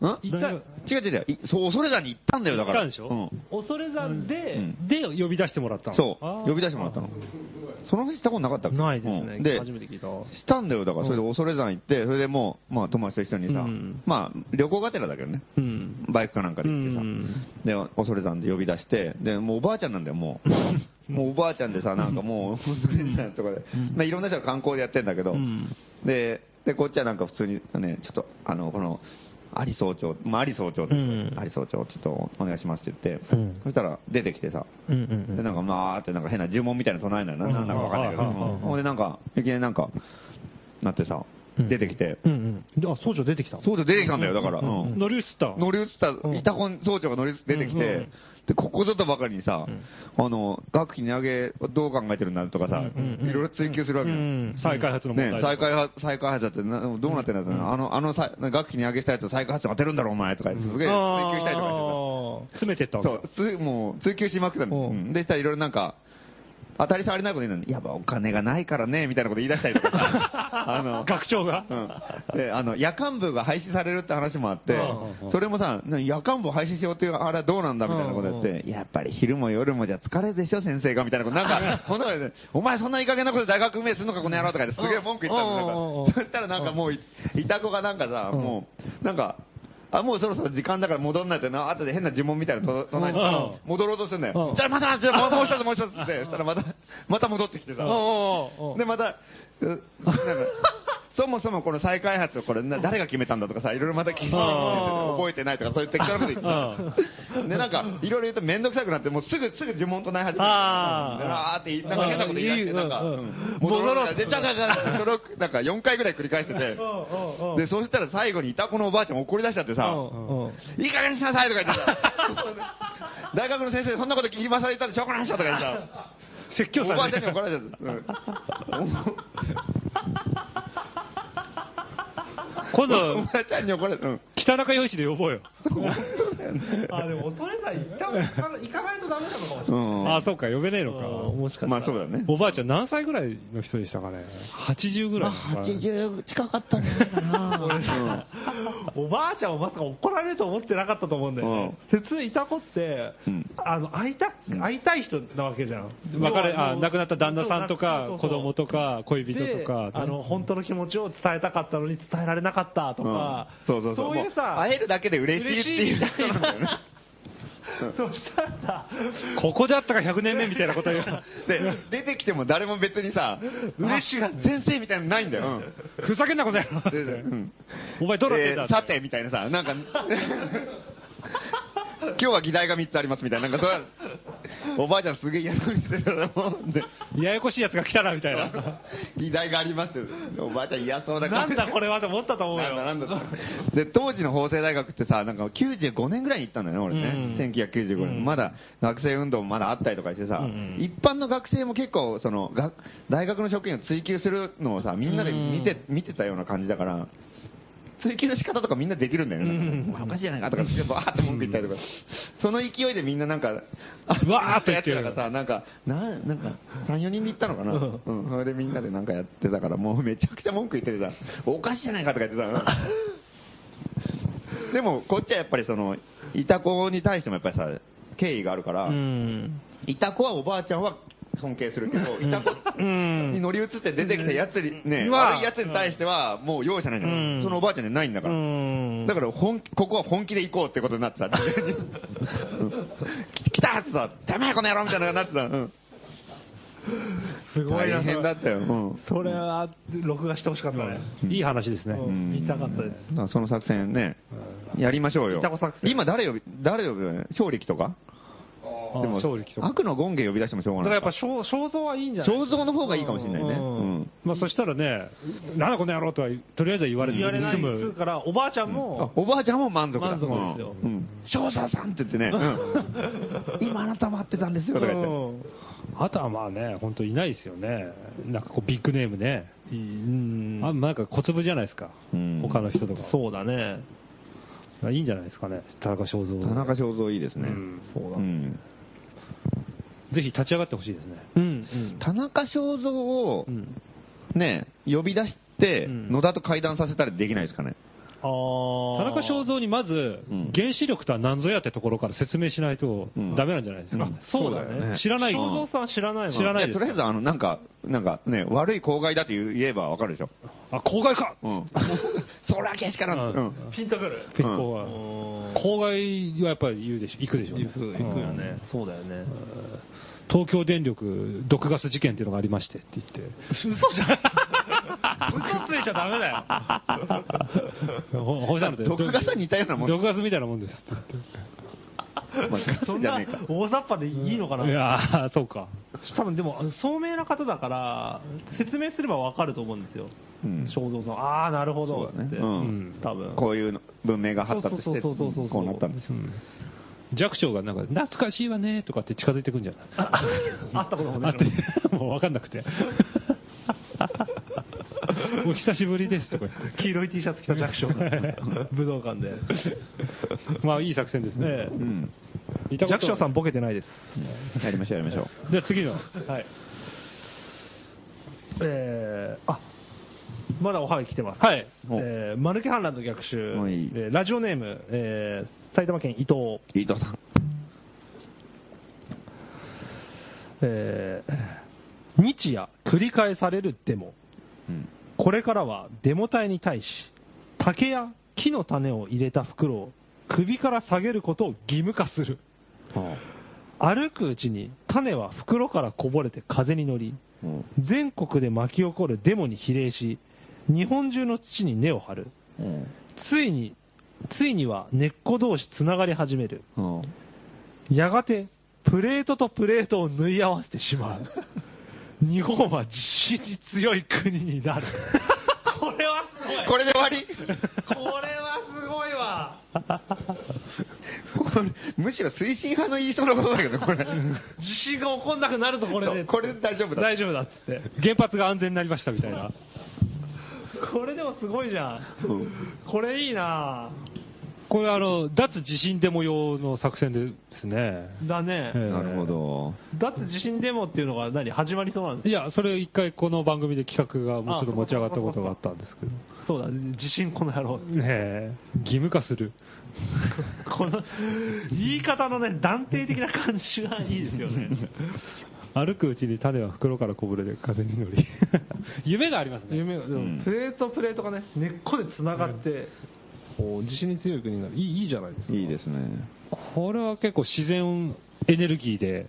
[SPEAKER 2] うん
[SPEAKER 1] 一旦
[SPEAKER 2] 違う違う違う、いそう、恐れ山に行ったんだよ、だから。
[SPEAKER 3] 行ったんでしょ
[SPEAKER 2] うん
[SPEAKER 1] 恐山で、
[SPEAKER 2] うん
[SPEAKER 3] で、呼び出してもらったの
[SPEAKER 2] そう、呼び出してもらったの。その話したことなかったっけ
[SPEAKER 1] ないですね、
[SPEAKER 2] うんで、
[SPEAKER 1] 初めて聞いた。
[SPEAKER 2] したんだよ、だから、それで恐山行って、それでもう、まあ、友達と一緒にさ、
[SPEAKER 1] うん
[SPEAKER 2] まあ、旅行がてらだけどね、
[SPEAKER 1] うん。
[SPEAKER 2] バイクかなんかで行ってさ、
[SPEAKER 1] うん
[SPEAKER 2] で、恐山で呼び出して、で、もうおばあちゃんなんだよ、も う。もうおばあちゃんでさ、なんかもう、恐山とかで、まあ、いろんな人が観光でやってんだけど、
[SPEAKER 1] うん
[SPEAKER 2] で、で、こっちはなんか普通にね、ちょっと、あの、この、アリ総長、まあ、アリ総長ですよ、
[SPEAKER 1] うん
[SPEAKER 2] アリ総長、ちょっとお願いしますって言って、
[SPEAKER 1] うん
[SPEAKER 2] そしたら出てきてさ、
[SPEAKER 1] うんうん
[SPEAKER 2] で、なんか、まあーってなんか変な呪文みたいなの唱えんだよな、なんだかわかんないけど、
[SPEAKER 3] うんうんうん
[SPEAKER 2] ほんで、なんか、いきなりなんか、なってさ、
[SPEAKER 1] うん
[SPEAKER 2] 出てきて、
[SPEAKER 1] うんうんであ、総長出てきた
[SPEAKER 2] 総長出てきたんだよ、だから、うん
[SPEAKER 3] 乗り移ったの。
[SPEAKER 2] 乗り移った、
[SPEAKER 1] ん
[SPEAKER 2] イタコン総長が乗り移って出てき
[SPEAKER 1] うんうん
[SPEAKER 2] て、で、ここぞとばかりにさ、あの、学費値上げどう考えてるんだとかさ、
[SPEAKER 1] うんうん
[SPEAKER 2] いろいろ追求するわけよ。
[SPEAKER 1] うん
[SPEAKER 3] 再開発の問題
[SPEAKER 2] ね、再開発、再開発だってな、どうなってんだってな、あの、あのさ、楽器に上げしたやつを再開発当てるんだろ、お前とか言って、すげえ追求したりとか
[SPEAKER 3] 詰めてったわけ
[SPEAKER 2] してた。そう、つもう、追求しまくったの。
[SPEAKER 1] う
[SPEAKER 2] うんんで、したらいろいろなんか、当たり障りないこと言うのに、いや、お金がないからね、みたいなこと言い出したりとか さ、あの、
[SPEAKER 3] 学長 が。
[SPEAKER 2] うんで、あの、夜間部が廃止されるって話もあって
[SPEAKER 3] うん、
[SPEAKER 2] それもさ、な夜間部を廃止しようっていう、あれはどうなんだみたいなことやって、やっぱり昼も夜もじゃ疲れるでしょ、先生が、みたいなこと、なんか、この中で、お前そんないい加減なことで大学運営するのか、この野郎とかですげえ文句言った
[SPEAKER 1] うん
[SPEAKER 2] の、なんか。そしたらなんかもうい、いた子がなんかさ、もう、なんか、あ、もうそろそろ時間だから戻んないってな、後で変な呪文みたいなのと唱えてさ
[SPEAKER 3] う
[SPEAKER 2] 戻ろうとするんだ
[SPEAKER 1] う
[SPEAKER 2] よ
[SPEAKER 1] ん。
[SPEAKER 2] じゃあまた、じゃあもう一つもう一つって、そしたらまた、また戻ってきてさ。で、また、う なんか、そもそもこの再開発をこれな誰が決めたんだとかさ、いろいろまた聞いて、
[SPEAKER 1] あー
[SPEAKER 2] 覚えてないとか、そういう適当なこと言ってた。で、なんか、いろいろ言うと面倒くさくなって、もうすぐ、すぐ呪文とない始めて、
[SPEAKER 1] あー
[SPEAKER 2] あーって、なんか変なこと言い出して、
[SPEAKER 1] あーいい
[SPEAKER 2] なんか、
[SPEAKER 1] うん
[SPEAKER 2] うん戻ろうとかで、ちゃちゃちゃ、それをなんか4回ぐらい繰り返してて、で、そうしたら最後にいたこのおばあちゃん怒り出しちゃってさ、いい加減にしなさいとか言って さ、大学の先生、そんなこと聞きまされたでしょうがないでしょとか言ってさ、
[SPEAKER 3] 説教
[SPEAKER 2] お
[SPEAKER 3] さ
[SPEAKER 2] ばあ
[SPEAKER 3] れ
[SPEAKER 2] ちゃんに
[SPEAKER 3] て
[SPEAKER 2] 怒られちゃった。うん
[SPEAKER 3] 今
[SPEAKER 2] お
[SPEAKER 3] 度、
[SPEAKER 2] ばあちゃんに怒られた。うん。
[SPEAKER 3] 北中陽一で呼ぼうよ。
[SPEAKER 1] あ、でも恐れない。多分行かない行かないとダメなのかもし
[SPEAKER 2] う
[SPEAKER 1] れない。
[SPEAKER 2] ん。
[SPEAKER 3] あ、そうか、呼べねえのか。
[SPEAKER 1] あーもしかしたら。
[SPEAKER 2] まあそうだね。
[SPEAKER 3] おばあちゃん何歳ぐらいの人でしたかね ?80 ぐらいのかな。
[SPEAKER 2] 80近かったんじゃないかな。
[SPEAKER 1] おばあちゃんもまさか怒られると思ってなかったと思うんだよね。普通、いた子って、
[SPEAKER 2] うん
[SPEAKER 1] あの会いた会いたい人なわけじゃん。
[SPEAKER 3] 別れ、あ、
[SPEAKER 1] の
[SPEAKER 3] 亡くなった旦那さんと
[SPEAKER 1] そう、
[SPEAKER 3] か
[SPEAKER 1] そ
[SPEAKER 3] 子
[SPEAKER 1] うそう
[SPEAKER 3] 供とか、恋人
[SPEAKER 1] で
[SPEAKER 3] とか。
[SPEAKER 1] あの、本当の気持ちを伝えたかったのに伝えられなかったとか、
[SPEAKER 2] そうそうそう。
[SPEAKER 1] いうさ、
[SPEAKER 2] も会えるだけで嬉しいっていう
[SPEAKER 1] 嬉しいみたいな
[SPEAKER 2] ことなんだよね
[SPEAKER 1] そしたらさ、
[SPEAKER 3] ここであったか100年目みたいなこと言う。
[SPEAKER 2] で、出てきても誰も別にさ、嬉しいが先生みたいなのないんだよ。
[SPEAKER 3] ふざけんなことやろ。
[SPEAKER 2] で うん
[SPEAKER 3] お前どうなってんだ
[SPEAKER 2] えーさて、みたいなさ、なんか、今日は議題が3つありますみたいな、なんかそうおばあちゃんすげえ嫌そうにしてたと思うんで、
[SPEAKER 3] ややこしいやつが来たな、みたいな。
[SPEAKER 2] 議題がありますよおばあちゃん嫌そうだから。
[SPEAKER 1] なんだこれはと思ったと思うよ。
[SPEAKER 2] なんだなんだで、当時の法政大学ってさ、なんか95年ぐらいに行ったんだよね、俺ね。1995年、まだ学生運動もまだあったりとかしてさ、一般の学生も結構、その、が大学の職員を追求するのをさ、みんなで見て、見てたような感じだから、追求の仕方とかみんなできるんだよね。お前おかしいじゃないかとか、バーって文句言ったりとか、その勢いでみんななんか、
[SPEAKER 3] わーっと言ってる
[SPEAKER 2] やつらがさ、なんか、ななんか、3、4人で行ったのかな。うん。それでみんなでなんかやってたから、もうめちゃくちゃ文句言っててさ、おかしいじゃないかとか言って さ、でも、こっちはやっぱりその、いた子に対してもやっぱりさ、敬意があるから、
[SPEAKER 1] うん。
[SPEAKER 2] いた子はおばあちゃんは尊敬するけど、いた子に乗り移って出てきたやつに、ね、
[SPEAKER 1] うん
[SPEAKER 2] 悪いやつに対しては、もう容赦ないじゃん。
[SPEAKER 1] うん
[SPEAKER 2] そのおばあちゃんじゃないんだから。
[SPEAKER 1] うん
[SPEAKER 2] だから本気、ここは本気で行こうってことになって た。来たっつったてめえこの野郎みたいなのがなってた。うん
[SPEAKER 1] すごいな。
[SPEAKER 2] 大変だったよ。うん
[SPEAKER 1] それは、録画してほしかったね。
[SPEAKER 3] いい話ですね。
[SPEAKER 1] うん見たかったです。
[SPEAKER 2] だからその作戦ね、やりましょうよ
[SPEAKER 1] いたこ作。戦
[SPEAKER 2] 今誰呼び、誰呼ぶよね勝力とか
[SPEAKER 3] あ
[SPEAKER 2] でも
[SPEAKER 3] 勝力と、か。
[SPEAKER 2] 悪の権限呼び出してもしょうが
[SPEAKER 1] だか
[SPEAKER 2] な
[SPEAKER 1] らや
[SPEAKER 2] い
[SPEAKER 1] っぱ。肖肖像はいいんじゃない
[SPEAKER 2] 肖像の方がいいかもしれないね。
[SPEAKER 1] う
[SPEAKER 2] う
[SPEAKER 1] ん
[SPEAKER 2] ん
[SPEAKER 3] まあそしたらね、なんだこの野郎とは、とりあえずは言われず
[SPEAKER 1] 言われ
[SPEAKER 3] に
[SPEAKER 1] ない
[SPEAKER 3] 済
[SPEAKER 1] っつう
[SPEAKER 3] む。
[SPEAKER 1] から、おばあちゃん
[SPEAKER 2] あ
[SPEAKER 1] も、
[SPEAKER 2] おばあちゃんも満足だ。
[SPEAKER 1] 満足ですよ
[SPEAKER 2] うんうん少佐さんって言ってね、うん今あなた待ってたんですよとか言って。
[SPEAKER 3] あとはまあね、本当いないですよね。なんかこうビッグネームね。あなんか小粒じゃないですか
[SPEAKER 2] うん。
[SPEAKER 3] 他の人とか。
[SPEAKER 1] そうだね。
[SPEAKER 3] いいんじゃないですかね。田中正造。
[SPEAKER 2] 田中肖像いいですね。
[SPEAKER 3] うん
[SPEAKER 1] そうだ
[SPEAKER 2] うん
[SPEAKER 3] ぜひ立ち上がってほしいですね。
[SPEAKER 1] うん。
[SPEAKER 2] 田中正造を
[SPEAKER 1] ん、
[SPEAKER 2] ね、呼び出して、
[SPEAKER 1] うん
[SPEAKER 2] 野田と会談させたりできないですかね。
[SPEAKER 1] あー
[SPEAKER 3] 田中正造にまず
[SPEAKER 2] うん、
[SPEAKER 3] 原子力とは何ぞやってところから説明しないと
[SPEAKER 2] うん
[SPEAKER 3] ダメなんじゃないですか。
[SPEAKER 2] うん
[SPEAKER 1] そうだね。
[SPEAKER 3] 知らない。
[SPEAKER 1] 正蔵さんは知らないもん。
[SPEAKER 3] 知らない
[SPEAKER 2] いや
[SPEAKER 3] で
[SPEAKER 2] と
[SPEAKER 3] す
[SPEAKER 2] りあえず、あの、なんか、なんかね、悪い公害だって言えばわかるでしょ。
[SPEAKER 3] あ、公害か
[SPEAKER 2] うん。そりゃけしからん。
[SPEAKER 3] う
[SPEAKER 2] うん
[SPEAKER 3] ん。
[SPEAKER 1] ピンとくる。
[SPEAKER 3] 結構は。
[SPEAKER 1] うん
[SPEAKER 3] 公害はやっぱり言うでしょ、行くでしょうね。
[SPEAKER 1] 行く、行くよね。そうだよね。
[SPEAKER 3] 東京電力毒ガス事件っていうのがありましてって言 って、
[SPEAKER 1] 嘘じゃん。嘘ついちゃダメだよ。
[SPEAKER 3] ほほしゃので
[SPEAKER 2] 毒ガスに似たようなもん
[SPEAKER 3] 毒ガスみたいなもんです って
[SPEAKER 2] まあガ
[SPEAKER 1] そ
[SPEAKER 2] ス
[SPEAKER 1] ん
[SPEAKER 2] じゃ
[SPEAKER 1] な
[SPEAKER 2] ねえか。
[SPEAKER 1] 大雑把でいいのか
[SPEAKER 3] 言って。い
[SPEAKER 1] な。
[SPEAKER 3] やー、そうか。
[SPEAKER 1] 多分でも、聡明な方だから、説明すればわかると思うんですよ。
[SPEAKER 2] うん
[SPEAKER 1] 正蔵さん。ああ、なるほど。
[SPEAKER 2] そうだね
[SPEAKER 1] って
[SPEAKER 2] うん
[SPEAKER 1] 多分。
[SPEAKER 2] こういうの文明が発達して、
[SPEAKER 1] そうそうそうそうそう
[SPEAKER 2] こうなったんですよ。
[SPEAKER 3] 弱小がなんか、懐かしいわねとかって近づいてくんじゃない
[SPEAKER 1] 会ったことも
[SPEAKER 3] あ
[SPEAKER 1] ない
[SPEAKER 3] っ。て、 もう分かんなく て。お久しぶりですとか言って。
[SPEAKER 1] 黄色い T シャツ着た弱 小が武道館で。
[SPEAKER 3] まあいい作戦ですね。
[SPEAKER 2] うん。
[SPEAKER 1] 弱小さ
[SPEAKER 3] ん。
[SPEAKER 1] んボケてないです。
[SPEAKER 2] やりましょう、やりましょう。
[SPEAKER 3] じゃあ次の。
[SPEAKER 1] はい。えー、あまだおはぎ来てます。
[SPEAKER 3] はい
[SPEAKER 1] えー、マルケ反乱と逆襲、
[SPEAKER 2] はい
[SPEAKER 1] えーラジオネーム、えー、埼玉県伊藤、
[SPEAKER 2] 伊藤さん。
[SPEAKER 1] えー、日夜繰り返されるデモ。
[SPEAKER 2] うん。
[SPEAKER 1] これからはデモ隊に対し、竹や木の種を入れた袋を首から下げることを義務化する。歩くうちに種は袋からこぼれて風に乗り、
[SPEAKER 2] うん
[SPEAKER 1] 全国で巻き起こるデモに比例し、日本中の土に根を張る。
[SPEAKER 2] うん。
[SPEAKER 1] ついに、ついには根っこ同士つながり始める。
[SPEAKER 2] うん。
[SPEAKER 1] やがて、プレートとプレートを縫い合わせてしまう。日本は地震に強い国に なる。これはすごい。
[SPEAKER 2] これで終わり
[SPEAKER 1] これはすごいわ。
[SPEAKER 2] これむしろ推進派の言いそうなことだけど、これ。
[SPEAKER 1] 地震が起こんなくなるとこれ
[SPEAKER 2] そう
[SPEAKER 1] で。
[SPEAKER 2] これで大丈夫だ。
[SPEAKER 1] 大丈夫だっつって。
[SPEAKER 3] 原発が安全になりましたみたいな。
[SPEAKER 1] これでもすごいじゃん。
[SPEAKER 2] うん
[SPEAKER 1] これいいなぁ
[SPEAKER 3] これあの、脱地震デモ用の作戦ですね。
[SPEAKER 1] だね、
[SPEAKER 3] ええ
[SPEAKER 2] なるほど。
[SPEAKER 1] だって地震デモっていうのが何始まりそうなんです
[SPEAKER 3] いや、それ一回この番組で企画がもうちょっと持ち上がったことがあったんですけど。
[SPEAKER 1] そうだ地震この野郎
[SPEAKER 3] ねえ、義務化する。
[SPEAKER 1] この言い方のね断定的な感じがいいですよ ね
[SPEAKER 3] 歩くうちに種は袋からこぼれて風に乗り。 夢がありますね。
[SPEAKER 1] 夢がでも
[SPEAKER 2] うん
[SPEAKER 1] プレートプレートがね根っこでつながって、こう地震に強い国になるいいいいじゃないですか
[SPEAKER 2] いいですね。
[SPEAKER 3] これは結構自然エネルギーで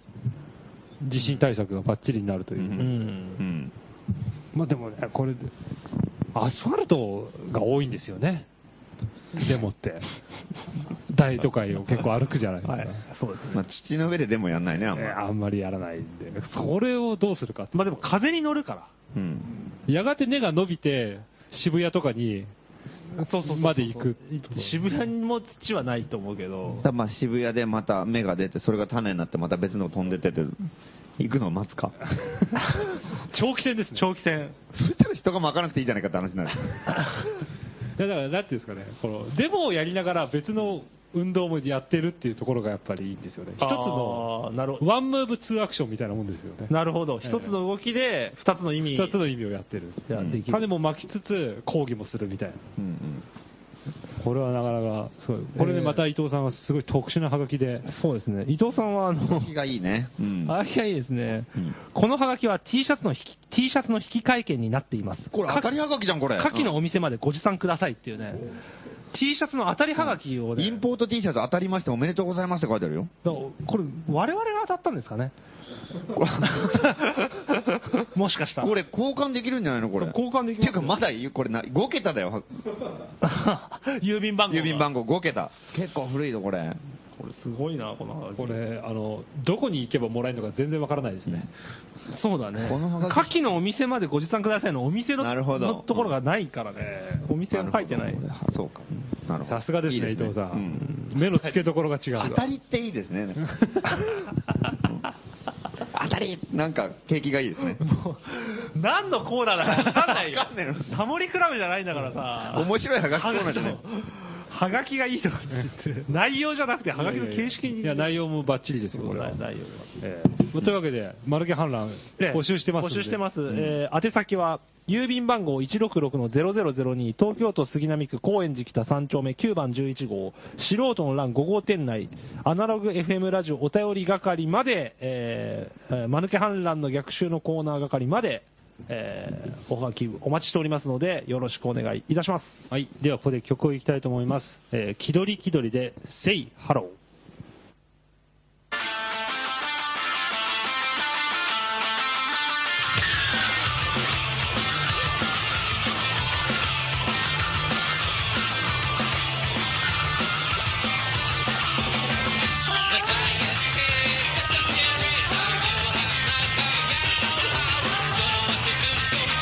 [SPEAKER 3] 地震対策がバッチリになるという。
[SPEAKER 2] うん
[SPEAKER 1] うん
[SPEAKER 2] うん。
[SPEAKER 3] まあでもね、これ、アスファルトが多いんですよね。デモって。 大都会を結構歩くじゃないですか。
[SPEAKER 1] はいそうですね
[SPEAKER 2] まあ、土の上ででもやんないね、あん
[SPEAKER 3] えー
[SPEAKER 2] ま。
[SPEAKER 3] あんまりやらないんで、それをどうするかって
[SPEAKER 1] まあでも風に乗るから
[SPEAKER 2] うん。
[SPEAKER 3] やがて根が伸びて、渋谷とかに、
[SPEAKER 1] そうそうそうそう
[SPEAKER 3] まで行く
[SPEAKER 1] 渋谷にも土はないと思うけど
[SPEAKER 2] だまあ渋谷でまた芽が出て、それが種になってまた別の飛んでってて、行くのを待つか。
[SPEAKER 3] 長期戦ですね。
[SPEAKER 1] 長期戦
[SPEAKER 2] そしたら人が巻かなくていいじゃないかって話になる。
[SPEAKER 3] いやだから、なんていうんですかね、このデモをやりながら別の運動もやってるっていうところがやっぱりいいんですよね。一つの、
[SPEAKER 1] あーなるほど
[SPEAKER 3] ワンムーブツーアクションみたいなもんですよね。
[SPEAKER 1] なるほど一つの動きで二つの意味
[SPEAKER 3] 二つの意味をやってる。
[SPEAKER 1] いやできる
[SPEAKER 3] 種も巻きつつ、抗議もするみたいな。
[SPEAKER 2] うんうん。
[SPEAKER 3] これはなかなか、そうこれでまた伊藤さんはすごい特殊なハガキで、
[SPEAKER 1] そうですね伊藤さんはあ の
[SPEAKER 2] 気がいいね。うん。
[SPEAKER 1] あいやいいですね、
[SPEAKER 2] うん
[SPEAKER 1] このハガキは T シャツの引き T シャツの引き換券になっています
[SPEAKER 2] これ当たりはがきじゃん、これ。
[SPEAKER 1] 牡蠣のお店までご持参くださいっていうね、T シャツの当たりはがきを
[SPEAKER 2] うん
[SPEAKER 1] ね、
[SPEAKER 2] インポート T シャツ当たりましておめでとうございますって書いてあるよ。
[SPEAKER 1] だからこれ、我々が当たったんです かね、もしかしたら。
[SPEAKER 2] これ交換できるんじゃないのこれ。
[SPEAKER 1] 交換でき
[SPEAKER 2] て
[SPEAKER 1] ま
[SPEAKER 2] いうか
[SPEAKER 1] す
[SPEAKER 2] まだ言う、これな、5桁だよ。
[SPEAKER 1] 郵便番号が。
[SPEAKER 2] 郵便番号5桁。結構古いぞ、これ。
[SPEAKER 1] これすごいな、このはがき
[SPEAKER 3] これ、あの、どこに行けばもらえるのか全然わからないですね。
[SPEAKER 1] そうだね。
[SPEAKER 2] このはが
[SPEAKER 1] 牡
[SPEAKER 2] き
[SPEAKER 1] 蠣のお店までご持参くださいのお店の
[SPEAKER 2] なるほど
[SPEAKER 1] のところがないからね。お店が書いてない。
[SPEAKER 2] あそうか。なるほど。
[SPEAKER 3] さすがですね、
[SPEAKER 2] いい
[SPEAKER 3] 伊藤さ。
[SPEAKER 2] うん
[SPEAKER 3] 目の付けどころが違う。
[SPEAKER 2] 当たりっていいですね。なんか当たりなんか景気がいいですね。
[SPEAKER 1] 何のコーナーだか分かんないよ
[SPEAKER 2] わかんないの。
[SPEAKER 1] タモリクラブじゃないんだからさ。
[SPEAKER 2] 面白いはがきコーナーじゃない。
[SPEAKER 1] はがきがいいとか言って、内容じゃなくて、はがきの形式に。
[SPEAKER 3] いや、内容もバッチリですよ、これは。
[SPEAKER 1] 内容
[SPEAKER 3] ええというわけで、マルケ反乱、募集してますん
[SPEAKER 1] 募
[SPEAKER 3] で。
[SPEAKER 1] 集してます。えー宛先は、郵便番号166-0002、東京都杉並区高円寺北3丁目9番11号、素人の欄5号店内、アナログ FM ラジオお便り係まで、えーえー、マヌケ反乱の逆襲のコーナー係まで、えーおはがきお待ちしておりますので、よろしくお願いいたします。
[SPEAKER 3] はい。では、ここで曲をいきたいと思います。えー、気取り気取りで、Say Hello。
[SPEAKER 6] Thank you.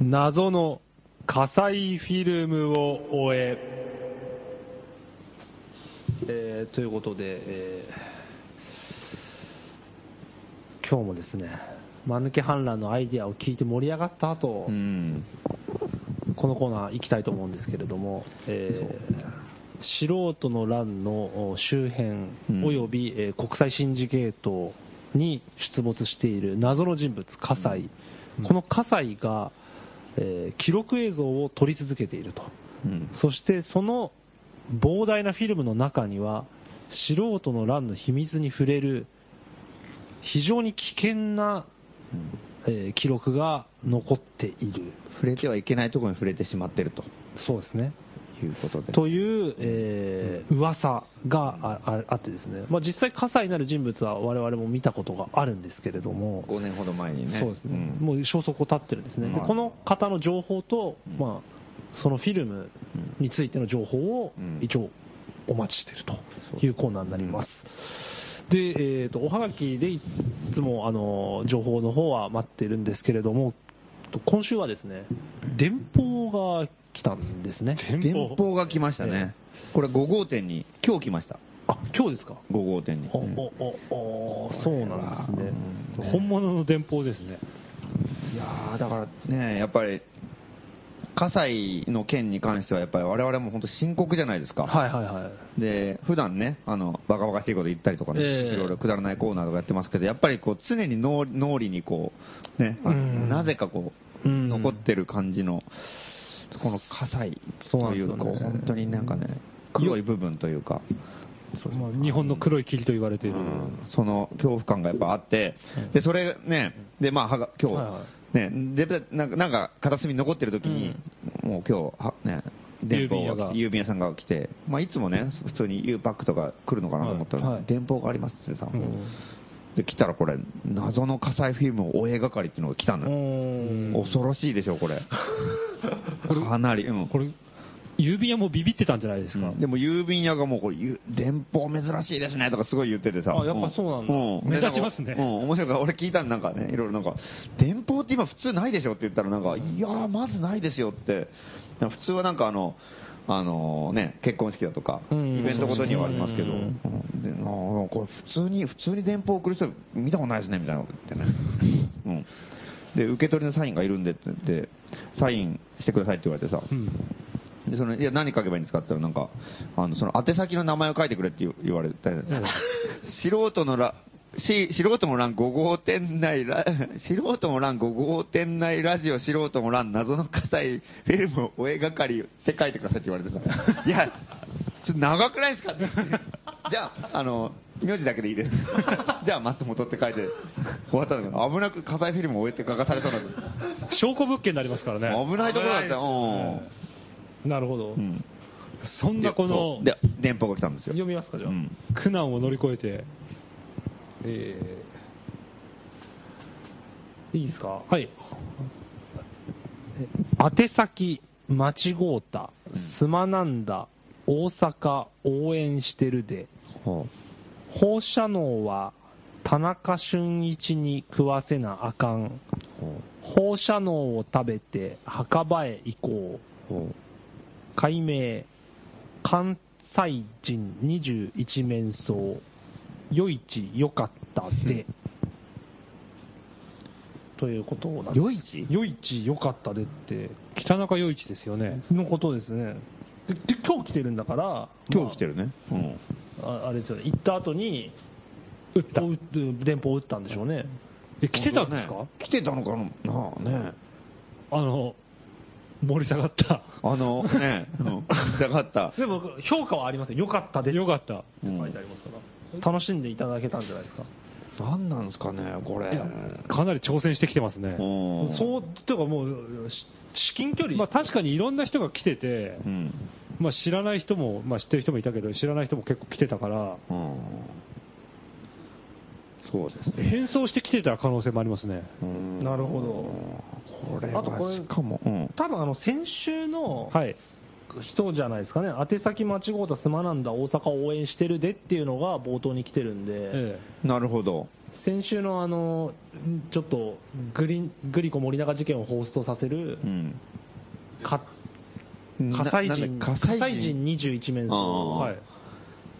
[SPEAKER 3] 謎の火災フィルムを終え、
[SPEAKER 1] えーということで、えー今日もですね、間抜け反乱のアイディアを聞いて盛り上がった後、
[SPEAKER 2] うん。
[SPEAKER 1] このコーナー行きたいと思うんですけれども、えー素人の乱のお周
[SPEAKER 2] うん
[SPEAKER 1] 辺および、えー国際シンジゲートに出没している謎の人物、葛西、この葛西が、えー記録映像を撮り続けていると、
[SPEAKER 2] うん。
[SPEAKER 1] そしてその膨大なフィルムの中には、素人の乱の秘密に触れる非常に危険な、えー記録が残っている。
[SPEAKER 2] 触れてはいけないところに触れてしまってると
[SPEAKER 1] そうですね。
[SPEAKER 2] いうことで。
[SPEAKER 1] という、えー噂があああってですね、まあ、実際、火災になる人物は我々も見たことがあるんですけれども、
[SPEAKER 2] 5年ほど前にね。
[SPEAKER 1] そうですね、
[SPEAKER 2] ん
[SPEAKER 1] もう消息を絶ってるんですね、で
[SPEAKER 2] はい
[SPEAKER 1] この方の情報と、
[SPEAKER 2] うん
[SPEAKER 1] まあ、そのフィルムについての情報を
[SPEAKER 2] うん
[SPEAKER 1] 一応お待ちしているというコーナーになります。でえー、とおはがきでいつもあの情報の方は待ってるんですけれども、と今週はですね電報が来たんですね。
[SPEAKER 2] 電報が来ましたね。これ5号店に、今日来ました。
[SPEAKER 1] あ今日ですか
[SPEAKER 2] 5号店に。
[SPEAKER 1] お
[SPEAKER 2] うん
[SPEAKER 1] おおおそうなんですね。
[SPEAKER 3] 本物の電報ですね。
[SPEAKER 2] いやーだからね、やっぱり、葛西の件に関しては、やっぱり我々も本当深刻じゃないですか。
[SPEAKER 1] はいはいはい。
[SPEAKER 2] で、普段ね、あの、バカバカしいこと言ったりとかね、
[SPEAKER 1] ええ
[SPEAKER 2] いろいろくだらないコーナーとかやってますけど、やっぱりこう、常に脳脳裏にこう、ね、あの
[SPEAKER 1] うん
[SPEAKER 2] なぜかこう、
[SPEAKER 1] うん
[SPEAKER 2] 残ってる感じの、この葛西
[SPEAKER 1] そうな
[SPEAKER 2] と
[SPEAKER 1] ん
[SPEAKER 2] い
[SPEAKER 1] です
[SPEAKER 2] う
[SPEAKER 1] よ
[SPEAKER 2] か、
[SPEAKER 1] ね
[SPEAKER 2] 本当になんかね、黒い部分というか、
[SPEAKER 3] まあ日本の黒い霧と言われている。
[SPEAKER 2] その恐怖感がやっぱあって、で、それね、で、まあ、はが今日、
[SPEAKER 1] はいは
[SPEAKER 2] ね、でなんか、なんか片隅に残ってる時に、もう今日は、ね、電報
[SPEAKER 3] 郵便屋が
[SPEAKER 2] 郵便屋さんが来て、まあ、いつもね、普通に U パックとか来るのかなと思ったら、
[SPEAKER 1] はいはい
[SPEAKER 2] 電報がありますってさ、
[SPEAKER 3] ん
[SPEAKER 2] で、来たらこれ、謎の火災フィルムを追えがかりっていうのが来たのよ。
[SPEAKER 1] ん
[SPEAKER 2] 恐ろしいでしょ、これ。かなり、うん。
[SPEAKER 3] これ、郵便屋もビビってたんじゃないですか。
[SPEAKER 2] うんでも郵便屋がもうこれ、ゆ電報珍しいですねとかすごい言っててさ。
[SPEAKER 1] あやっぱそうなんだ
[SPEAKER 2] う
[SPEAKER 3] 目
[SPEAKER 2] で
[SPEAKER 3] 立ちますね
[SPEAKER 2] なんかうん、面白いから俺聞いたのなんかね、いろいろなんか、電報って今普通ないでしょって言ったらなんか、いやーまずないですよって。普通はなんかあの、あのね、結婚式だとか、
[SPEAKER 1] うん
[SPEAKER 2] イベントごとにはありますけど、
[SPEAKER 1] う
[SPEAKER 2] うんんであーこれ普通に、普通に電報送る人見たことないですね、みたいなこと言ってね。うん。で、受け取りのサインがいるんでって言って、サインしてくださいって言われてさ、
[SPEAKER 3] うん
[SPEAKER 2] でそのいや何書けばいいんですかって言ったら、なんか、あのその宛先の名前を書いてくれって言言われて、素人のら、し素人もラン5号店内ラ、 素人もラン5号店内ラジオ素人もラン謎の火災フィルムを追えがかりって書いてくださいって言われて さ、いや、ちょっと長くないですかって 言ってじゃあ、あの、名字だけでいい です。じゃあ、松本って書いて終わったんだけど、危なく火災フィルムを追えって書かされそうなんだ
[SPEAKER 3] 証拠物件になりますから
[SPEAKER 2] けど
[SPEAKER 3] ね。
[SPEAKER 2] 危ないところだったよ。
[SPEAKER 1] なるほど、
[SPEAKER 2] うんうん
[SPEAKER 3] そんなこの
[SPEAKER 2] で、そうで電報が来たんですよ。
[SPEAKER 1] 読みますかじゃあ、
[SPEAKER 2] うん
[SPEAKER 3] 苦難を乗り越えて、え
[SPEAKER 1] いいですか
[SPEAKER 3] ーはい。
[SPEAKER 1] 宛先間違うたすまなんだ大阪応援してるで放射能は田中俊一に食わせなあかん放射能を食べて墓場へ行こう解明関西人21面相夜市よかったでということなんです
[SPEAKER 2] 夜市
[SPEAKER 1] 夜市よかったでって
[SPEAKER 3] 北中陽一ですよね。
[SPEAKER 1] のことですねでで今日来てるんだから
[SPEAKER 2] 今日来て
[SPEAKER 1] る、
[SPEAKER 2] るね。うん
[SPEAKER 1] まあ、ああれですよね行った後に打った電報を打ったんでしょうね
[SPEAKER 3] え、来てたんですか、
[SPEAKER 2] 本当だね来てたのかななあね。
[SPEAKER 3] あの、盛り下がった。
[SPEAKER 2] あの、ね、 うんしたかった。
[SPEAKER 1] でも評価はありますよよかったで
[SPEAKER 3] よかった。
[SPEAKER 2] うん
[SPEAKER 1] 書いてありますから、楽しんでいただけたんじゃないですか、
[SPEAKER 2] 何なんですかね、これ。
[SPEAKER 3] いや、かなり挑戦してきてますね。
[SPEAKER 2] うん
[SPEAKER 1] そうというかもうし至近距離、
[SPEAKER 3] まあ確かにいろんな人が来てて、
[SPEAKER 2] うん。
[SPEAKER 3] まあ知らない人も、まあ知ってる人もいたけど、知らない人も結構来てたから、
[SPEAKER 2] うんそうですね。
[SPEAKER 3] 変装して来てた可能性もありますね。
[SPEAKER 2] うん
[SPEAKER 1] なるほど
[SPEAKER 2] これ
[SPEAKER 1] あとこれ
[SPEAKER 2] はしかも、うん
[SPEAKER 1] 多分あの先週の
[SPEAKER 3] はい。
[SPEAKER 1] 人じゃないですかね、宛先間違うたすまなんだ大阪応援してるでっていうのが冒頭に来てるんで、
[SPEAKER 3] え
[SPEAKER 2] なるほど。
[SPEAKER 1] 先週のあの、んちょっとグリン、グリコ森永事件を放送させる、
[SPEAKER 2] うん。
[SPEAKER 1] か火災
[SPEAKER 2] な
[SPEAKER 1] 人、
[SPEAKER 2] なんだ
[SPEAKER 1] 火
[SPEAKER 2] 火災人
[SPEAKER 1] 災人21面相、
[SPEAKER 2] ああ
[SPEAKER 1] はい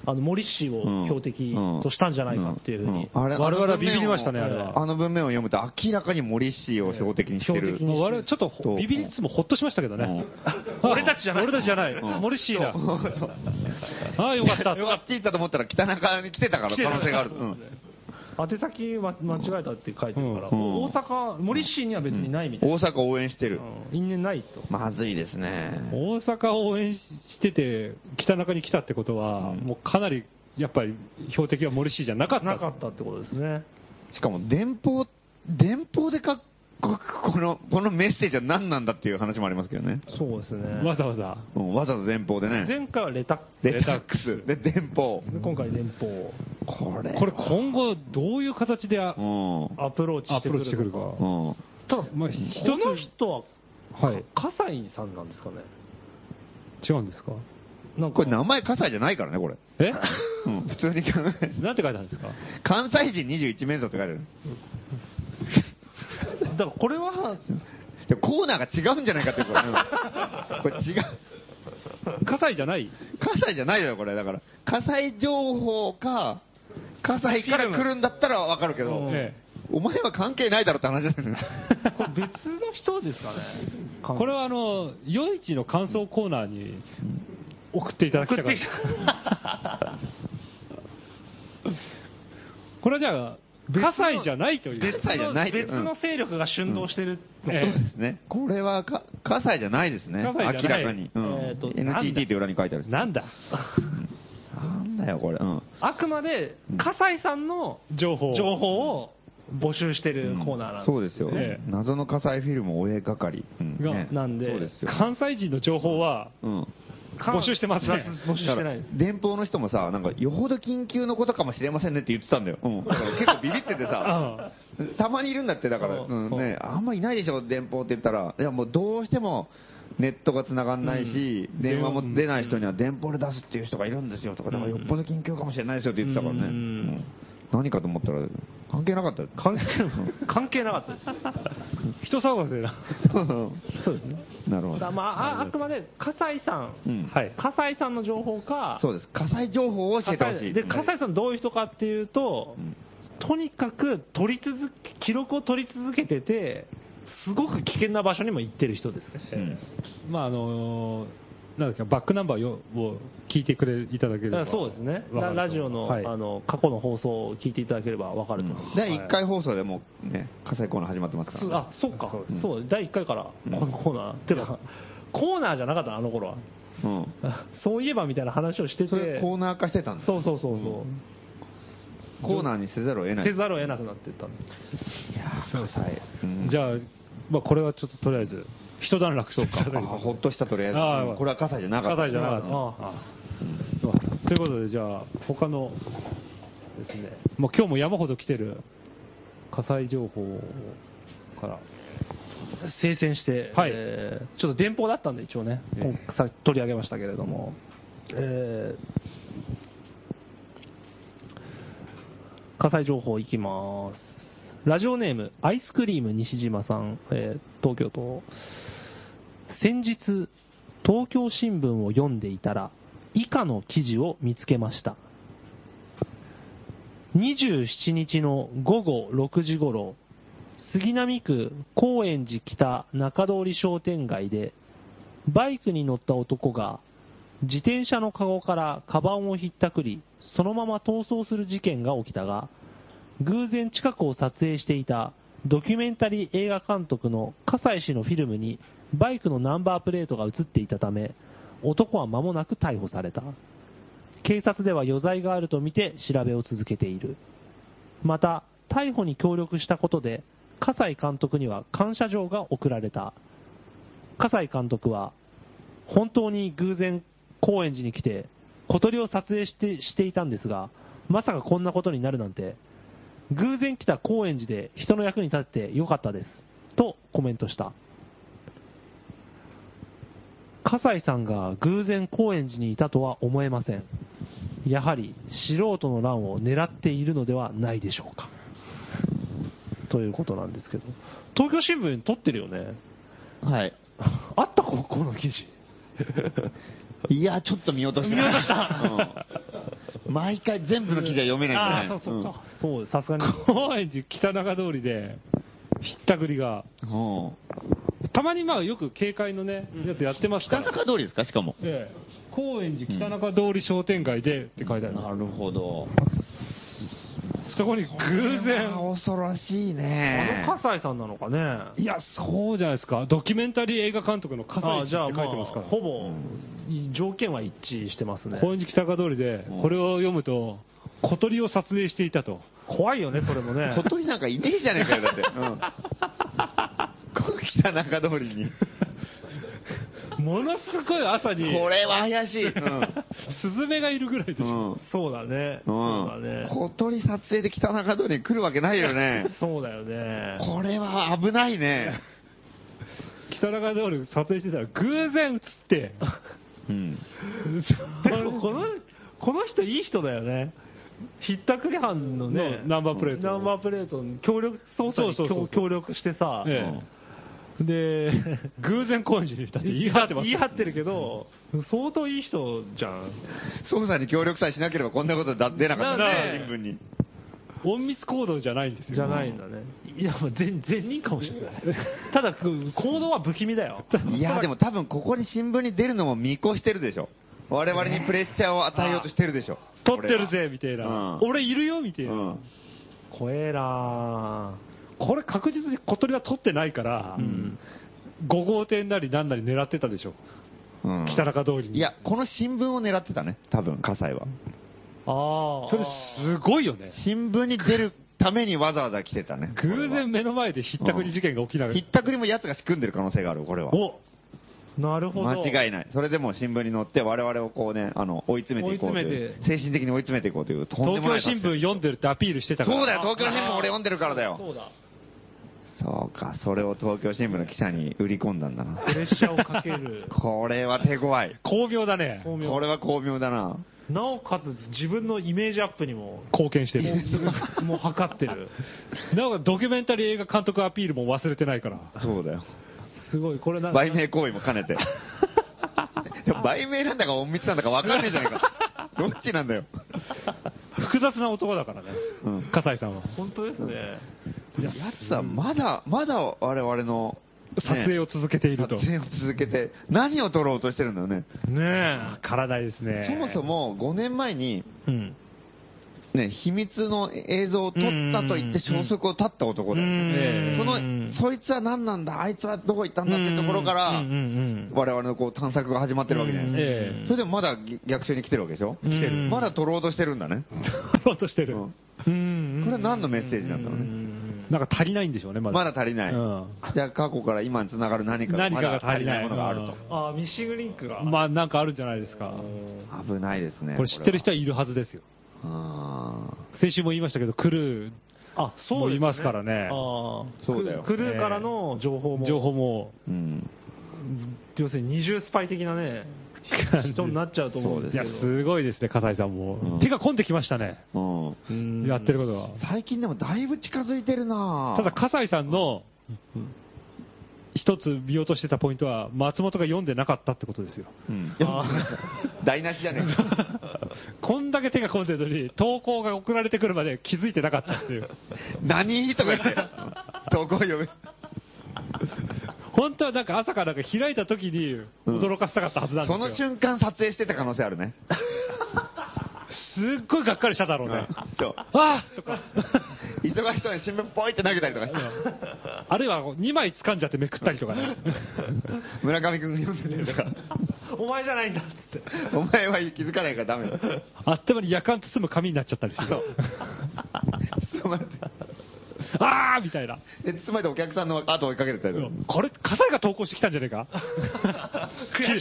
[SPEAKER 1] あの、森氏を標的としたんじゃないかっていうふうに、
[SPEAKER 2] んんあれ
[SPEAKER 3] 我々はビビりましたね
[SPEAKER 2] あ
[SPEAKER 3] あ
[SPEAKER 2] の
[SPEAKER 3] れは
[SPEAKER 2] 文面をあの文面を読むと明らかに森氏を標的にして
[SPEAKER 1] 標
[SPEAKER 2] る
[SPEAKER 1] 的。に
[SPEAKER 3] もう我々ちょっとほビビりつつもほっとしましたけどね。あ
[SPEAKER 1] 俺たちじゃない
[SPEAKER 3] 俺たちじゃない。
[SPEAKER 2] うん
[SPEAKER 3] 森氏だ。ああ、よかった。
[SPEAKER 2] よかった。行ったと思ったら北中に来てたから可能性がある。
[SPEAKER 1] 宛先は間違えたって書いてるから、
[SPEAKER 2] うん
[SPEAKER 1] 大阪、森氏には別にないみた
[SPEAKER 2] う
[SPEAKER 1] い
[SPEAKER 2] ん
[SPEAKER 1] な、
[SPEAKER 2] 大阪応援してる。
[SPEAKER 1] うん因縁ないと。
[SPEAKER 2] まずいですね。
[SPEAKER 3] 大阪を応援ししてて、北中に来たってことは、もうかなり、やっぱり標的は森氏じゃなかった。
[SPEAKER 1] なかったってことですね。
[SPEAKER 2] しかも電報、電報で書く、この、このメッセージは何なんだっていう話もありますけどね。
[SPEAKER 1] そうですね。
[SPEAKER 3] わざわざ。
[SPEAKER 2] うんわざわざ電報でね。
[SPEAKER 1] 前回はレタック
[SPEAKER 2] レタックス。で、電報。
[SPEAKER 1] で今回電報、
[SPEAKER 2] これ
[SPEAKER 3] これ今後どういう形であ
[SPEAKER 2] うん。
[SPEAKER 1] アプローチ
[SPEAKER 3] ア
[SPEAKER 1] して
[SPEAKER 3] プ
[SPEAKER 1] く
[SPEAKER 3] ロ
[SPEAKER 1] る
[SPEAKER 3] ーチしてくるか。
[SPEAKER 2] うん。
[SPEAKER 1] ただ、
[SPEAKER 3] まあ、
[SPEAKER 1] 一つ
[SPEAKER 3] 一
[SPEAKER 1] この
[SPEAKER 3] つ、
[SPEAKER 1] 人は、
[SPEAKER 3] はい。
[SPEAKER 1] 葛西さんなんですかね。
[SPEAKER 3] 違うんですか
[SPEAKER 1] なんか
[SPEAKER 2] これ、名前火災じゃないからね、これ。
[SPEAKER 3] え
[SPEAKER 2] うん。普通に考え
[SPEAKER 3] なんて書いたんですか
[SPEAKER 2] 関西人21面相って書いてある。
[SPEAKER 1] だからこれは、
[SPEAKER 2] でもコーナーが違うんじゃないかってこと、うんこれ違う。
[SPEAKER 3] 葛西じゃない
[SPEAKER 2] 火災じゃないよ、これ。だから、火災情報か、火災から来るんだったらわかるけど、
[SPEAKER 3] え
[SPEAKER 2] お前は関係ないだろって話だよね。
[SPEAKER 1] これ別の人ですかね。
[SPEAKER 3] これはあの、夜市の感想コーナーに送っていただきたかった。これはじゃあ、葛西じゃないという。
[SPEAKER 2] 絶対じゃないって
[SPEAKER 1] 別の勢力が春動してる。
[SPEAKER 2] うんそうですね。これはか、火災じゃないですね。
[SPEAKER 3] 火災じ
[SPEAKER 2] 明
[SPEAKER 3] ゃない
[SPEAKER 2] らかに。うん
[SPEAKER 1] えーとなんだ
[SPEAKER 2] NTT って裏に書いてある。
[SPEAKER 3] なんだ
[SPEAKER 2] なんだよ、これ。うん。
[SPEAKER 1] あくまで、葛西さんの
[SPEAKER 3] 情報。
[SPEAKER 1] 情報を募集してるコーナーなんです、
[SPEAKER 2] そうですよ
[SPEAKER 3] ええ。
[SPEAKER 2] 謎の火災フィルムお絵係。うん
[SPEAKER 3] が
[SPEAKER 2] ね
[SPEAKER 1] なんで
[SPEAKER 2] そうですよ。
[SPEAKER 3] 関西人の情報は、
[SPEAKER 2] うん。
[SPEAKER 1] か
[SPEAKER 3] 募集してますね
[SPEAKER 1] 募集してないです。
[SPEAKER 2] 電報の人もさ、なんか、よほど緊急のことかもしれませんねって言ってたんだよ。うん。だから結構ビビって てさ、たまにいるんだって、だから、
[SPEAKER 1] そう
[SPEAKER 2] うんね、あんまいないでしょ、電報って言ったら。いや、もうどうしても、ネットが繋がんないし、電話も出ない人には電報で出すっていう人がいるんですよとか、だからよっぽど緊急かもしれないですよって言ってたから
[SPEAKER 1] うん
[SPEAKER 2] ね。うん何かと思ったら、関係なかったよ。
[SPEAKER 1] 関係関係なかったです。
[SPEAKER 3] 人騒がせな。
[SPEAKER 2] そうですね。なるほ
[SPEAKER 1] だから
[SPEAKER 2] ど。
[SPEAKER 1] まあ、ああくまで葛西さん、
[SPEAKER 2] うん
[SPEAKER 3] はい。
[SPEAKER 1] 葛西さんの情報か、
[SPEAKER 2] そうです。火災情報を教えてほしい。
[SPEAKER 1] で葛西さん、どういう人かっていうと、
[SPEAKER 2] うん
[SPEAKER 1] とにかく取り続け記録を取り続けてて、すごく危険な場所にも行ってる人です、
[SPEAKER 2] うん
[SPEAKER 3] まああのーなんですか、バックナンバーよを聞いてくれいただけれ
[SPEAKER 1] だ
[SPEAKER 3] ば。
[SPEAKER 1] からそうですね、ラ
[SPEAKER 3] わかると
[SPEAKER 1] ラジオの,、
[SPEAKER 3] はい
[SPEAKER 1] あの過去の放送を聞いていただければ分かると思います。
[SPEAKER 2] 第1回放送でもうね、火災コーナー始まってますからね。
[SPEAKER 1] あそうか、
[SPEAKER 3] そう
[SPEAKER 2] です
[SPEAKER 1] そう第1回から
[SPEAKER 2] ん
[SPEAKER 1] このコーナー、てか、コーナーじゃなかったの、あの頃は、
[SPEAKER 2] うん。
[SPEAKER 1] そういえばみたいな話をしてて、
[SPEAKER 2] それコーナー化してたんです
[SPEAKER 1] そうそうそうそう、
[SPEAKER 2] コーナーにせざるを得ない。
[SPEAKER 1] せざるを得なくなっていったんです。
[SPEAKER 2] そううん
[SPEAKER 3] じゃあ、まあこれはちょっととりあえず、一段 落していただけ
[SPEAKER 2] あ
[SPEAKER 3] れば
[SPEAKER 2] ほっとしたとりあえず
[SPEAKER 3] あー
[SPEAKER 2] うん。これは火災じゃなかった。
[SPEAKER 3] 葛西じゃなかった。
[SPEAKER 2] うん
[SPEAKER 3] ああということで、じゃあ、他のですね、もう今日も山ほど来てる火災情報から、
[SPEAKER 1] 聖戦して、
[SPEAKER 3] はい
[SPEAKER 1] えーちょっと電報だったんで、一応ね、
[SPEAKER 3] え
[SPEAKER 1] 今さっき取り上げましたけれども、えー火災情報いきます。ラジオネーム、アイスクリーム西島さん、えー東京都。先日、東京新聞を読んでいたら、以下の記事を見つけました。27日の午後6時ごろ、杉並区高円寺北中通り商店街で、バイクに乗った男が、自転車のカゴからカバンをひったくり、そのまま逃走する事件が起きたが、偶然近くを撮影していたドキュメンタリー映画監督の葛西氏のフィルムにバイクのナンバープレートが映っていたため、男は間もなく逮捕された。警察では余罪があるとみて調べを続けている。また、逮捕に協力したことで、葛西監督には感謝状が贈られた。葛西監督は、本当に偶然高円寺に来て、小鳥を撮影してしていたんですが、まさかこんなことになるなんて、偶然来た高円寺で人の役に立ってよかったです。とコメントした。葛西さんが偶然高円寺にいたとは思えません。やはり素人の乱を狙っているのではないでしょうか。ということなんですけど東京新聞取ってるよね
[SPEAKER 2] はい。
[SPEAKER 1] あったここの記 事
[SPEAKER 2] いや、ちょっと見落とした。見落とした。毎回全部の記事は読めないんでね。
[SPEAKER 1] そうさす がに
[SPEAKER 3] 高円寺北中通りで、ひったくりが、
[SPEAKER 2] うんうん
[SPEAKER 3] たまにまあよく警戒のね、やつやってますか
[SPEAKER 2] 北
[SPEAKER 3] ら、
[SPEAKER 2] 中通りですかしかも。
[SPEAKER 3] ええ高円寺北中通り商店街でって書いてあります、
[SPEAKER 2] るほど。
[SPEAKER 3] そこに偶然、
[SPEAKER 2] 恐ろしい
[SPEAKER 1] あ
[SPEAKER 2] ね
[SPEAKER 1] の。葛西さんなのかね
[SPEAKER 3] いや、そうじゃないですか、ドキュメンタリー映画監督の笠
[SPEAKER 1] あ
[SPEAKER 3] 井
[SPEAKER 1] じ
[SPEAKER 3] 氏
[SPEAKER 1] ゃあ、
[SPEAKER 3] って
[SPEAKER 1] ま
[SPEAKER 3] 書い
[SPEAKER 1] あ
[SPEAKER 3] てますから、
[SPEAKER 1] ほぼ条件は一致してますね
[SPEAKER 3] 高円寺北中通りで、これを読むと、小鳥を撮影していたと、
[SPEAKER 1] 怖いよねそれも ね
[SPEAKER 2] 小鳥なんかいねえじゃねえかよ、だって。うん。こう北中通りに。
[SPEAKER 3] ものすごい朝に、
[SPEAKER 2] これは怪しい。うん。
[SPEAKER 3] スズメがいるぐらいでし
[SPEAKER 2] う
[SPEAKER 3] ょ、
[SPEAKER 2] ん。
[SPEAKER 1] そうだねそうだ
[SPEAKER 2] うん
[SPEAKER 1] ね
[SPEAKER 2] 小鳥撮影で北中通りに来るわけないよね。
[SPEAKER 1] そうだよね
[SPEAKER 2] これは危ないね。
[SPEAKER 3] 北中通り撮影してたら、偶然映って、
[SPEAKER 2] うん。
[SPEAKER 1] でもこのこの人いい人だよねひったくり犯のね
[SPEAKER 3] のナンバープレート
[SPEAKER 1] ナンバープレートに協力捜査に
[SPEAKER 3] そうそうそうそう
[SPEAKER 1] 協力してさ、
[SPEAKER 3] え
[SPEAKER 1] で
[SPEAKER 3] え、偶然高円寺にいたって言い張ってます、
[SPEAKER 1] 言い張ってるけど相当いい人じゃん
[SPEAKER 2] 捜査に協力さえしなければこんなことだ出なかった
[SPEAKER 3] なん
[SPEAKER 2] ね、
[SPEAKER 3] で
[SPEAKER 2] 新聞に。
[SPEAKER 3] 隠密行動じゃないんですよ。
[SPEAKER 1] じゃないんだねいやもう全全人かもしれないただこう行動は不気味だよ
[SPEAKER 2] いや、でも多分ここに新聞に出るのも見越してるでしょ。我々にプレッシャーを与えようとしてるでしょ。
[SPEAKER 3] 撮ってるぜみたいな、
[SPEAKER 2] うん
[SPEAKER 3] 俺いるよみたい
[SPEAKER 2] 俺
[SPEAKER 3] な、
[SPEAKER 2] は。
[SPEAKER 1] 怖えな
[SPEAKER 3] これ確実に小鳥は撮ってないから、5号店なりなんなり狙ってたでしょ、
[SPEAKER 2] うん。うん。
[SPEAKER 3] 北中通りに。
[SPEAKER 2] いや、この新聞を狙ってたね、多分、葛西は。
[SPEAKER 1] ああ
[SPEAKER 3] それすごいよね、
[SPEAKER 2] 新聞に出るためにわざわざ来てたね。
[SPEAKER 3] 偶然目の前でひったくり事件が起きながら
[SPEAKER 2] ひ、ったくりも奴が仕組んでる可能性がある、これは。
[SPEAKER 1] おなるほど
[SPEAKER 2] 間違いない。それでもう新聞に載って、我々をこうね、あの、追い詰めていこうと
[SPEAKER 3] 追い
[SPEAKER 2] いう。
[SPEAKER 3] 詰
[SPEAKER 2] 精神的に追い詰めていこうという、とんで
[SPEAKER 3] 東
[SPEAKER 2] もな
[SPEAKER 3] 京
[SPEAKER 2] い
[SPEAKER 3] 新
[SPEAKER 2] 作戦。
[SPEAKER 3] 聞読んでるってアピールしてたから、
[SPEAKER 2] そうだよ、東京新聞俺読んでるからだよ。
[SPEAKER 1] そうだ
[SPEAKER 2] そうか、それを東京新聞の記者に売り込んだんだな。
[SPEAKER 1] プレッシャーをかける
[SPEAKER 2] これは手強い。
[SPEAKER 3] 巧妙だね、
[SPEAKER 1] 巧妙
[SPEAKER 2] これは巧妙だな。
[SPEAKER 1] なおかつ自分のイメージアップにも
[SPEAKER 3] 貢献してる、
[SPEAKER 1] もう測ってる
[SPEAKER 3] なおかつドキュメンタリー映画監督アピールも忘れてないから、
[SPEAKER 2] そうだよ。
[SPEAKER 1] すごいこれなんか
[SPEAKER 2] 売名行為も兼ねて。でも売名なんだか隠密なんだか分かんねえじゃないか。どっちなんだよ。
[SPEAKER 3] 複雑な男だからね、
[SPEAKER 2] うん
[SPEAKER 3] 葛西さんは。
[SPEAKER 1] 本当ですね
[SPEAKER 2] やつはまだ、まだ我々の、
[SPEAKER 3] 撮影を続けていると、
[SPEAKER 2] 撮影を続けて、何を撮ろうとしてるんだよね。
[SPEAKER 1] ね
[SPEAKER 3] 体ですね、
[SPEAKER 2] そもそも5年前に、
[SPEAKER 1] えうん
[SPEAKER 2] ね、秘密の映像を撮ったと言って消息を絶った男だよね。
[SPEAKER 3] うん
[SPEAKER 2] その、そいつは何なんだ、あいつはどこ行ったんだっていうところから
[SPEAKER 1] うん、うん
[SPEAKER 2] 我々のこう探索が始まってるわけじゃないで
[SPEAKER 3] ええ
[SPEAKER 2] すか。それでもまだ逆襲に来てるわけでしょ
[SPEAKER 1] うん来てる
[SPEAKER 2] まだ撮ろうとしてるんだね。
[SPEAKER 3] やろうとしてる、
[SPEAKER 2] うん
[SPEAKER 1] うんうんうん
[SPEAKER 2] これは何のメッセージなんだろうね
[SPEAKER 1] ん
[SPEAKER 3] なんか足りないんでしょうね、まだ。
[SPEAKER 2] まだ足りない。
[SPEAKER 3] うん
[SPEAKER 2] じゃあ過去から今につながる何かが
[SPEAKER 3] 何
[SPEAKER 2] ま
[SPEAKER 3] か
[SPEAKER 2] だ
[SPEAKER 3] が
[SPEAKER 2] 足
[SPEAKER 3] 足
[SPEAKER 2] り
[SPEAKER 3] り
[SPEAKER 2] な
[SPEAKER 3] ないい
[SPEAKER 2] ものがあると。
[SPEAKER 1] ああミッシングリンクが
[SPEAKER 3] まあ、なんかあるんじゃないですか。
[SPEAKER 2] 危ないですね。
[SPEAKER 3] これ知ってる人はいるはずですよ。
[SPEAKER 2] これは。あ
[SPEAKER 3] 先週も言いましたけど、クルー、
[SPEAKER 1] あそうですね
[SPEAKER 3] もういますからね
[SPEAKER 1] ああ
[SPEAKER 2] そうだよ
[SPEAKER 1] ククルーからの情報も
[SPEAKER 3] 情報も、
[SPEAKER 2] ーうん。
[SPEAKER 1] 要するに二重スパイ的なね人になっちゃうと思うんですけ
[SPEAKER 3] いや、
[SPEAKER 1] ど
[SPEAKER 3] すごいですね、葛西さん
[SPEAKER 2] うん
[SPEAKER 3] も。手が込んできましたね、
[SPEAKER 2] うん。
[SPEAKER 1] うん
[SPEAKER 3] やってることが。
[SPEAKER 2] 最近でもだいぶ近づいてるな
[SPEAKER 3] ただ、葛西さんの、一つ見落としてたポイントは、松本が読んでなかったってことですよ。
[SPEAKER 2] うん。 台無しじゃねえか。
[SPEAKER 3] こんだけ手が込んでるのに、投稿が送られてくるまで気づいてなかったっていう。
[SPEAKER 2] 何とか言って。投稿読む。
[SPEAKER 3] 本当はなんか朝からなんか開いた時に驚かせたかったはずなんです
[SPEAKER 2] そ
[SPEAKER 3] よ。
[SPEAKER 2] の瞬間撮影してた可能性あるね。
[SPEAKER 3] すっごいがっかりしただろうね。
[SPEAKER 2] そう。
[SPEAKER 3] あーとか。
[SPEAKER 2] 忙しそうに新聞ポイって投げたりとかして。
[SPEAKER 3] あるいは2枚掴んじゃってめくったりとかね。
[SPEAKER 2] 村上君が読んでるから。
[SPEAKER 1] お前じゃないんだっつって
[SPEAKER 2] お前は気づかないからダ メだ。
[SPEAKER 3] あっという間に夜間包む紙になっちゃったりする。
[SPEAKER 2] 包まれて。
[SPEAKER 3] あーみたいな。
[SPEAKER 2] で、包まれてお客さんの後追いかけてたりとか。
[SPEAKER 3] これ、笠井が投稿してきたんじゃねえか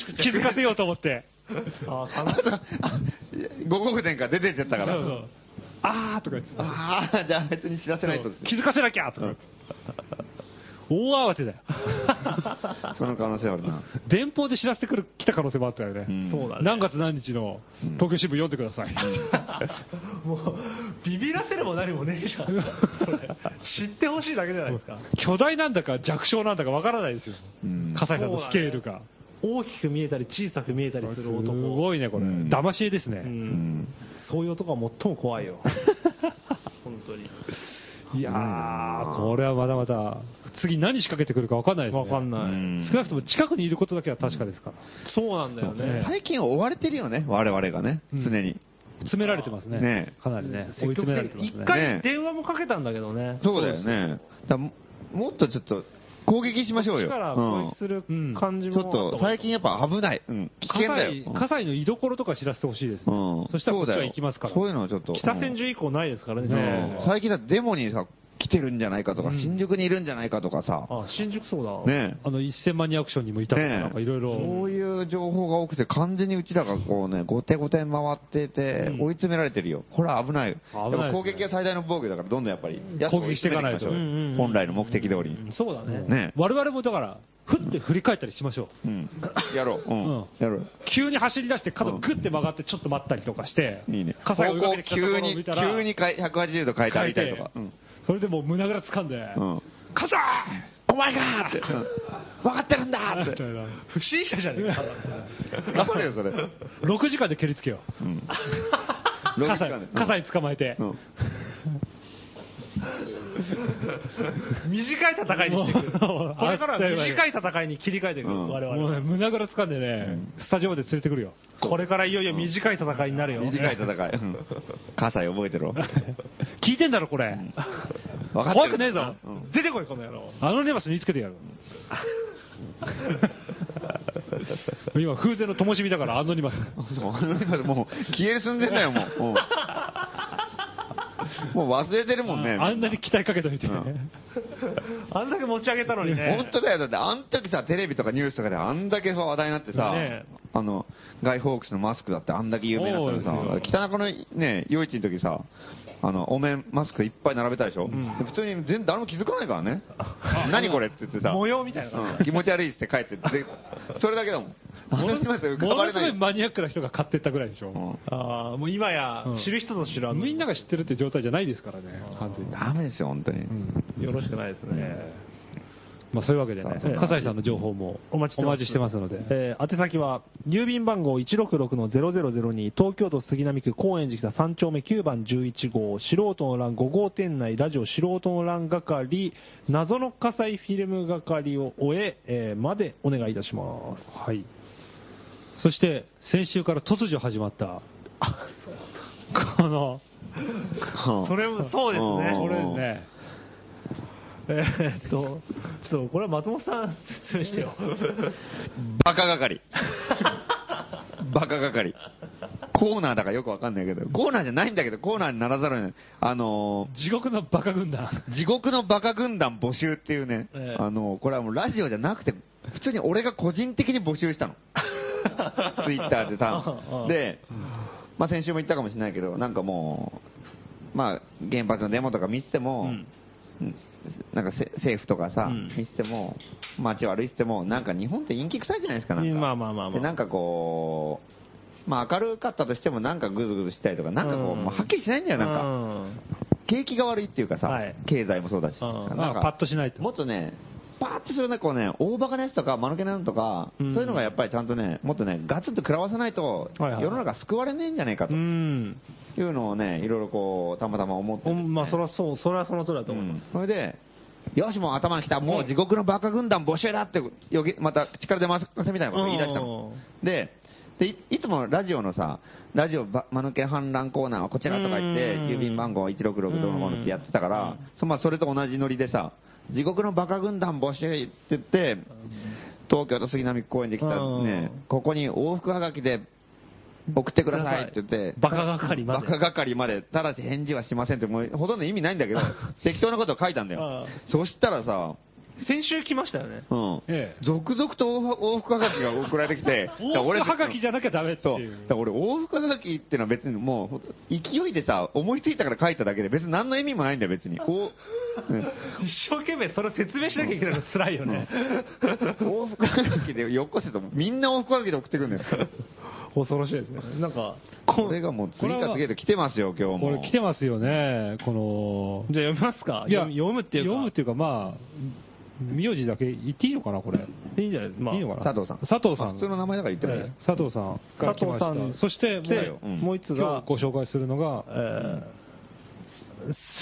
[SPEAKER 3] 気気づかせようと思って。
[SPEAKER 1] ああ
[SPEAKER 2] あと、あ五国殿から出てっちゃったから。
[SPEAKER 3] あーとか言ってた
[SPEAKER 2] ああ、じゃあ別に知らせないとですね
[SPEAKER 3] 気づかせなきゃとか。大慌てだよ。
[SPEAKER 2] その可能性あるな。
[SPEAKER 3] 電報で知らせてくる、来た可能性もあったよね。
[SPEAKER 2] ん
[SPEAKER 1] そうだね
[SPEAKER 3] 何月何日の東京新聞読んでください。
[SPEAKER 1] もうビビらせるも何もねえじゃん。それ知ってほしいだけじゃない ですか。
[SPEAKER 3] 巨大なんだか弱小なんだかわからないですよ
[SPEAKER 2] うん。
[SPEAKER 3] 笠井さんのスケールが。
[SPEAKER 1] 大きく見えたり小さく見えたりす
[SPEAKER 3] す
[SPEAKER 1] る男。
[SPEAKER 3] ごいね、これ。
[SPEAKER 2] うん
[SPEAKER 3] 騙し絵です
[SPEAKER 1] う。
[SPEAKER 3] ね。
[SPEAKER 2] うんん
[SPEAKER 1] そういう男は最も怖い よ。本当に。
[SPEAKER 3] いやー、これはまだまだ、次何仕掛けてくるかわかんないですね。
[SPEAKER 1] わかん
[SPEAKER 2] う
[SPEAKER 1] ない。
[SPEAKER 2] ん
[SPEAKER 3] 少なくとも近くにいることだけは確かですから。
[SPEAKER 1] そうなんだよね。
[SPEAKER 2] 最近追われてるよね、我々がね、
[SPEAKER 3] うん
[SPEAKER 2] 常に。
[SPEAKER 3] 詰められてますね。
[SPEAKER 2] ね
[SPEAKER 3] かなりね。追い
[SPEAKER 1] 積極
[SPEAKER 3] 詰められ
[SPEAKER 1] 的
[SPEAKER 3] てま
[SPEAKER 1] に
[SPEAKER 3] すね
[SPEAKER 1] 一。回電話もかけたんだけどね。
[SPEAKER 2] そうだよね。だももっとちょっと攻撃しましょうよ。
[SPEAKER 1] 力
[SPEAKER 2] う
[SPEAKER 1] 攻
[SPEAKER 2] ん
[SPEAKER 1] 撃する感じ
[SPEAKER 2] ち
[SPEAKER 1] もあ
[SPEAKER 2] ょ
[SPEAKER 1] た方
[SPEAKER 2] っ
[SPEAKER 1] がいい
[SPEAKER 2] と最近やっぱ危ない。うん、危険だ
[SPEAKER 3] 葛西
[SPEAKER 2] よ。うん
[SPEAKER 3] 葛西の居所とか知らせてほしいですね。
[SPEAKER 2] うん
[SPEAKER 3] そしたらこっち
[SPEAKER 2] そうだ
[SPEAKER 3] は
[SPEAKER 2] よ
[SPEAKER 3] 行きますから。
[SPEAKER 2] そういうのはちょっと。
[SPEAKER 1] 北千住以降ないですからね。
[SPEAKER 2] うん
[SPEAKER 1] ね
[SPEAKER 2] ねえ最近だってデモにさ、来てるんじゃないかとか、新宿にいるんじゃないかとかさ、
[SPEAKER 1] あ、新宿そうだ。
[SPEAKER 2] ね
[SPEAKER 3] あの、1000万人アクションにもいたとか、
[SPEAKER 2] ねえ
[SPEAKER 3] なんかいろい
[SPEAKER 2] え
[SPEAKER 3] ろ
[SPEAKER 2] そ。ういう情報が多くて、完全にうちらがこうね、後手後手回ってて、追い詰められてるよ。これは危ないよ。
[SPEAKER 3] 危ないですね
[SPEAKER 2] やっぱ攻撃が最大の防御だから、どんどんやっぱり、
[SPEAKER 3] 攻撃していかないと
[SPEAKER 2] やつを追詰めていきましょう本来の目的通りに。
[SPEAKER 1] そうだね。
[SPEAKER 2] ね
[SPEAKER 3] 我々もだから、ふって振り返ったりしましょう。
[SPEAKER 2] うん。やろう。うん
[SPEAKER 3] うん。
[SPEAKER 2] やろう。
[SPEAKER 3] 急に走り出して角グッて曲がってちょっと待ったりとかして、
[SPEAKER 2] いいね。
[SPEAKER 3] 傘が追いかけてきたところ
[SPEAKER 2] 急
[SPEAKER 3] を
[SPEAKER 2] に、
[SPEAKER 3] 見たら、
[SPEAKER 2] 急に変え180度変えて
[SPEAKER 3] 変
[SPEAKER 2] 歩
[SPEAKER 3] え
[SPEAKER 2] い
[SPEAKER 3] て
[SPEAKER 2] たりとか。うん。
[SPEAKER 3] それでもう胸ぐら掴んで、
[SPEAKER 2] うん。
[SPEAKER 3] 傘
[SPEAKER 2] お前がーって。分かってるんだー
[SPEAKER 3] み
[SPEAKER 2] ったて
[SPEAKER 3] い。な。
[SPEAKER 1] 不審者じゃねえか。
[SPEAKER 2] 頑張れよ、それ。
[SPEAKER 3] 6時間で蹴りつけよう。
[SPEAKER 2] うん。 ロジ
[SPEAKER 3] 傘
[SPEAKER 2] カル
[SPEAKER 3] 傘に捕まえて
[SPEAKER 2] う、ん。
[SPEAKER 1] 短い戦いにしてく る。
[SPEAKER 3] もう
[SPEAKER 1] これからは短い戦いに切り替えてくる、
[SPEAKER 2] うん
[SPEAKER 1] 我々
[SPEAKER 3] もう
[SPEAKER 1] は。
[SPEAKER 3] ね、胸ぐら掴んでね、スタジオまで連れてくるよ。
[SPEAKER 1] これからいよいよ短い戦いになるよ。
[SPEAKER 2] 短い戦い。うん。葛西覚えてろ。
[SPEAKER 3] 聞いてんだろ、これ。
[SPEAKER 2] 分かってる
[SPEAKER 3] 怖くねえぞ。
[SPEAKER 2] うん
[SPEAKER 1] 出てこい、この野郎。
[SPEAKER 3] あのネバスにつけてやる。今、風前の灯火だから、アンノニマス。
[SPEAKER 2] そう もう、消える寸前だよ、もう。うんもう忘れてるもんね。
[SPEAKER 3] あんなに期待かけといて。
[SPEAKER 2] うん
[SPEAKER 1] あんだけ持ち上げたのにね
[SPEAKER 2] 本。当だよ、だってあん時さ、テレビとかニュースとかであんだけさ話題になってさ、
[SPEAKER 1] ねえ
[SPEAKER 2] あの、ガイ・ホークスのマスクだってあんだけ有名になった
[SPEAKER 3] そう
[SPEAKER 2] の
[SPEAKER 3] で
[SPEAKER 2] さ、北中のね、夜市の時さ、あの、お面、マスクいっぱい並べたでしょ、で普通に全誰も気づかないからね。 何これって言ってさ、
[SPEAKER 1] 模様みたいな。
[SPEAKER 2] うん気持ち悪いっつって帰って、でそれだけだもん。話しますよ、浮か
[SPEAKER 3] もの
[SPEAKER 2] ばれ
[SPEAKER 3] す
[SPEAKER 2] な
[SPEAKER 3] ご
[SPEAKER 2] い。
[SPEAKER 3] いマニアックな人が買ってったぐらいでしょ。
[SPEAKER 2] うん
[SPEAKER 1] ああ、もう今や
[SPEAKER 3] うん、
[SPEAKER 1] 知る人ぞ知るあの
[SPEAKER 3] みんなが知ってるって状態じゃないですからね、完全に。
[SPEAKER 2] ダメですよ、本当に。
[SPEAKER 1] よろしくないですね。
[SPEAKER 3] まあそういうわけでね
[SPEAKER 2] そうそう、
[SPEAKER 3] 笠井さんの情報も
[SPEAKER 1] お待ちしてます
[SPEAKER 3] してますので、
[SPEAKER 1] えー宛先は、郵便番号166-0002、東京都杉並区高円寺北3丁目9番11号、素人の欄5号店内、ラジオ素人の欄係、謎の火災フィルム係を終え、えーまでお願いいたします。
[SPEAKER 3] はい。そして、先週から突如始まった、この、
[SPEAKER 1] それも、そうですね。
[SPEAKER 2] うん
[SPEAKER 3] こ
[SPEAKER 1] こ
[SPEAKER 3] れ
[SPEAKER 1] れ
[SPEAKER 3] ですね、
[SPEAKER 1] えーっと、ちょっとこれは松本さん説明して よ。
[SPEAKER 2] バ カ係。バカ係。コーナーだからよくわかんないけど、コーナーじゃないんだけど、コーナーにならざるを得ない。あの
[SPEAKER 3] 地獄のバカ軍団。
[SPEAKER 2] ー地獄のバカ軍団募集っていうね、
[SPEAKER 1] ええ
[SPEAKER 2] あのーこれはもうラジオじゃなくて、普通に俺が個人的に募集した の。ツイッターで
[SPEAKER 1] うんう
[SPEAKER 2] た
[SPEAKER 1] ん
[SPEAKER 2] で、まあ先週も言ったかもしれないけど、なんかもう、まあ原発のデモとか見てても、
[SPEAKER 1] うん
[SPEAKER 2] うんなんかせ政府とかさ、
[SPEAKER 1] うん
[SPEAKER 2] 見てても、街を歩いてても、なんか日本って陰気臭いじゃないですか、なんか。
[SPEAKER 1] まあまあまあま
[SPEAKER 2] で
[SPEAKER 1] あ。
[SPEAKER 2] なんかこう、まあ、明るかったとしても、なんかぐずぐずしたりとか、なんかこう、
[SPEAKER 1] うん
[SPEAKER 2] まあはっきりしないんだよ、なんか、
[SPEAKER 1] うん
[SPEAKER 2] 景気が悪いっていうかさ、
[SPEAKER 1] はい
[SPEAKER 2] 経済もそうだし、
[SPEAKER 1] うん
[SPEAKER 2] なん
[SPEAKER 3] あパッ
[SPEAKER 2] か
[SPEAKER 3] としないと。
[SPEAKER 2] もっとね、パーッとするね、こうね、大バカなやつとか、間抜けなのとか、
[SPEAKER 1] うん
[SPEAKER 2] そういうのがやっぱりちゃんとね、もっとね、ガツンと食らわさないと、
[SPEAKER 1] はいはい
[SPEAKER 2] 世の中救われねえんじゃないかと
[SPEAKER 1] うん。
[SPEAKER 2] いうのをね、いろいろこう、たまたま思ってて
[SPEAKER 1] おまあ、それはそう、それはその通りだと
[SPEAKER 2] う
[SPEAKER 1] 思います
[SPEAKER 2] ん。それで、よし、もう頭にきた、もう地獄のバカ軍団募集だって、よぎまた口から出ませみたいなこと言い出したの。で、でいいつもラジオのさ、ラジオば間抜け反乱コーナーはこちらとか言って、
[SPEAKER 1] うん
[SPEAKER 2] 郵便番号166どうのものってやってたから、そまあ、それと同じノリでさ、地獄のバカ軍団募集って言って、東京と杉並区公園で来た
[SPEAKER 1] うん
[SPEAKER 2] ね、ここに往復はがきで送ってくださいって言って、
[SPEAKER 1] バカ係まで。
[SPEAKER 2] バカ係まで、ただし返事はしませんって、もうほとんど意味ないんだけど、適当なことを書いたんだよ
[SPEAKER 1] あ。
[SPEAKER 2] そしたらさ、
[SPEAKER 1] 先週来ましたよね。
[SPEAKER 2] うん
[SPEAKER 3] ええ、
[SPEAKER 2] 続々と往復往復はがきが送られてきて
[SPEAKER 3] 往復はがきじゃなきゃダメって
[SPEAKER 2] そう。
[SPEAKER 3] い
[SPEAKER 2] だ
[SPEAKER 3] う
[SPEAKER 2] か。ら俺、往復はがきってのは別にもうほんと、勢いでさ、思いついたから書いただけで、別に何の意味もないんだ よ、別に。おうん
[SPEAKER 1] 一生懸命それを説明しなきゃいけないの辛いよね。
[SPEAKER 2] 往復はがきでよこせと、みんな往復はがきで送ってくるんだよ。
[SPEAKER 1] 恐ろしいですね。なんか、
[SPEAKER 2] これがもう次から次へと来てますよ、今日
[SPEAKER 3] これ
[SPEAKER 2] も。
[SPEAKER 3] 来てますよね、この。
[SPEAKER 1] じゃあ読みますか
[SPEAKER 3] いや
[SPEAKER 1] 読む読むっていうか。
[SPEAKER 3] 読むっていうか、まあ、名字だけ言っていいのかな、これ。
[SPEAKER 1] いいんじゃないまあ
[SPEAKER 3] いいのかな
[SPEAKER 2] 佐藤さん。
[SPEAKER 3] 佐藤さん。
[SPEAKER 2] あ普通の名前だから言ってもいいです。
[SPEAKER 3] 佐藤さんから来ました
[SPEAKER 1] 佐藤さん
[SPEAKER 3] そして、もう
[SPEAKER 2] だようん
[SPEAKER 1] もう一つ
[SPEAKER 3] 今
[SPEAKER 1] が
[SPEAKER 3] 日、ご紹介するのが、
[SPEAKER 1] えー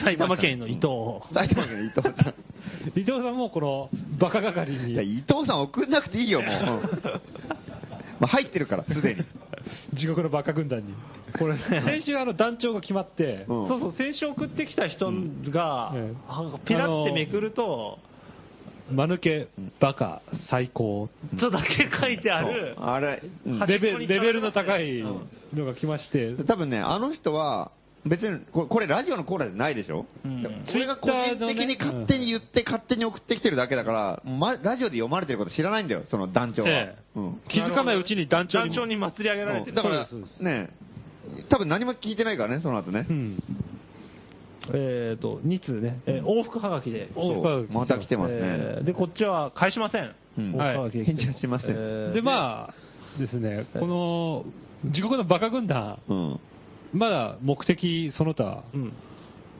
[SPEAKER 1] 埼玉県の伊藤。
[SPEAKER 2] 埼玉県の伊藤さん。
[SPEAKER 3] 伊藤さんもこの、バカ係
[SPEAKER 2] いや、
[SPEAKER 3] に、
[SPEAKER 2] 伊藤さん送んなくていいよ、もう。うんまあ入ってるから、すでに。
[SPEAKER 3] 地獄のバカ軍団に。これ、先週あの団長が決まって、
[SPEAKER 2] うん
[SPEAKER 1] そうそう、先週送ってきた人が、
[SPEAKER 3] うん
[SPEAKER 1] あピラってめくると、
[SPEAKER 3] 間抜け、バカ、最高。
[SPEAKER 1] ちょっとだけ書いてある、
[SPEAKER 2] あれ、うん
[SPEAKER 1] 端
[SPEAKER 3] レ
[SPEAKER 1] っこ
[SPEAKER 3] ベ
[SPEAKER 1] に
[SPEAKER 3] ルレベルの高いのが来まして、
[SPEAKER 2] 多分ね、あの人は、別にこれ、これラジオのコーナーじゃないでしょ、
[SPEAKER 1] ん
[SPEAKER 2] これが個人的に勝手に言って、勝手に送ってきてるだけだから、ま、ラジオで読まれてること知らないんだよ、その団長は。
[SPEAKER 3] ええ
[SPEAKER 2] うん
[SPEAKER 3] 気づかないうちに団長
[SPEAKER 1] 団
[SPEAKER 3] にも
[SPEAKER 1] 長に祭り上げられて
[SPEAKER 2] う
[SPEAKER 1] る。
[SPEAKER 2] んだから
[SPEAKER 3] そうですそうです
[SPEAKER 2] ね多分何も聞いてないからね、その後ね
[SPEAKER 3] う、ん、
[SPEAKER 1] えっ、と、2通ね、えー往復はがきで。
[SPEAKER 2] そう
[SPEAKER 3] 往復
[SPEAKER 2] また来てますね、
[SPEAKER 1] えーで、こっちは返しません。
[SPEAKER 2] う
[SPEAKER 1] 往
[SPEAKER 2] ん
[SPEAKER 1] 復はがきで来てます
[SPEAKER 2] はい返事はしません
[SPEAKER 3] で、まあ、ですね、この地獄のバカ軍団、
[SPEAKER 2] うん、
[SPEAKER 3] まだ目的その他
[SPEAKER 1] あ、うん。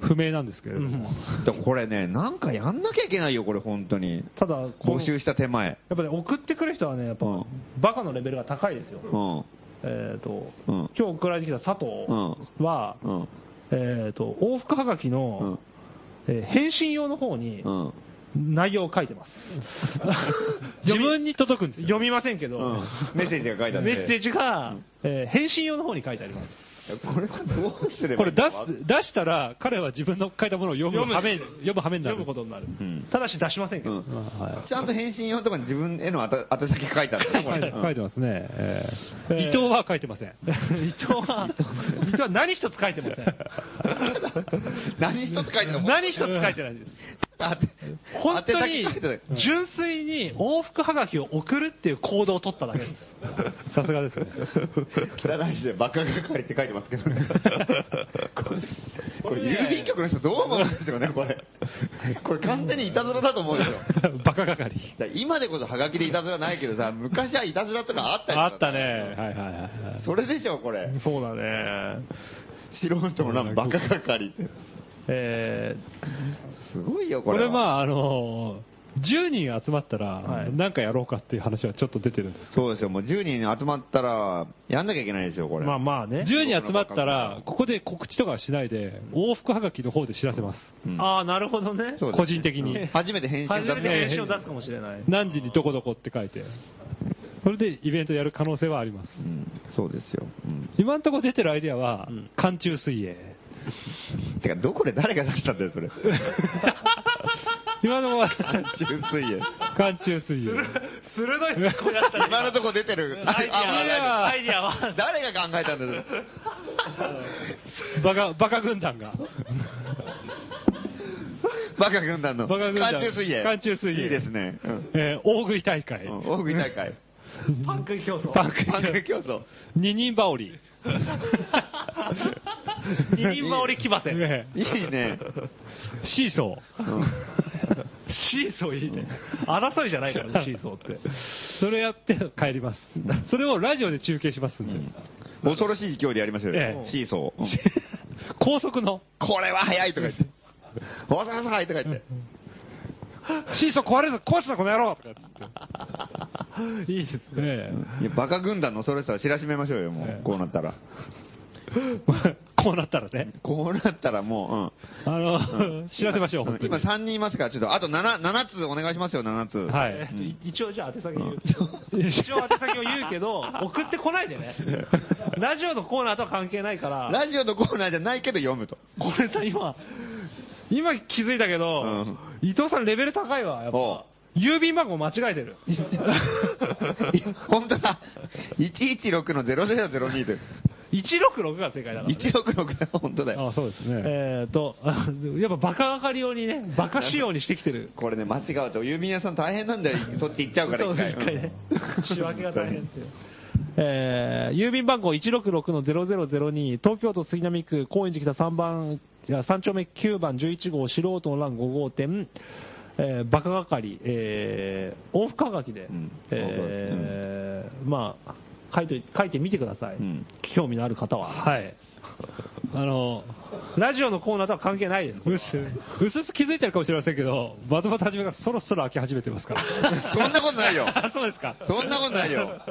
[SPEAKER 3] 不明なんですけれども、
[SPEAKER 2] だからこれね、なんかやんなきゃいけないよ、これ、本当に、
[SPEAKER 1] ただ、こ
[SPEAKER 2] 募
[SPEAKER 1] のや
[SPEAKER 2] 集した手前、
[SPEAKER 1] っぱね、送ってくる人はね、やっぱ、
[SPEAKER 2] うん
[SPEAKER 1] バカのレベルが高いですよ。
[SPEAKER 2] うん、
[SPEAKER 1] えっ、と、
[SPEAKER 2] うん
[SPEAKER 1] 今日送られてきた佐藤は、
[SPEAKER 2] うん、
[SPEAKER 1] えっ、と、往復はがき
[SPEAKER 2] う
[SPEAKER 1] の
[SPEAKER 2] ん、、
[SPEAKER 1] えー返信用の方に
[SPEAKER 2] うん、
[SPEAKER 1] 内容を書いて ます。
[SPEAKER 3] 自分に届くんですよ。
[SPEAKER 1] 読みませんけど、
[SPEAKER 2] うん、メッセージが書いてあって
[SPEAKER 1] メッセージが、えー返信用の方に書いてあります。
[SPEAKER 2] これはどうすれば
[SPEAKER 3] これ
[SPEAKER 2] いいの
[SPEAKER 3] 出す出したら、彼は自分の書いたものを読む
[SPEAKER 1] 読む
[SPEAKER 3] はめ読むはめにな
[SPEAKER 1] 読む
[SPEAKER 3] る
[SPEAKER 1] こ。とになる。
[SPEAKER 2] ん
[SPEAKER 1] ただし出しませんけ
[SPEAKER 2] う
[SPEAKER 1] ど。
[SPEAKER 2] ん
[SPEAKER 3] は
[SPEAKER 2] ちゃんと返信用のとかに自分への宛宛先書いてあるね
[SPEAKER 3] い
[SPEAKER 2] これうん
[SPEAKER 3] 書いてますね、えー
[SPEAKER 1] えー
[SPEAKER 3] 伊藤は書いてません。
[SPEAKER 1] 伊藤は、伊藤は何一つ書いてません。
[SPEAKER 2] 何一つ書いてない。
[SPEAKER 1] 何一つ書いてないです。
[SPEAKER 2] あて
[SPEAKER 1] 本当
[SPEAKER 2] 宛
[SPEAKER 1] に
[SPEAKER 2] 先書いてない。
[SPEAKER 1] 純粋に往復はがきを送るっていう行動を取っただけです。
[SPEAKER 3] さすがですね。
[SPEAKER 2] 汚い字でバカ係って書いてますけどね。これ郵便局の人どう思うんですよね、これ。これ完全にいたずらだと思うんですよ。
[SPEAKER 3] バカ係。
[SPEAKER 2] だから今でこそハガキでいたずらないけどさ、昔はいたずらとかあったり
[SPEAKER 3] あったね。。はいはいはいはい。
[SPEAKER 2] それでしょ、これ。
[SPEAKER 1] そうだね。
[SPEAKER 2] 素人のなんかバカ係って。
[SPEAKER 1] え
[SPEAKER 2] すごいよ、こ
[SPEAKER 3] こ
[SPEAKER 2] れは。
[SPEAKER 3] れまあ、あのー、10人集まったら
[SPEAKER 1] は、い
[SPEAKER 3] なんかやろうかっていう話はちょっと出てるんです。
[SPEAKER 2] そうですよ、もう10人集まったら、やんなきゃいけないですよ、こ
[SPEAKER 1] ー
[SPEAKER 2] れ。
[SPEAKER 1] まあまあね。
[SPEAKER 3] 10人集まったら、ここで告知とかはしないで、往復はがきの方で知らせます。
[SPEAKER 2] うん
[SPEAKER 1] ああ、なるほどね。
[SPEAKER 2] そうです
[SPEAKER 3] 個人的に
[SPEAKER 2] うん 初めて返信
[SPEAKER 1] 初
[SPEAKER 2] だ
[SPEAKER 1] め
[SPEAKER 2] っ
[SPEAKER 1] に
[SPEAKER 2] て
[SPEAKER 1] 返信を出すかもしれない。
[SPEAKER 3] 何時にどこどこって書いて。それでイベントやる可能性はあります。
[SPEAKER 2] うん、そうですよ。うん
[SPEAKER 3] 今のところ出てるアイデアは
[SPEAKER 1] ん、
[SPEAKER 3] 寒中水泳。
[SPEAKER 2] てか、どこで誰が出したんだよ、それ。
[SPEAKER 3] 今のとこは、
[SPEAKER 2] 純粋へ。
[SPEAKER 3] 寒中水 泳。
[SPEAKER 1] 鋭いツッコミだったね
[SPEAKER 2] 今のとこ出てる。
[SPEAKER 1] アイディアは、アイディアは、
[SPEAKER 2] 誰が考えたんだよ。
[SPEAKER 3] バカ、バカ軍団が。
[SPEAKER 2] バカ軍団の。
[SPEAKER 3] バカ軍団
[SPEAKER 2] 寒中水泳。
[SPEAKER 3] 寒中水泳
[SPEAKER 2] いいですね。うん。
[SPEAKER 3] えー大食い大会
[SPEAKER 2] う。ん大食い大会。
[SPEAKER 1] パンク競争。
[SPEAKER 3] パンク
[SPEAKER 2] パンク競争。
[SPEAKER 3] 二人羽織。
[SPEAKER 1] 二人羽織騎馬戦。
[SPEAKER 3] ね
[SPEAKER 2] いいね。
[SPEAKER 3] シーソー。
[SPEAKER 1] シーソーいいね。争いじゃない からね、シーソーって。
[SPEAKER 3] それやって帰ります。それをラジオで中継しますんで。
[SPEAKER 2] 恐ろしい勢いでやりましょうよ
[SPEAKER 3] え。え
[SPEAKER 2] シーソー。うん
[SPEAKER 3] 高速の、
[SPEAKER 2] これは早いとか言って。恐ろしいとか言って。
[SPEAKER 3] シーソー壊れるぞ、壊すな、この野郎とかっつって。いいですね。
[SPEAKER 2] いや、バカ軍団の恐ろしさを知らしめましょうよ、も
[SPEAKER 3] え
[SPEAKER 2] う
[SPEAKER 3] え。
[SPEAKER 2] こうなったら。
[SPEAKER 3] こうなったらね。
[SPEAKER 2] こうなったらもう、うん。
[SPEAKER 3] あの、知らせましょう、
[SPEAKER 2] うん
[SPEAKER 3] 本当に
[SPEAKER 2] 今3人いますから、ちょっと、あと 7, 7つお願いしますよ、7つ。
[SPEAKER 3] は
[SPEAKER 1] え
[SPEAKER 3] い
[SPEAKER 1] っ。とい一応じゃあ宛先言う。
[SPEAKER 3] ん
[SPEAKER 1] 一応宛先を言うけど、送ってこないで ね。ラジオのコーナーとは関係ないから、
[SPEAKER 2] ラジオのコーナーじゃないけど読むと。
[SPEAKER 1] これさ、今、今気づいたけど、
[SPEAKER 2] うん
[SPEAKER 1] 伊藤さんレベル高いわ、やっ
[SPEAKER 2] おう
[SPEAKER 1] ぱ。郵便番号間違えて る。
[SPEAKER 2] 本当だ。116の0002で。
[SPEAKER 1] 166が正解だからね、
[SPEAKER 2] 166だ、本当だよ。
[SPEAKER 3] あそうですね。
[SPEAKER 1] えっ、と、 やっぱバカ係用にね、バカ仕様にしてきてる。
[SPEAKER 2] これね、間違うと、郵便屋さん大変なんだよ。そっち行っちゃうから、
[SPEAKER 1] そう
[SPEAKER 2] 一回。
[SPEAKER 1] 一回ね。仕分けが大変っていう。えー郵便番号166-0002、東京都杉並区高円寺北3番、いや3丁目9番11号、素人の欄5号店、えー、バカ係、えー、往復はがきで、
[SPEAKER 2] うん
[SPEAKER 1] えーまあ、書いて書いてみてください、
[SPEAKER 2] うん
[SPEAKER 1] 興味のある方は
[SPEAKER 3] はい。あの、
[SPEAKER 1] ラジオのコーナーとは関係ないです
[SPEAKER 3] うす、うすうす気づいてるかもしれませんけど、松本はじめがそろそろ飽き始めてます から。
[SPEAKER 2] そんなことないよ。
[SPEAKER 3] あ、そうですか。
[SPEAKER 2] そんなことないよ。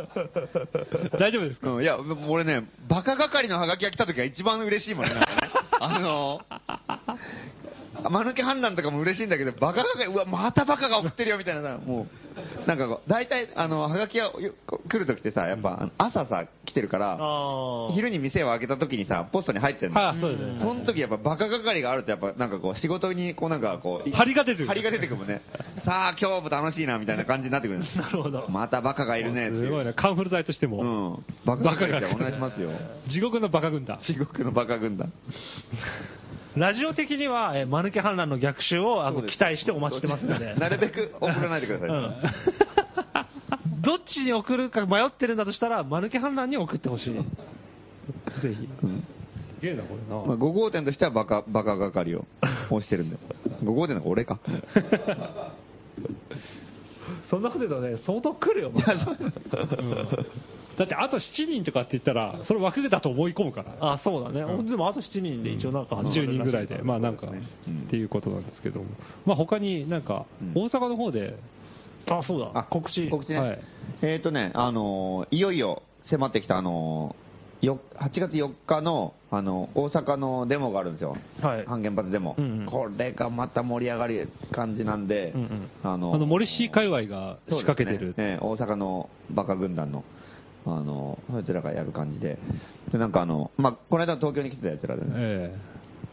[SPEAKER 3] 大丈夫ですか
[SPEAKER 2] うん、いや、俺ね、バカ係のハガキが来た時が一番嬉しいもんね、なんかねあのー、間抜け反乱とかも嬉しいんだけど、バカ係、うわ、またバカが送ってるよ、みたいなさ、もう、なんかこう、大体、あの、ハガキがよ来る時ってさ、やっぱ、あの朝さ、来てるから、
[SPEAKER 1] あ
[SPEAKER 2] 昼に店を開けた時にさ、ポストに入ってるの。
[SPEAKER 3] あ、そうですね。
[SPEAKER 2] その時やっぱバカ係があるとやっぱなんかこう仕事にこうなんかこうい
[SPEAKER 3] 張りが出てくる
[SPEAKER 2] 張りが出てくるもんね。さあ今日も楽しいなみたいな感じになってくる。なるほど。またバカがいるねっていう。
[SPEAKER 3] すごいね。カンフル剤として
[SPEAKER 2] う
[SPEAKER 3] も、
[SPEAKER 2] ん。バカ係じゃあお願いしますよ。
[SPEAKER 3] 地獄のバカ軍団。
[SPEAKER 2] 地獄のバカ軍団。
[SPEAKER 1] ラジオ的には、えー、マヌケ反乱の逆襲をあ
[SPEAKER 2] そ
[SPEAKER 1] の
[SPEAKER 2] うです
[SPEAKER 1] 期待してお待ちしてますので
[SPEAKER 2] なるべく送らないでください。
[SPEAKER 1] うん、 どっちに送るか迷ってるんだとしたら、マヌケ反乱に送ってほしい。ぜひ。
[SPEAKER 3] すげえな、これな。
[SPEAKER 2] まあ、5号店としてはバカ、バカ係を押して るんだよ。5号店なんか俺か。
[SPEAKER 1] そんなこと言うとね、相当来るよ。
[SPEAKER 3] だってあと7人とかって言ったら、それ枠だと思い込むから。
[SPEAKER 1] あ、そうだね。でもあと7人で一応なんか始まるらしい
[SPEAKER 3] 10人ぐらいで、まあなんか、
[SPEAKER 2] うん
[SPEAKER 3] っていうことなんですけども、まあ他になんか、
[SPEAKER 2] うん
[SPEAKER 3] 大阪の方で、
[SPEAKER 1] あ、そうだ。告知。
[SPEAKER 2] 告知ね。
[SPEAKER 3] はい
[SPEAKER 2] えっ、とね、あのーいよいよ迫ってきたあのーよ8月4日の、あのー大阪のデモがあるんですよ。
[SPEAKER 1] はい
[SPEAKER 2] 反原発デモ、
[SPEAKER 1] うんうん
[SPEAKER 2] これがまた盛り上がり感じなんで、
[SPEAKER 1] うんうん
[SPEAKER 2] あのー
[SPEAKER 3] あの森氏界隈が仕掛けて
[SPEAKER 2] そうで
[SPEAKER 3] る
[SPEAKER 2] す、ねええ大阪のバカ軍団の、あのーそいつらがやる感じで、でなんかあの、まあ、この間東京に来てたやつらでね、
[SPEAKER 3] え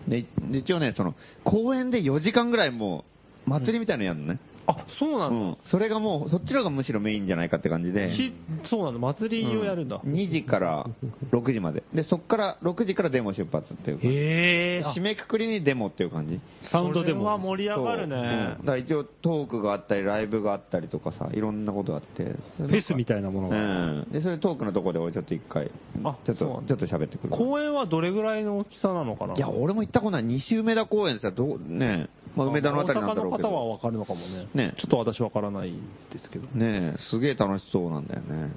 [SPEAKER 2] でで一応ね、その公園で4時間ぐらいもう、祭りみたいなのやるのね、
[SPEAKER 1] あ、そうな
[SPEAKER 2] うん
[SPEAKER 1] だ。
[SPEAKER 2] んそれがもう、そっちの方がむしろメインじゃないかって感じで。
[SPEAKER 1] ひそうなんだ。祭りをやるんだ。
[SPEAKER 2] 2時から6時まで。で、そこから6時からデモ出発っていうか
[SPEAKER 1] へえ。
[SPEAKER 2] 締めくくりにデモっていう感じ。
[SPEAKER 3] えサウンドで
[SPEAKER 1] これは
[SPEAKER 3] も、
[SPEAKER 1] 盛り上がる
[SPEAKER 2] そ
[SPEAKER 1] ね
[SPEAKER 2] ううんだ。から一応トークがあったり、ライブがあったりとかさ、いろんなことがあって。
[SPEAKER 3] フェスみたいなもの
[SPEAKER 2] う
[SPEAKER 3] が、
[SPEAKER 2] ん。で、それトークのとこで俺ちょっと一回、
[SPEAKER 1] あ
[SPEAKER 2] ちょっ
[SPEAKER 1] そうな
[SPEAKER 2] と、
[SPEAKER 1] ん
[SPEAKER 2] ちょっと喋ってくる。
[SPEAKER 1] 公演はどれぐらいの大きさなのかない
[SPEAKER 2] や、俺も行ったことない。西梅田公園さ、どう、ねまあ梅田のあたりなんだろう
[SPEAKER 1] 大阪
[SPEAKER 2] け
[SPEAKER 1] の方
[SPEAKER 2] ど。
[SPEAKER 1] は分かるのかもね。
[SPEAKER 2] ね
[SPEAKER 1] ちょっと私分からないですけど。
[SPEAKER 2] ねえすげえ楽しそうなんだよね。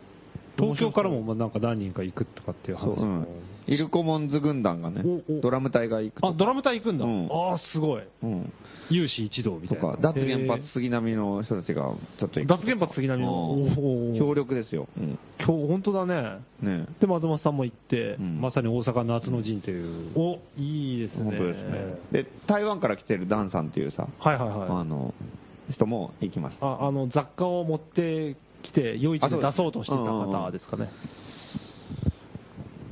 [SPEAKER 3] 東京からもまあなんか何人か行くとかっていう話
[SPEAKER 2] そう、う
[SPEAKER 3] も
[SPEAKER 2] ん。イルコモンズ軍団がね
[SPEAKER 1] おお、
[SPEAKER 2] ドラム隊が行くと
[SPEAKER 1] あ、
[SPEAKER 2] か。
[SPEAKER 1] ドラム隊行くんだ。
[SPEAKER 2] うん
[SPEAKER 1] ああ、すごい。
[SPEAKER 2] うん。
[SPEAKER 3] 有志一同みた
[SPEAKER 2] と
[SPEAKER 3] いな
[SPEAKER 2] か、、脱原発杉並の人たちがちょっと行く
[SPEAKER 1] 脱原発杉並の。
[SPEAKER 2] う
[SPEAKER 1] お
[SPEAKER 2] ん
[SPEAKER 1] ー
[SPEAKER 2] 協力ですよ。うん
[SPEAKER 1] 今日、本当だね。
[SPEAKER 2] ね
[SPEAKER 1] で、松本さんも行って。
[SPEAKER 2] うん
[SPEAKER 3] まさに大阪の夏の陣という、
[SPEAKER 1] お、いいですね。
[SPEAKER 2] 本当ですね。で、台湾から来てるダンさんっていうさ、
[SPEAKER 1] はいはいは
[SPEAKER 2] あ
[SPEAKER 1] い。
[SPEAKER 2] の、人も行きます。
[SPEAKER 1] ああの、雑貨を持ってきて、夜市
[SPEAKER 2] あそ
[SPEAKER 1] で
[SPEAKER 2] うです
[SPEAKER 1] 出そうとしてた方ですかね。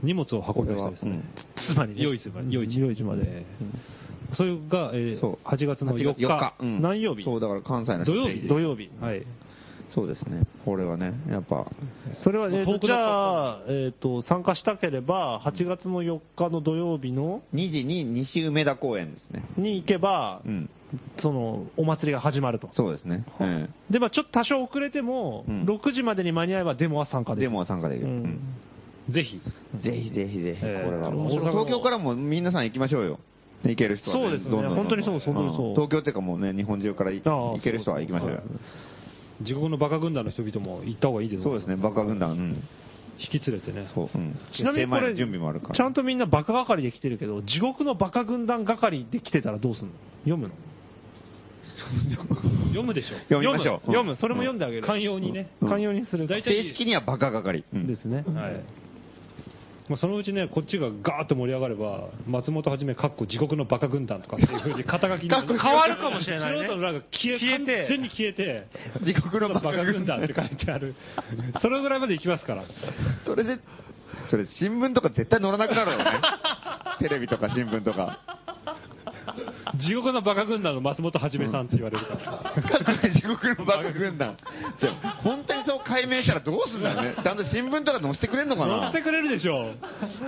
[SPEAKER 3] 荷物を運んだ人です
[SPEAKER 2] う
[SPEAKER 3] ね
[SPEAKER 2] ん。
[SPEAKER 1] つまりね。
[SPEAKER 3] 夜市まで、
[SPEAKER 1] 夜市夜市まで。
[SPEAKER 3] ええそれが、えー
[SPEAKER 2] そう
[SPEAKER 3] 8月の
[SPEAKER 2] 8
[SPEAKER 3] 4
[SPEAKER 2] 月4
[SPEAKER 3] 日
[SPEAKER 2] 日。うん
[SPEAKER 1] 何曜日
[SPEAKER 2] そう、だから関西の人
[SPEAKER 3] 土曜日
[SPEAKER 2] ぜ
[SPEAKER 3] です
[SPEAKER 2] ひ
[SPEAKER 1] 土曜日。
[SPEAKER 3] はい。
[SPEAKER 2] そうですね。これはね、やっぱ、
[SPEAKER 1] それは、えーと
[SPEAKER 3] 遠く
[SPEAKER 1] じ
[SPEAKER 3] なか
[SPEAKER 1] ゃあ、えーと、参加したければ、8月の4日の土曜日の、
[SPEAKER 2] 2時に西梅田公園ですね。
[SPEAKER 1] に行けば
[SPEAKER 2] う、ん。
[SPEAKER 1] その、お祭りが始まると。
[SPEAKER 2] そうですね。え
[SPEAKER 1] で、まあちょっと多少遅れても、
[SPEAKER 2] うん
[SPEAKER 1] 6時までに間に合えばデモは参加
[SPEAKER 2] え
[SPEAKER 1] でき
[SPEAKER 2] デ
[SPEAKER 1] る。
[SPEAKER 2] モは参加できる。
[SPEAKER 1] う
[SPEAKER 2] うんん
[SPEAKER 3] ぜひ。
[SPEAKER 2] ぜひぜひぜひ、こ
[SPEAKER 3] ええ
[SPEAKER 2] れは。
[SPEAKER 3] 面白い
[SPEAKER 2] 東京からも皆さん行きましょうよ。行ける人は、
[SPEAKER 1] そうですね
[SPEAKER 2] どんどんどんどん
[SPEAKER 1] 本当にそう本当にそうん
[SPEAKER 2] 東京っていうかもうね、日本中からい
[SPEAKER 1] ああ
[SPEAKER 2] 行ける人は行きましょうよ。
[SPEAKER 3] 地獄のバカ軍団の人々も行った方がいいですよ
[SPEAKER 2] そうですね、バカ軍団。うん。
[SPEAKER 3] 引き連れてね。
[SPEAKER 2] そう。うん。
[SPEAKER 1] ちなみにこ
[SPEAKER 2] 精米
[SPEAKER 1] れ、
[SPEAKER 2] の準備もあるから。
[SPEAKER 1] ちゃんとみんなバカ係で来てるけど、地獄のバカ軍団係で来てたらどうすんの読むの
[SPEAKER 3] 読むでしょ。
[SPEAKER 2] 読みましょう。
[SPEAKER 1] 読む、
[SPEAKER 2] うん
[SPEAKER 1] それも読んであげる。
[SPEAKER 3] 寛容にね。
[SPEAKER 1] 寛容にする。
[SPEAKER 3] 大体
[SPEAKER 2] 正式にはバカ係。うん
[SPEAKER 1] ですね。
[SPEAKER 3] はい。まあ、そのうちね、こっちがガーッと盛り上がれば、松本はじめ、かっこ地獄のバカ軍団とかっていうふ うに肩書きに
[SPEAKER 2] かっこ
[SPEAKER 1] 変わるかもしれないね
[SPEAKER 3] 素人のなんか消え
[SPEAKER 1] 消えて
[SPEAKER 3] 完全に消えて、
[SPEAKER 2] 地獄の
[SPEAKER 3] バ
[SPEAKER 2] バ
[SPEAKER 3] カ
[SPEAKER 2] カ
[SPEAKER 3] 軍
[SPEAKER 2] 軍
[SPEAKER 3] 団
[SPEAKER 2] 団
[SPEAKER 3] って書いて ある。それぐらいまで行きますから。
[SPEAKER 2] それで、それ新聞とか絶対載らなくなるよ ね。テレビとか新聞とか。
[SPEAKER 3] 地獄のバカ軍団の松本はじめさんって言われるから。
[SPEAKER 2] 各地獄のバカ 軍団。じゃあ本当にそう解明したらどうすんだよね。ちゃんと新聞とか載せてくれんのか
[SPEAKER 3] 乗
[SPEAKER 2] な
[SPEAKER 3] ってくれるでしょう。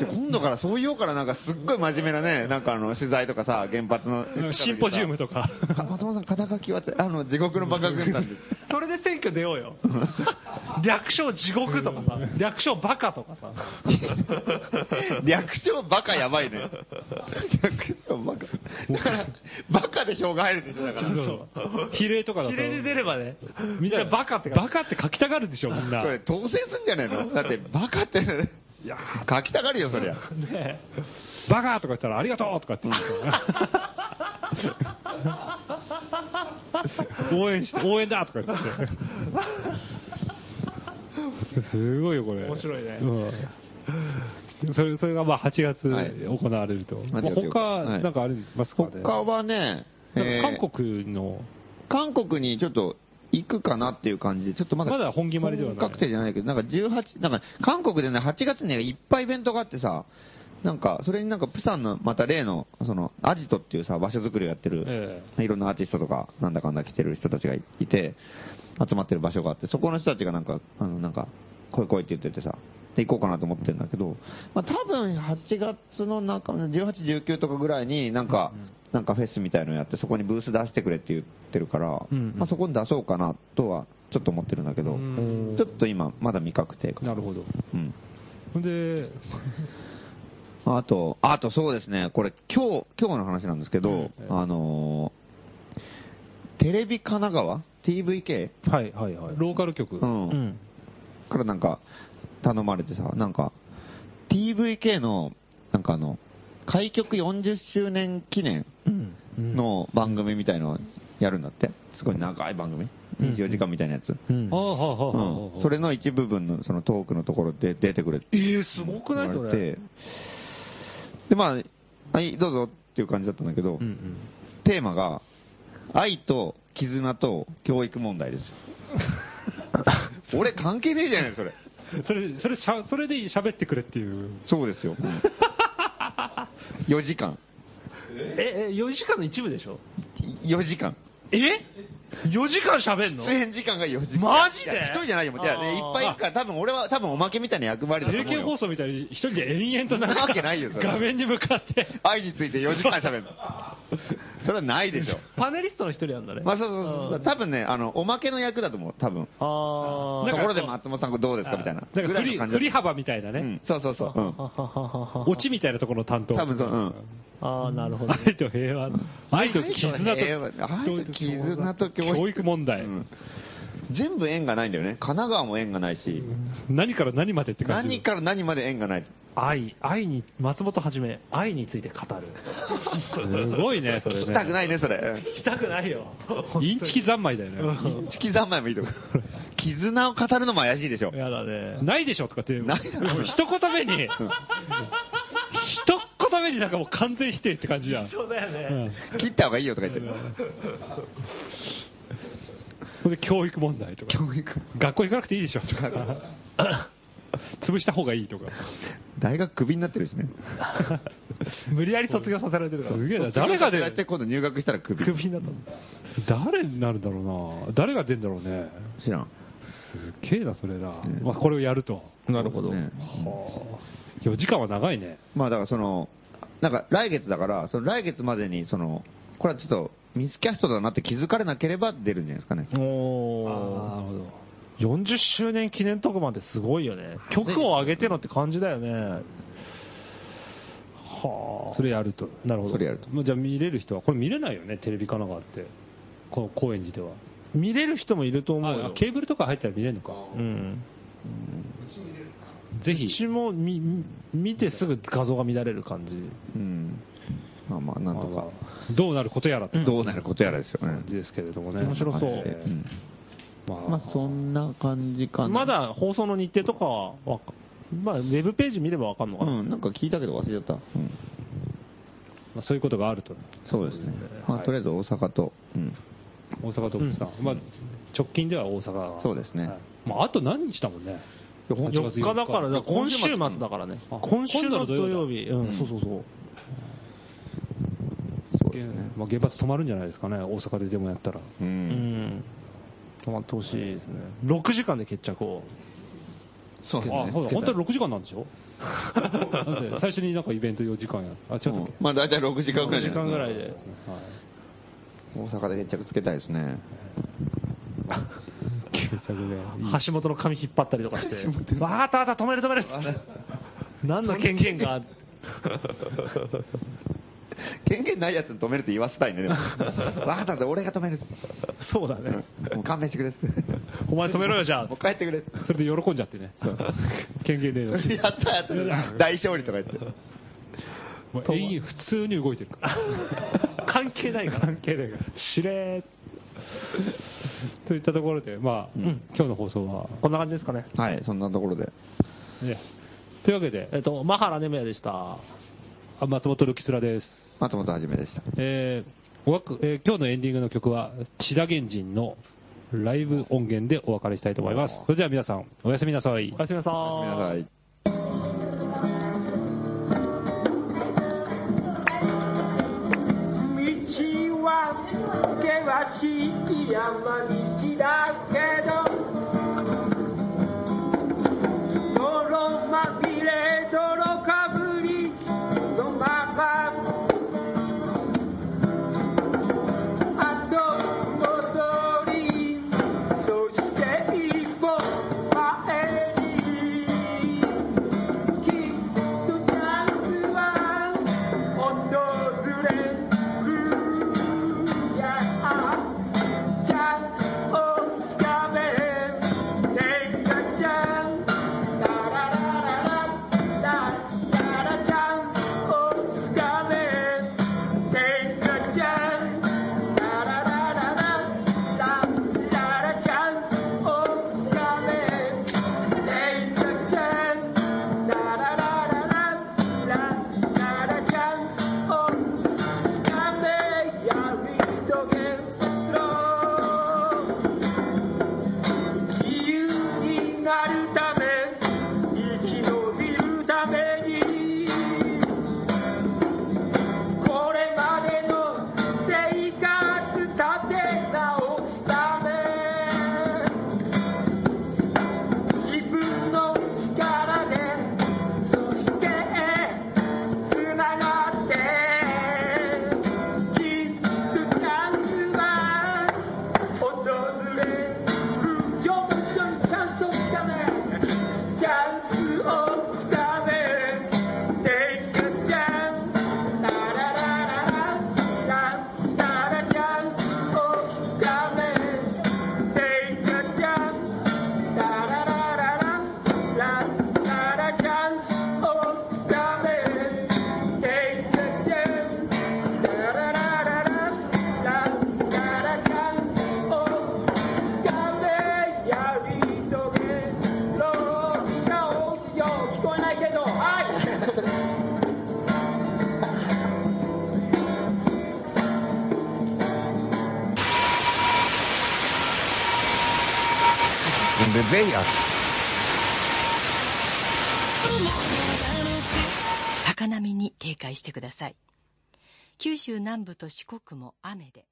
[SPEAKER 2] で今度からそういうからなんかすっごい真面目なね、なんかあの取材とかさ、原発の。
[SPEAKER 3] シンポジウム とか。
[SPEAKER 2] か。松本さん、肩書きはって、あの、地獄のバカ軍 団です。
[SPEAKER 1] それで選挙出よう よ。略称地獄とかさ、略称バカとかさ。
[SPEAKER 2] 略称バカやばいね。略称バカ。だから、バカで票が入るんですよ、だから。
[SPEAKER 3] そう比例とかだと。
[SPEAKER 1] 比例で出ればね、
[SPEAKER 3] みんな
[SPEAKER 1] バカって書く
[SPEAKER 3] バカって書きたがるでしょ、みんな。
[SPEAKER 2] それ、当選するんじゃない のだって、バカって、書きたがるよ、そりゃ。
[SPEAKER 1] ねえ
[SPEAKER 3] バカとか言ったら、ありがとうとかって言 って。応援して、応援だとか言って。すごいよ、これ。
[SPEAKER 1] 面白いね
[SPEAKER 3] うんそれそれがまあ8月
[SPEAKER 2] はい
[SPEAKER 3] 行われると、
[SPEAKER 2] 8月
[SPEAKER 3] 他、
[SPEAKER 2] はい
[SPEAKER 3] なんかありますかね、
[SPEAKER 2] 他はね、えー
[SPEAKER 3] なんか韓国の、
[SPEAKER 2] 韓国にちょっと行くかなっていう感じで、ちょっとまだ
[SPEAKER 3] まだ本決まりではない
[SPEAKER 2] 本確定じゃないけど、なんか18、なんか韓国でね、8月にねいっぱいイベントがあってさ、なんか、それになんか、プサンの、また例の、その、アジトっていうさ、場所作りをやってる、
[SPEAKER 3] え
[SPEAKER 2] いろんなアーティストとか、なんだかんだ来てる人たちがいいて、集まってる場所があって、そこの人たちがなんか、あの、なんか、来い来いって言っててさ、で、行こうかなと思ってるんだけど、まあ、多分8月の中、18、19とかぐらいになんか、なんかフェスみたいのやって、そこにブース出してくれって言ってるから、
[SPEAKER 3] うんうん
[SPEAKER 2] まあ、そこに出そうかなとは、ちょっと思ってるんだけど、
[SPEAKER 3] ん
[SPEAKER 2] ちょっと今、まだ未確定か
[SPEAKER 3] え
[SPEAKER 2] な。
[SPEAKER 3] なるほど、
[SPEAKER 2] うん
[SPEAKER 3] ほんで、
[SPEAKER 2] あと、あとそうですね、これ今日、今日の話なんですけど、あのーテレビ神奈川 ?TVK?
[SPEAKER 3] はいはいはい、ローカル局、
[SPEAKER 2] うん。
[SPEAKER 1] うん
[SPEAKER 2] からなんか、頼まれてさ、なんか、TVK の、なんかあの、開局40周年記念
[SPEAKER 1] うん
[SPEAKER 2] の番組みたいのをやるんだって。すごい長い番組。24時間みたいなやつ。
[SPEAKER 1] うん
[SPEAKER 3] ああ、はあはあはあは
[SPEAKER 2] う
[SPEAKER 3] あ
[SPEAKER 2] ん、それの一部分のそのトークのところで出てくれて
[SPEAKER 1] えー、すごくないそ
[SPEAKER 2] 言わ
[SPEAKER 1] れ
[SPEAKER 2] てでまあはいどうぞっていう感じだったんだけど、テーマが愛と絆と教育問 題ですよ俺関係ねえじゃないそれ
[SPEAKER 3] それ、それしゃ、それで喋ってくれっていう。
[SPEAKER 2] そうですよ4時間
[SPEAKER 1] ええ4時間の一部でしょ
[SPEAKER 2] 4時間
[SPEAKER 1] え4時間喋んの
[SPEAKER 2] 出演時間が4時間
[SPEAKER 1] マジで
[SPEAKER 2] いや一人じゃないよいや
[SPEAKER 1] あー
[SPEAKER 2] ねいっぱいいるから多分俺は多分おまけみたいな役割だと
[SPEAKER 3] 政
[SPEAKER 2] 思う
[SPEAKER 3] 見放
[SPEAKER 2] よ
[SPEAKER 3] 送みたいに一人で延々と
[SPEAKER 2] そん
[SPEAKER 3] な
[SPEAKER 2] な
[SPEAKER 3] ん
[SPEAKER 2] わ
[SPEAKER 3] か
[SPEAKER 2] けないよそれ
[SPEAKER 3] 画面に向かって。
[SPEAKER 2] 愛について4時間喋る のそれはないでしょ
[SPEAKER 1] パネリストの一人なんだね
[SPEAKER 2] まあそうそうそう多分ね、あの、おまけの役だと思う、多分。
[SPEAKER 1] あ
[SPEAKER 3] な
[SPEAKER 2] と
[SPEAKER 3] んか
[SPEAKER 2] ころで松本さんこれどうですかみたいな。
[SPEAKER 3] なん
[SPEAKER 2] ぐ
[SPEAKER 3] から振
[SPEAKER 2] い
[SPEAKER 3] り
[SPEAKER 2] の感じ
[SPEAKER 3] 振り
[SPEAKER 2] だっ
[SPEAKER 3] 幅みたいな
[SPEAKER 2] た
[SPEAKER 3] ね
[SPEAKER 2] うん。そうそうそう。うん。
[SPEAKER 1] あ
[SPEAKER 3] オチみたいなところの担当。
[SPEAKER 2] 多分そう、うん。
[SPEAKER 1] ああなるほどね
[SPEAKER 3] 愛と平和。愛と絆
[SPEAKER 2] 愛と平和愛と絆と教育
[SPEAKER 3] 教育問題
[SPEAKER 2] う。ん全部縁がないんだよね。神奈川も縁がないし、
[SPEAKER 3] 何から何までって感じ。
[SPEAKER 2] 何から何まで縁がない。
[SPEAKER 1] 愛愛に松本はじめ愛について語る
[SPEAKER 3] すごいね、それ
[SPEAKER 2] 聞きたく
[SPEAKER 3] ね。
[SPEAKER 2] ないね、それ。
[SPEAKER 1] したくないよ
[SPEAKER 3] インチキ三昧だよね。
[SPEAKER 2] チキ三昧もいいと 思う。絆を語るのも怪しいでしょ。
[SPEAKER 1] やだね
[SPEAKER 3] ないでしょとかって。
[SPEAKER 2] ないだろう
[SPEAKER 3] 一言目に、一言目になんかもう完全否定って感じじゃん。
[SPEAKER 1] そうだよね、
[SPEAKER 3] うん
[SPEAKER 2] 切った方がいいよとか言ってる。
[SPEAKER 3] それで教育問題とか。
[SPEAKER 2] 教育。
[SPEAKER 3] 学校行かなくていいでしょとか。潰した方がいいとか。
[SPEAKER 2] 大学クビになってるしね。
[SPEAKER 1] 無理やり卒業させられてるから
[SPEAKER 3] すげえな。誰が出
[SPEAKER 2] 卒業させられて
[SPEAKER 3] る
[SPEAKER 2] 今度入学したらクビ。
[SPEAKER 1] クビになったの
[SPEAKER 3] 誰になるんだろうな。誰が出るんだろうね。
[SPEAKER 2] 知らん。
[SPEAKER 3] すっげえな、それな。まあ、これをやると。
[SPEAKER 1] なるほど
[SPEAKER 2] ね
[SPEAKER 3] 4時間は長いね。
[SPEAKER 2] まあだからその、なんか来月だから、その来月までにその、これはちょっとミスキャストだなって気づかれなければ出るんじゃないですかね。
[SPEAKER 1] おー
[SPEAKER 3] るほど。
[SPEAKER 1] 40周年記念特番ってすごいよね曲を上げてのって感じだよねはあ
[SPEAKER 3] それやると。なるほど。
[SPEAKER 2] それやると
[SPEAKER 3] まあじゃあ見れる人は、これ見れないよね、テレビ神奈川って。この高円寺では。
[SPEAKER 1] 見れる人もいると思う
[SPEAKER 3] あ
[SPEAKER 1] よ
[SPEAKER 3] あケーブルとか入ったら見れるのか。
[SPEAKER 1] うん
[SPEAKER 3] ぜひ
[SPEAKER 1] う。ちもみみ見てすぐ画像が乱れる感じ
[SPEAKER 2] うん。まあまあ、なんと
[SPEAKER 3] まあ
[SPEAKER 2] か
[SPEAKER 3] ま、あどうなることやらって
[SPEAKER 2] どうなることやらですよね
[SPEAKER 3] 感。じですけれどもね。
[SPEAKER 1] 面白そう
[SPEAKER 2] はいうん
[SPEAKER 3] まあ
[SPEAKER 2] まあそんな感じかな。
[SPEAKER 1] まだ放送の日程とかはわか、まあ、ウェブページ見ればわかんの
[SPEAKER 2] う
[SPEAKER 1] かな、
[SPEAKER 2] ん、なんか聞いたけど忘れちゃった。うん。
[SPEAKER 3] まあそういうことがあると。
[SPEAKER 2] そうですね。まあとりあえず大阪と、うん。
[SPEAKER 3] 大阪トップさん、まあ、直近では大阪
[SPEAKER 2] そうですね
[SPEAKER 3] はいまあ、あと何日だもんね
[SPEAKER 1] 4日だから、だから今週末だからね、
[SPEAKER 3] あ
[SPEAKER 1] 今週の土曜日、う
[SPEAKER 2] 今度の土曜だ
[SPEAKER 1] ん、そうそうそう、
[SPEAKER 2] そうですね。
[SPEAKER 3] まあ、原発止まるんじゃないですかね大阪ででもやったら
[SPEAKER 2] う。
[SPEAKER 1] うんん、止まってほしいですね、6時間で決着を、
[SPEAKER 2] そうです
[SPEAKER 3] あ
[SPEAKER 2] ね。
[SPEAKER 3] ほら
[SPEAKER 2] つけ
[SPEAKER 3] 本
[SPEAKER 2] た
[SPEAKER 3] 当に6時間なんでしょだって 最初になんかイベント4時間やあ違ったっけ、
[SPEAKER 2] うんまあ大体6時間ぐらい
[SPEAKER 1] 6
[SPEAKER 2] じ
[SPEAKER 1] 時
[SPEAKER 2] ゃな
[SPEAKER 1] 間ぐらい
[SPEAKER 2] い
[SPEAKER 1] で、
[SPEAKER 3] はい
[SPEAKER 2] 大阪で決着つけたいですね。
[SPEAKER 3] 決着で
[SPEAKER 1] 橋本の髪引っ張ったりとかして、わかったわかった、止める止める、何の権限が、
[SPEAKER 2] 権限ないやつに止めるって言わせたい ね、でも。わかったって、俺が止める。
[SPEAKER 1] そうだね。
[SPEAKER 2] もう勘弁して くれっつって。
[SPEAKER 1] お前止めろよ、じゃあ
[SPEAKER 2] もう。帰ってくれっつって
[SPEAKER 3] それで喜んじゃってね。権限で。
[SPEAKER 2] やったやった。大勝利とか言って。
[SPEAKER 3] もう永遠普通に動いてるから。
[SPEAKER 1] 関係ないから。
[SPEAKER 3] 関係ないから。しれーっといったところで、まあ、今日の放送は、
[SPEAKER 1] こんな感じですかね。
[SPEAKER 2] はい、そんなところで。
[SPEAKER 3] ね。というわけで、
[SPEAKER 1] えっと、マハラネムヤでした。
[SPEAKER 3] あ松本ルキスラです。
[SPEAKER 2] 松本はじめでした。
[SPEAKER 3] えーおわくえー今日のエンディングの曲は、千田源人のライブ音源でお別れしたいと思います。それでは皆さん、おやすみなさい
[SPEAKER 1] お。やすみなさ
[SPEAKER 2] ごめんな
[SPEAKER 1] ー
[SPEAKER 2] さ
[SPEAKER 1] い。
[SPEAKER 2] い。
[SPEAKER 7] 道は険しい山道だけど泥まみれ泥かぶりのまま後戻りそして一歩前にきっとチャンスは訪れるやチャンスをつかめ天下チャンスラララララララチャンスをつかめ天下チャンスララララララララチャンスをつかめ天下チャンスラララララララチャンスをつかめやり遂げろ自由になるため生き延びるためにこれまでの生活立て直すため自分の力でそしてつながってきっとチャンスは訪れるよ一緒にチャンスをつかめチャンスをつかめ Take a chance ララララララララチャンスをつかめ Take a chance ラララララララチャンスをつかめ Take a chance ラララララララチャンスをつかめやり遂げろみんな大きいよ聞こえないけどはい
[SPEAKER 8] 高波に警戒してください。九州南部と四国も雨で、